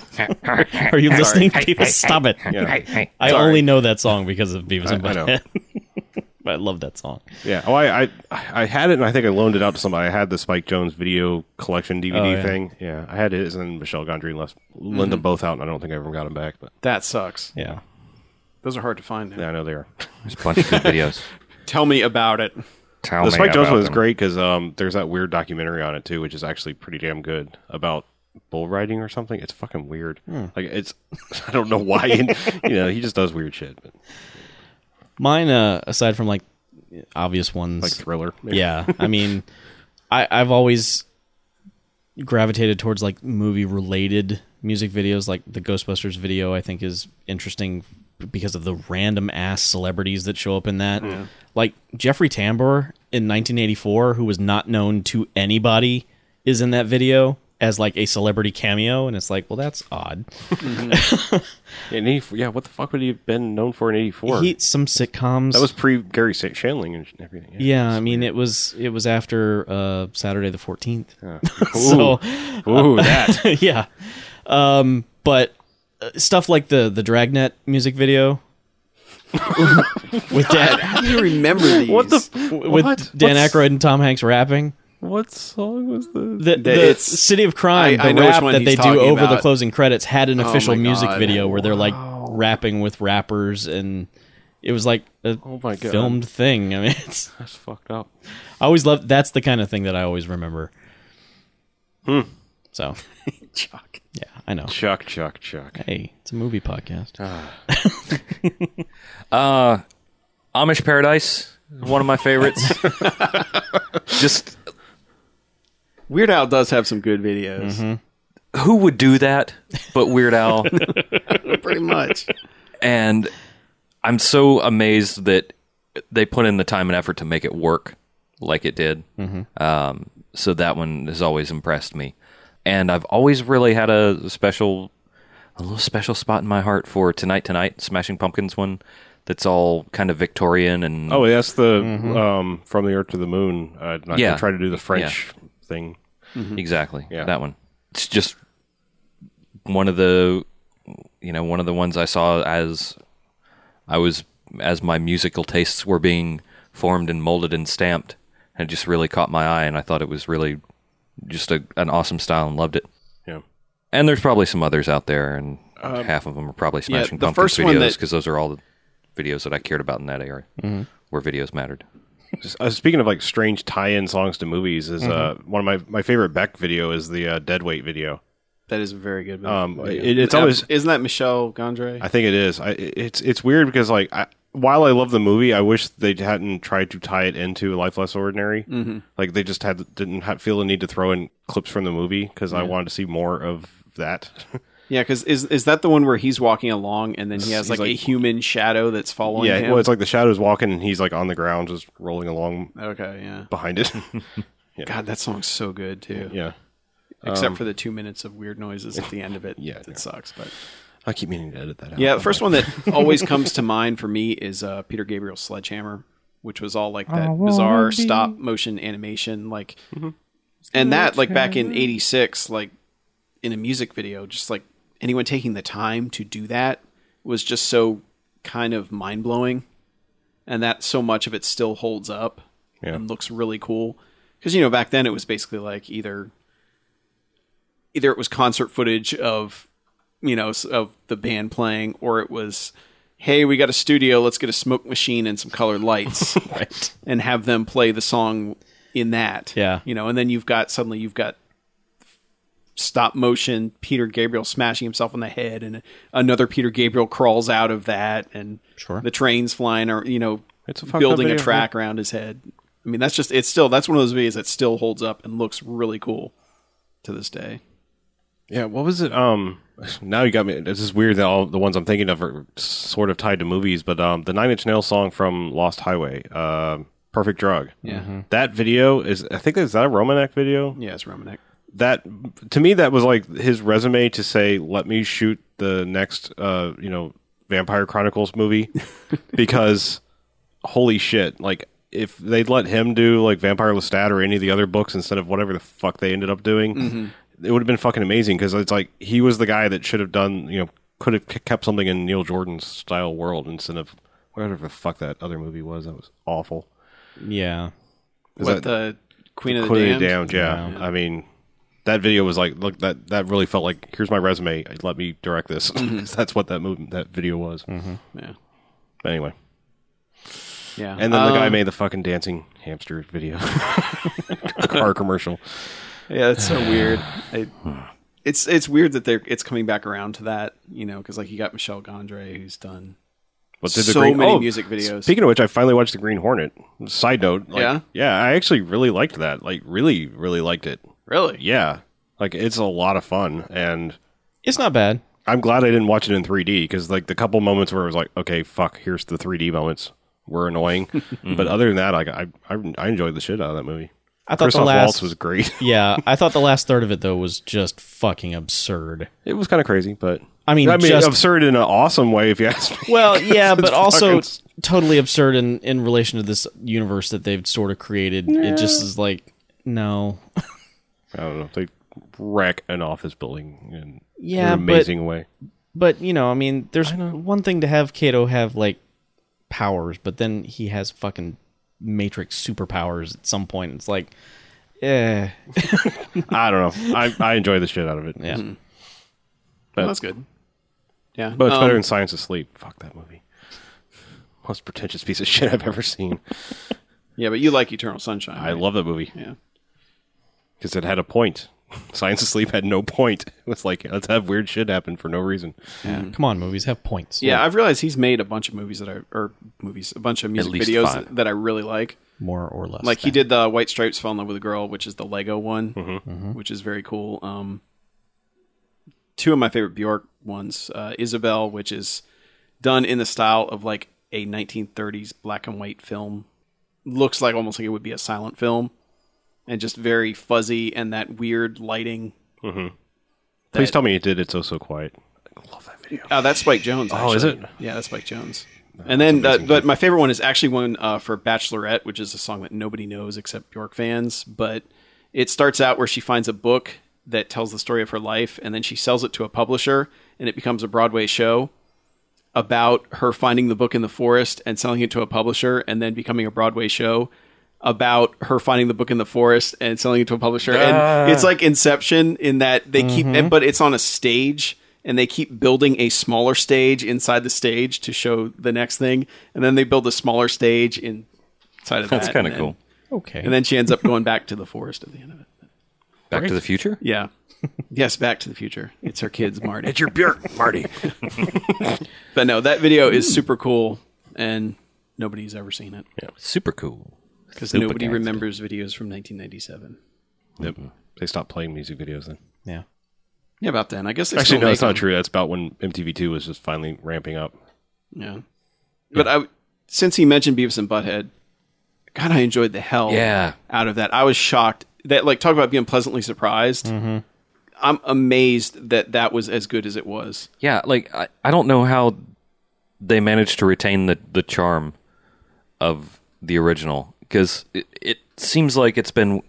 Speaker 2: love.
Speaker 4: Are you listening? People, stop it! I
Speaker 3: Sorry.
Speaker 4: only know that song because of Beavis and
Speaker 2: I know.
Speaker 4: Butthead. but I love that song.
Speaker 2: Yeah. Oh, I, I I had it, and I think I loaned it out to somebody. I had the Spike Jones video collection DVD
Speaker 4: Oh, yeah.
Speaker 2: thing. Yeah, I had his, and Michelle Gondry left lent
Speaker 6: Mm-hmm.
Speaker 2: them both out, and I don't think I ever got them back. But
Speaker 3: That sucks.
Speaker 4: Yeah.
Speaker 3: Those are hard to find now.
Speaker 2: yeah, I know they are.
Speaker 6: There's a bunch of good videos.
Speaker 3: Tell me about it.
Speaker 6: Tell
Speaker 2: the
Speaker 6: me
Speaker 2: Spike Jones
Speaker 6: about
Speaker 2: one is
Speaker 6: them.
Speaker 2: great because um, there's that weird documentary on it too, which is actually pretty damn good about bull riding or something. It's fucking weird.
Speaker 6: Hmm.
Speaker 2: Like it's, I don't know why. and, you know, he just does weird shit. But,
Speaker 4: Mine, uh, aside from like obvious ones,
Speaker 2: like thriller. maybe.
Speaker 4: yeah. I mean, I I've always gravitated towards like movie related music videos. Like the Ghostbusters video, I think is interesting because of the random ass celebrities that show up in that. Like Jeffrey Tambor in 1984, who was not known to anybody, is in that video as like a celebrity cameo, and it's like, well, that's odd.
Speaker 2: In 84 yeah. What the fuck would he have been known for in '84?
Speaker 4: He some sitcoms.
Speaker 2: That was pre Gary Sa- Shanling and everything.
Speaker 4: Yeah, I mean it was it was after uh, Saturday the fourteenth.
Speaker 2: Ooh.
Speaker 4: so
Speaker 2: Ooh, that.
Speaker 4: yeah, um, but uh, stuff like the the Dragnet music video with Dan
Speaker 3: How do you remember these? What the
Speaker 4: with Dan Aykroyd and Tom Hanks rapping.
Speaker 2: What song was the?
Speaker 4: The, the
Speaker 3: it's-
Speaker 4: City of Crime,
Speaker 3: I- I
Speaker 4: the
Speaker 3: know which
Speaker 4: rap
Speaker 3: one
Speaker 4: that they
Speaker 3: he's
Speaker 4: do
Speaker 3: talking
Speaker 4: over the
Speaker 3: about. Oh
Speaker 4: closing credits had an official
Speaker 3: my
Speaker 4: music
Speaker 3: God.
Speaker 4: video where they're like rapping with rappers and it was like a
Speaker 3: Oh
Speaker 2: my God.
Speaker 4: filmed thing. I mean, it's
Speaker 2: That's fucked up.
Speaker 4: I always love that's the kind of thing that I always remember.
Speaker 2: Hmm.
Speaker 4: So
Speaker 3: Chuck?
Speaker 4: yeah, I know.
Speaker 2: Chuck, Chuck, Chuck.
Speaker 4: Hey, it's a movie
Speaker 2: Uh,
Speaker 4: podcast.
Speaker 6: Amish Paradise, is one of my favorites. Just
Speaker 3: Weird Al does have some good videos.
Speaker 6: who would do that but Weird Al?
Speaker 3: Pretty much.
Speaker 6: and I'm so amazed that they put in the time and effort to make it work like it did. Um, so that one has always impressed me, and I've always really had a special, a little special spot in my heart for Tonight Tonight, Smashing Pumpkins one. That's all kind of Victorian and
Speaker 2: Mm-hmm. Oh, that's the um, from the Earth to the Moon. Uh, not
Speaker 6: Yeah.
Speaker 2: try to do the French thing.
Speaker 3: Mm-hmm.
Speaker 6: Exactly.
Speaker 2: Yeah.
Speaker 6: That one. It's just one of the you know, one of the ones I saw as I was as my musical tastes were being formed and molded and stamped. And it just really caught my eye and I thought it was really just a, an awesome style and loved it.
Speaker 2: Yeah.
Speaker 6: And there's probably some others out there and half of them are probably smashing
Speaker 3: Um, the
Speaker 6: pumpkins
Speaker 3: first one
Speaker 6: videos
Speaker 3: that- Mm-hmm.
Speaker 6: because those are all the videos that I cared about in that era where videos mattered.
Speaker 2: Just, uh, speaking of like strange tie-in songs to movies, is uh, one of my, my favorite Beck video is the uh, Deadweight video.
Speaker 3: That is a very good. Movie.
Speaker 2: Um, it- it's always-
Speaker 3: isn't that Michelle Gondry?
Speaker 2: I think it is. I, it's it's weird because like I, while I love the movie, I wish they hadn't tried to tie it into Life Less Ordinary. Mm-hmm. Like they just had didn't have, feel the need to throw in clips from the movie because I wanted to see more of that.
Speaker 3: yeah, because is is that the one where he's walking along and then he has
Speaker 2: He's
Speaker 3: like, a
Speaker 2: like-
Speaker 3: human shadow that's following
Speaker 2: yeah,
Speaker 3: him?
Speaker 2: well, it's like the shadows walking and he's like on the ground just rolling along
Speaker 3: okay, yeah.
Speaker 2: behind it.
Speaker 3: God, that song's so good too.
Speaker 2: yeah,
Speaker 3: Except for the two minutes of weird noises at the end of it.
Speaker 2: Yeah,
Speaker 3: that
Speaker 2: no.
Speaker 3: sucks. But
Speaker 2: I keep meaning to edit that out.
Speaker 3: yeah, the first one that always comes to mind for me is uh, Peter Gabriel's Sledgehammer, which was all like that bizarre stop motion animation, like, and that like back in '86, like in a music video, just like anyone taking the time to do that was just so kind of mind blowing, and that so much of it still holds up
Speaker 2: Yeah.
Speaker 3: and looks really cool. Because you know back then it was basically like either either it was concert footage of you know s- of the band playing or it was hey we got a studio let's get a smoke machine and some colored lights
Speaker 4: Right.
Speaker 3: and have them play the song in that
Speaker 4: Yeah.
Speaker 3: you know and then you've got suddenly you've got stop motion peter gabriel smashing himself on the head and another peter gabriel crawls out of that and
Speaker 4: Sure.
Speaker 3: the trains flying or you know
Speaker 2: It's a fucked up
Speaker 3: building a
Speaker 2: video,
Speaker 3: track around his head i mean that's just it's still that's one of those videos that still holds up and looks really cool to this day
Speaker 2: Yeah, what was it? Um, now you got me. This is weird that all the ones I'm thinking of are sort of tied to movies, but um, the Nine Inch Nails song from Lost Highway, uh, "Perfect Drug." Yeah, that video is. I think is that a Romanek video.
Speaker 3: yeah it's romanek
Speaker 2: That to me, that was like his resume to say, "Let me shoot the next, uh, you know, Vampire Chronicles movie," because holy shit, like. If they'd let him do like Vampire Lestat or any of the other books instead of whatever the fuck they ended up doing, it would have been fucking amazing because it's like he was the guy that should have done you know could have k- kept something in Neil Jordan's style world instead of whatever the fuck that other movie was that was awful.
Speaker 4: Yeah.
Speaker 2: Is
Speaker 3: What
Speaker 2: that
Speaker 3: the Queen of the
Speaker 2: Queen of
Speaker 3: Damned?
Speaker 2: the Damned? Yeah. I mean that video was like look that that really felt like here's my resume let me direct this
Speaker 3: Mm-hmm.
Speaker 2: 'Cause that's what that movie that video was.
Speaker 3: Yeah.
Speaker 2: But anyway,
Speaker 3: Yeah.
Speaker 2: and then the guy
Speaker 3: Um,
Speaker 2: made the fucking dancing hamster video. Car commercial.
Speaker 3: Yeah, it's so weird. I, it's it's weird that they're it's coming back around to that, you know, because like you got Michelle Gondry who's done.
Speaker 2: But
Speaker 3: So many music videos.
Speaker 2: oh, Speaking of which, I finally watched the Green Hornet. Side note, like,
Speaker 3: Yeah?
Speaker 2: yeah, I actually really liked that. Like, really, really liked it.
Speaker 3: Really?
Speaker 2: Yeah, like it's a lot of fun, and
Speaker 4: It's not bad.
Speaker 2: I'm glad I didn't watch it in 3D because like the couple moments where it was like, okay, fuck, here's the 3D moments were annoying, but other than that, like I, I I enjoyed the shit out of that movie.
Speaker 4: I thought
Speaker 2: Christoph
Speaker 4: the last
Speaker 2: Waltz was great.
Speaker 4: Yeah, I thought the last third of it though was just fucking absurd.
Speaker 2: it was kind of crazy, but
Speaker 4: I mean,
Speaker 2: I mean,
Speaker 4: just-
Speaker 2: absurd in an awesome way, if you ask me.
Speaker 4: Well, yeah, but also
Speaker 2: fucking-
Speaker 4: totally absurd in in relation to this universe that they've sort of created. It just is like no.
Speaker 2: I don't know. They wreck an office building in
Speaker 4: Yeah,
Speaker 2: an
Speaker 4: but-
Speaker 2: amazing way.
Speaker 4: But, you know, I mean, there's one thing to have Kato have like powers, but then he has fucking matrix superpowers at some point. It's like eh,
Speaker 2: I don't know. I, I enjoy the shit out of it.
Speaker 4: yeah.
Speaker 2: But,
Speaker 3: That's good. Yeah.
Speaker 2: but it's
Speaker 3: Um,
Speaker 2: better than Science of Sleep. Fuck that movie. Most pretentious piece of shit I've ever seen.
Speaker 3: Yeah, but you like Eternal Sunshine.
Speaker 2: I
Speaker 3: right?
Speaker 2: love that movie
Speaker 3: Yeah.
Speaker 2: because it had a point. Science of Sleep had no point. It was like, let's have weird shit happen for no reason.
Speaker 4: Come on, movies have points.
Speaker 3: Mm. Yeah, I've realized he's made a bunch of movies that I or movies, a bunch of music
Speaker 6: least
Speaker 3: videos
Speaker 6: five.
Speaker 3: that I really like.
Speaker 4: more or less.
Speaker 3: Like he did the White Stripes Fall in Love with a Girl, which is the Lego one,
Speaker 2: Mm-hmm.
Speaker 3: which is very cool. Um, two of my favorite Bjork ones, uh, Isabel, which is done in the style of like a 1930s black and white film, looks like almost like it would be a silent film, and just very fuzzy and that weird lighting.
Speaker 2: Please tell me it did. It's so so quiet. I love that video.
Speaker 3: Oh, that's Spike Jones. Actually.
Speaker 2: is it?
Speaker 3: Yeah, that's Spike Jones. and then, uh, but my favorite one is actually one uh, for Bachelorette, which is a song that nobody knows except Bjork fans. But It starts out where she finds a book that tells the story of her life, and then she sells it to a publisher, and it becomes a Broadway show about her finding the book in the forest and selling it to a publisher, and then becoming a Broadway show about her finding the book in the forest and selling it to a publisher. And it's like Inception in that they keep, but it's on a stage and they keep building a smaller stage inside the stage to show the next thing. And then they build a smaller stage inside of that.
Speaker 6: That's kind
Speaker 3: and
Speaker 6: of
Speaker 3: then-
Speaker 6: cool.
Speaker 4: Okay.
Speaker 3: And then she ends up going back to the forest at the end of it.
Speaker 6: Back to the future?
Speaker 3: Yeah. yes, Back to the Future. It's her kids, Marty.
Speaker 1: It's your beer, Marty.
Speaker 3: But no, that video is super cool, and nobody's ever seen it
Speaker 6: Super cool.
Speaker 3: because
Speaker 6: Super
Speaker 3: nobody
Speaker 6: daft.
Speaker 3: remembers videos from 1997.
Speaker 2: Yep. They stopped playing music videos then.
Speaker 4: yeah.
Speaker 3: Yeah, about then. I guess they
Speaker 2: Actually,
Speaker 3: still
Speaker 2: no,
Speaker 3: make
Speaker 2: that's not
Speaker 3: them.
Speaker 2: true. That's about when MTV2 was just finally ramping up.
Speaker 3: Yeah. But I, since he mentioned Beavis and Butthead, God, I enjoyed the hell
Speaker 6: Yeah.
Speaker 3: out of that. I was shocked that, like, talk about being pleasantly surprised.
Speaker 2: Mm-hmm.
Speaker 3: I'm amazed that that was as good as it was.
Speaker 6: Yeah, like I, I don't know how they managed to retain the, the charm of the original because it, it seems like it's been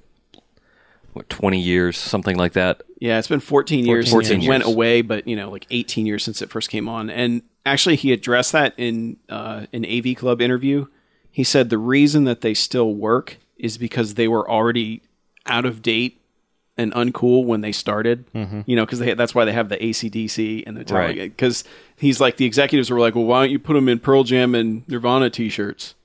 Speaker 6: what, 20 years, something like that.
Speaker 3: Yeah, it's been 14 years
Speaker 6: 14
Speaker 3: since it went
Speaker 6: years.
Speaker 3: away, but you know, like 18 years since it first came on. And actually, he addressed that in uh, an AV Club interview. He said the reason that they still work is because they were already out of date and uncool when they started.
Speaker 4: Mm-hmm.
Speaker 3: You know, because that's why they have the ACDC and the
Speaker 6: Right.
Speaker 3: Because he's like the executives were like, well, why don't you put them in Pearl Jam and Nirvana T-shirts?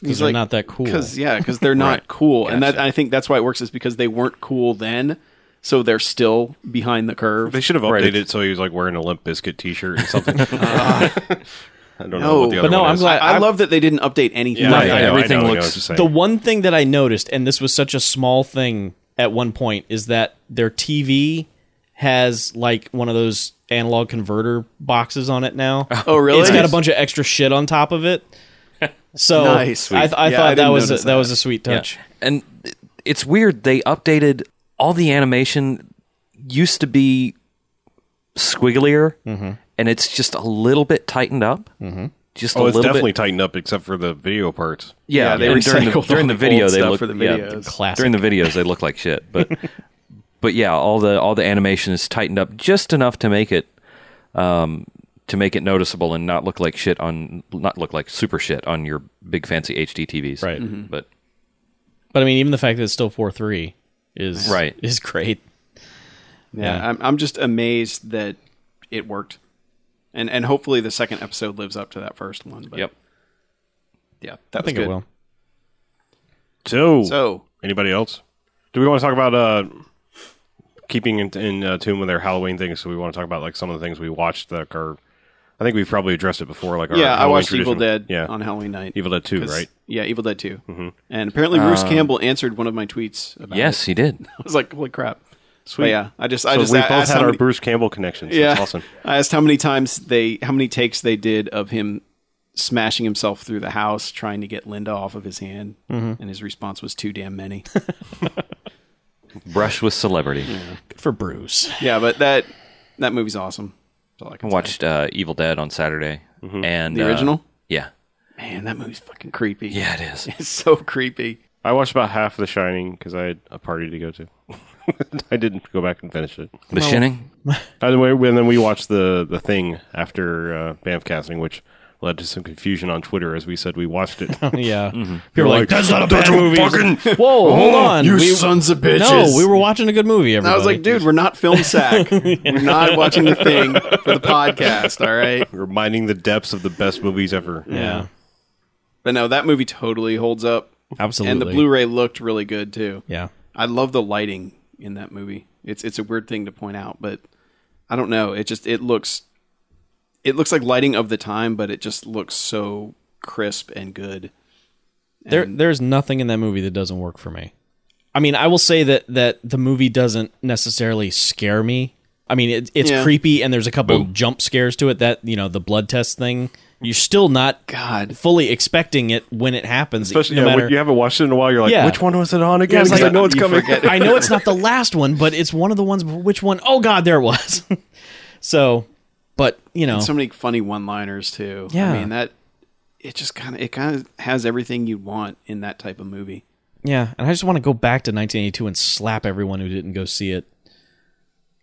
Speaker 4: Because they're not that cool.
Speaker 3: Because yeah, because they're not cool, and that I think that's why it works is because they weren't cool then, so they're still behind the curve.
Speaker 2: They should have updated
Speaker 6: Right,
Speaker 2: it so he was like wearing a Limp Biscuit t shirt or something. I don't know
Speaker 3: No,
Speaker 2: what the
Speaker 3: but
Speaker 2: other
Speaker 4: no,
Speaker 2: one
Speaker 4: I'm
Speaker 2: is.
Speaker 4: glad-
Speaker 3: I,
Speaker 4: I-
Speaker 3: love that they didn't update anything.
Speaker 2: Yeah, I know, I know,
Speaker 6: everything
Speaker 2: I know, I know,
Speaker 6: looks-
Speaker 2: I was just saying.
Speaker 4: The one thing that I noticed, and this was such a small thing at one point, is that their TV has like one of those analog converter boxes on it now.
Speaker 3: Oh, really?
Speaker 4: It's got a
Speaker 3: Nice.
Speaker 4: bunch of extra shit on top of it. So
Speaker 3: Nice. Yeah,
Speaker 4: I, I
Speaker 3: I
Speaker 4: thought that
Speaker 3: didn't
Speaker 4: was a,
Speaker 3: notice
Speaker 4: that.
Speaker 3: that.
Speaker 4: was a sweet touch.
Speaker 6: And it- it's weird. They updated all the animation used to be squigglier,
Speaker 2: Mm-hmm.
Speaker 6: and it's just a little bit tightened up. Mm-hmm. Just a
Speaker 2: Oh, it's
Speaker 6: little
Speaker 2: definitely
Speaker 6: bit.
Speaker 2: tightened up except for the video parts.
Speaker 6: Yeah,
Speaker 3: they
Speaker 6: and during the,
Speaker 3: recycled
Speaker 6: during
Speaker 3: all
Speaker 6: the
Speaker 3: the
Speaker 6: video
Speaker 3: old
Speaker 6: they
Speaker 3: stuff
Speaker 6: look
Speaker 3: for the
Speaker 6: yeah,
Speaker 3: videos.
Speaker 4: Classic.
Speaker 6: during the videos they look like shit, but but yeah, all the all the animation is tightened up just enough to make it um, to make it noticeable and not look like shit on not look like super shit on your big fancy HD TVs.
Speaker 4: Right.
Speaker 3: Mm-hmm.
Speaker 6: But
Speaker 4: But I mean, even the fact that it's still four three is
Speaker 6: Right.
Speaker 4: is great.
Speaker 3: Yeah, I'm, I'm just amazed that it worked, and and hopefully the second episode lives up to that first one. But
Speaker 6: yep.
Speaker 3: yeah, that
Speaker 4: I think
Speaker 3: was
Speaker 4: it
Speaker 3: good.
Speaker 4: will.
Speaker 2: So,
Speaker 3: So
Speaker 2: anybody else? Do we want to talk about uh, keeping in, in uh, tune with their Halloween things? So we want to talk about like some of the things we watched that are. I think we've probably addressed it before. Like our
Speaker 3: yeah, I
Speaker 2: Halloween
Speaker 3: watched Evil
Speaker 2: tradition.
Speaker 3: Dead on Halloween night.
Speaker 2: Evil Dead Two,
Speaker 3: 'Cause-
Speaker 2: right? Mm-hmm. Um,
Speaker 3: Yeah, Evil Dead 2. And apparently, Bruce Campbell answered one of my tweets. About
Speaker 6: Yes, he did.
Speaker 3: it. I was like, "Holy crap!"
Speaker 2: Sweet.
Speaker 3: But yeah, I just, I
Speaker 2: so
Speaker 3: just
Speaker 2: we
Speaker 3: I
Speaker 2: both
Speaker 3: asked
Speaker 2: had
Speaker 3: how
Speaker 2: our
Speaker 3: many-
Speaker 2: Bruce Campbell connections.
Speaker 3: Yeah,
Speaker 2: That's awesome.
Speaker 3: I asked how many times they, how many takes they did of him smashing himself through the house trying to get Linda off of his hand, and his response was too damn many.
Speaker 6: Brush with celebrity.
Speaker 4: Good for Bruce.
Speaker 3: yeah, but that that movie's awesome. That's all I
Speaker 6: I
Speaker 3: can say.
Speaker 6: watched uh, Evil Dead on Saturday, and
Speaker 3: Mm-hmm. the
Speaker 6: uh,
Speaker 3: original.
Speaker 6: yeah,
Speaker 3: Man, that movie's fucking creepy.
Speaker 6: yeah, it is.
Speaker 3: it's so creepy.
Speaker 2: I watched about half of The Shining because I had a party to go to. I didn't go back and finish it.
Speaker 6: The Shining.
Speaker 2: By the way, when then we watched the the thing after uh, Banff casting, which led to some confusion on Twitter as we said we watched it.
Speaker 4: Yeah.
Speaker 3: Mm-hmm.
Speaker 2: People were like, "That's not a bad movie."
Speaker 4: Whoa, hold on.
Speaker 3: Oh, You
Speaker 4: we,
Speaker 3: sons of bitches!
Speaker 4: no, we were watching a good movie. Everybody.
Speaker 3: I was like, dude, we're not film sack. We're not watching the thing for the podcast. All right.
Speaker 2: Reminding the depths of the best movies ever.
Speaker 4: yeah,
Speaker 3: But no, that movie totally holds up.
Speaker 4: absolutely.
Speaker 3: And the Blu-ray looked really good too.
Speaker 4: Yeah.
Speaker 3: I love the lighting in that movie. It's it's a weird thing to point out, but I don't know. It just it looks it looks like lighting of the time, but it just looks so crisp and good.
Speaker 4: There, there's nothing in that movie that doesn't work for me. I mean, I will say that that the movie doesn't necessarily scare me. I mean, it, it's
Speaker 3: Yeah.
Speaker 4: creepy, and there's a couple jump scares to it. That you know, the blood test thing. You're still not
Speaker 3: God.
Speaker 4: fully expecting it when it happens.
Speaker 2: Especially
Speaker 4: no
Speaker 2: yeah,
Speaker 4: matter,
Speaker 2: when you haven't watched it in a while, you're like,
Speaker 4: Yeah.
Speaker 2: "Which one was it on again?"
Speaker 4: it's
Speaker 2: 'Cause
Speaker 4: like-
Speaker 2: I know it's
Speaker 3: You
Speaker 2: coming.
Speaker 3: forget.
Speaker 4: I know it's not the last one, but it's one of the ones. Which one? Oh God, there it was. so, but you know,
Speaker 3: So many funny one-liners too.
Speaker 4: Yeah.
Speaker 3: I mean that it just kind of it kind of has everything you want in that type of movie.
Speaker 4: Yeah, and I just want to go back to 1982 and slap everyone who didn't go see it.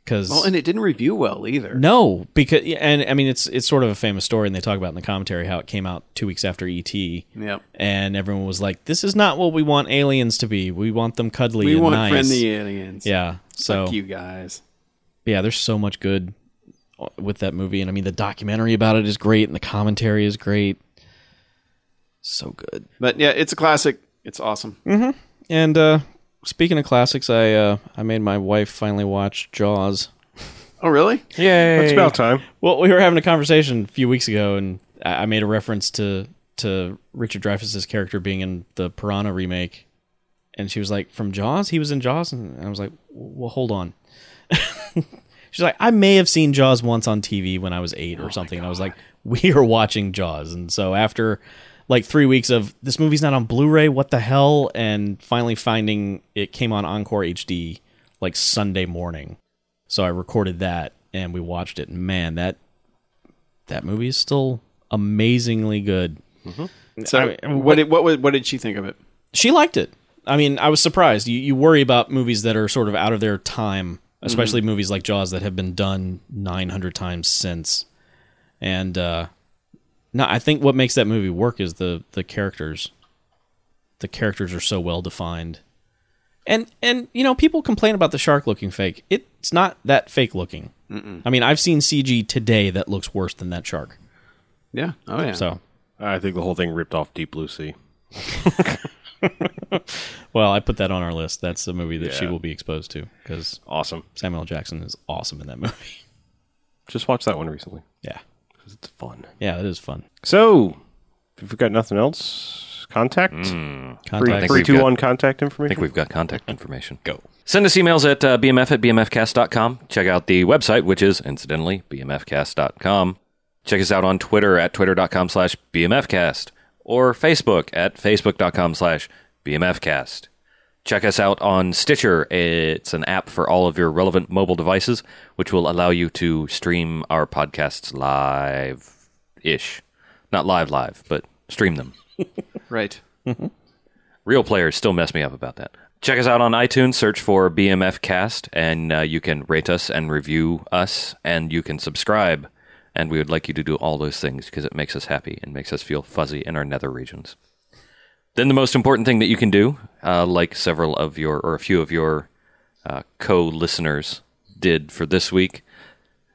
Speaker 4: Because
Speaker 3: Well, and it didn't review well either.
Speaker 4: no, because and I mean it's it's sort of a famous story, and they talk about in the commentary how it came out two weeks after ET.
Speaker 3: Yep.
Speaker 4: and everyone was like, "This is not what we want aliens to be. We want them cuddly
Speaker 3: We
Speaker 4: and
Speaker 3: want
Speaker 4: nice."
Speaker 3: friendly aliens.
Speaker 4: Yeah, so
Speaker 3: Fuck you guys.
Speaker 4: yeah, there's so much good with that movie, and I mean the documentary about it is great, and the commentary is great. So good.
Speaker 3: But yeah, it's a classic. It's awesome.
Speaker 4: Mm. And uh, speaking of classics, I uh, I made my wife finally watch Jaws.
Speaker 3: Oh, really?
Speaker 4: Yay!
Speaker 2: It's about time.
Speaker 4: Well, we were having a conversation a few weeks ago, and I I made a reference to to Richard Dreyfuss's character being in the Piranha remake, and she was like, "From Jaws, he was in Jaws," and I was like, "Well, hold on." She's like, "I may have seen Jaws once on TV when I was eight or something," and I was like, "We are watching Jaws," and so after like three weeks of this movie's not on Blu-ray, what the hell, and finally finding it came on Encore HD like Sunday morning. So I recorded that and we watched it. And man, that that movie is still amazingly good.
Speaker 3: So what did what was what did she think of it?
Speaker 4: She liked it. I mean, I was surprised. You you worry about movies that are sort of out of their time, especially movies like Jaws that have been done 900 times since. And uh no, I think what makes that movie work is the the characters. The characters are so well defined. And and you know, people complain about the shark looking fake. It's not that fake looking. I mean, I've seen CG today that looks worse than that shark.
Speaker 3: Yeah. Oh yeah.
Speaker 4: So,
Speaker 2: I think the whole thing ripped off Deep Blue Sea.
Speaker 4: well, I put that on our list. That's the movie that she will be exposed to because
Speaker 2: Awesome.
Speaker 4: Samuel L. Jackson is awesome in that movie.
Speaker 2: Just watched that one recently.
Speaker 4: Yeah,
Speaker 2: 'cause It's fun.
Speaker 4: yeah, that is fun.
Speaker 2: So, if we've got nothing else, contact.
Speaker 4: Contact.
Speaker 6: Mm. think
Speaker 2: Three,
Speaker 6: we've
Speaker 2: two,
Speaker 6: got-
Speaker 2: one, contact
Speaker 6: I think
Speaker 2: information.
Speaker 6: we've got contact information. Go. Send us emails at uh, bmf at bmfcast.com. Check out the website, which is, incidentally, bmfcast.com. Check us out on Twitter at twitter.com slash bmfcast or Facebook at facebook.com slash bmfcast. Check us out on Stitcher. It's an app for all of your relevant mobile devices, which will allow you to stream our podcasts live ish. Not live, live, but stream them.
Speaker 3: Right.
Speaker 6: Real players still mess me up about that. Check us out on iTunes. Search for BMF Cast, and uh, you can rate us and review us, and you can subscribe. And we would like you to do all those things because it makes us happy and makes us feel fuzzy in our nether regions. Then the most important thing that you can do, uh, like several of your or a few of your uh, co-listeners did for this week,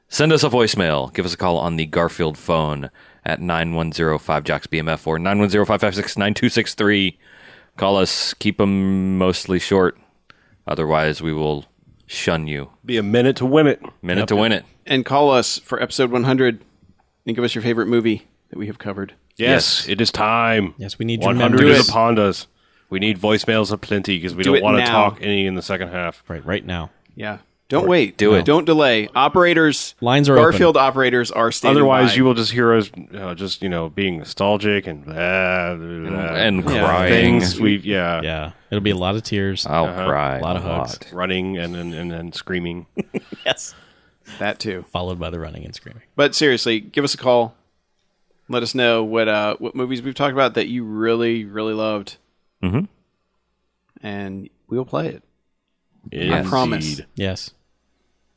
Speaker 6: send us a voicemail. Give us a call on the Garfield phone at 9105-JOCKS-BMF or 9105569263. Call us. Keep them mostly short. Otherwise, we will shun you.
Speaker 2: Be a minute to win it.
Speaker 6: Minute to win it.
Speaker 3: And call us for episode 100. Think of us your favorite movie that we have covered.
Speaker 2: Yes, it is time.
Speaker 4: Yes, we need your
Speaker 2: 100
Speaker 4: members.
Speaker 2: is upon us. We need voicemails aplenty because we
Speaker 3: Do
Speaker 2: not
Speaker 3: it
Speaker 2: want to
Speaker 3: now.
Speaker 2: talk any in the second half.
Speaker 4: right, right now.
Speaker 3: Yeah. Don't wait.
Speaker 6: do it.
Speaker 3: Don't delay. Operators.
Speaker 4: Lines are
Speaker 3: Garfield operators are standing.
Speaker 2: Otherwise,
Speaker 3: by.
Speaker 2: you will just hear us uh, just, you know, being nostalgic and blah, blah, blah.
Speaker 6: And
Speaker 3: Yeah.
Speaker 6: crying.
Speaker 2: things we, yeah,
Speaker 4: Yeah, it'll be a lot of tears.
Speaker 6: I'll cry.
Speaker 4: Uh-huh. A lot of hugs.
Speaker 2: running and and, and, and screaming.
Speaker 4: yes,
Speaker 3: that too.
Speaker 4: followed by the running and screaming.
Speaker 3: But seriously, give us a call. Let us know what uh, what movies we've talked about that you really really loved,
Speaker 6: Mhm.
Speaker 3: and we'll play it
Speaker 6: Yes.
Speaker 3: I promise.
Speaker 2: Indeed.
Speaker 4: Yes,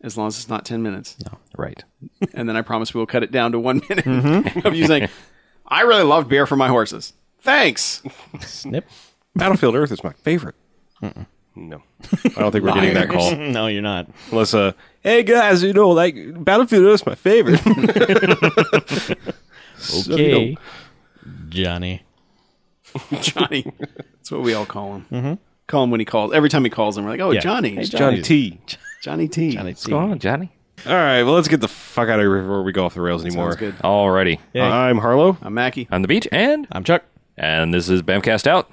Speaker 3: as long as it's not ten minutes.
Speaker 6: Right.
Speaker 3: And then I promise we will cut it down to one minute of you saying, "I really loved beer for my horses." Thanks.
Speaker 4: snip.
Speaker 2: Battlefield Earth is my favorite. No, I don't think we're getting that call.
Speaker 4: no, you're not.
Speaker 2: Unless, uh, hey guys, you know, like Battlefield Earth's my favorite.
Speaker 4: Okay, Johnny.
Speaker 3: Johnny. That's what we all call him. Call him when he calls. Every time he calls him, we're like, oh,
Speaker 4: Mm-hmm. Yeah.
Speaker 3: Johnny.
Speaker 4: Hey,
Speaker 3: It's
Speaker 2: Johnny T.
Speaker 3: Johnny T.
Speaker 4: Johnny T.
Speaker 6: on, Johnny?
Speaker 2: All right, well, let's get the fuck out of here before we go off the rails anymore.
Speaker 3: Sounds good.
Speaker 6: Alrighty.
Speaker 4: Hey.
Speaker 2: I'm Harlow.
Speaker 3: I'm Mackie.
Speaker 6: On the beach and
Speaker 4: I'm Chuck.
Speaker 6: and this is Bamcast out.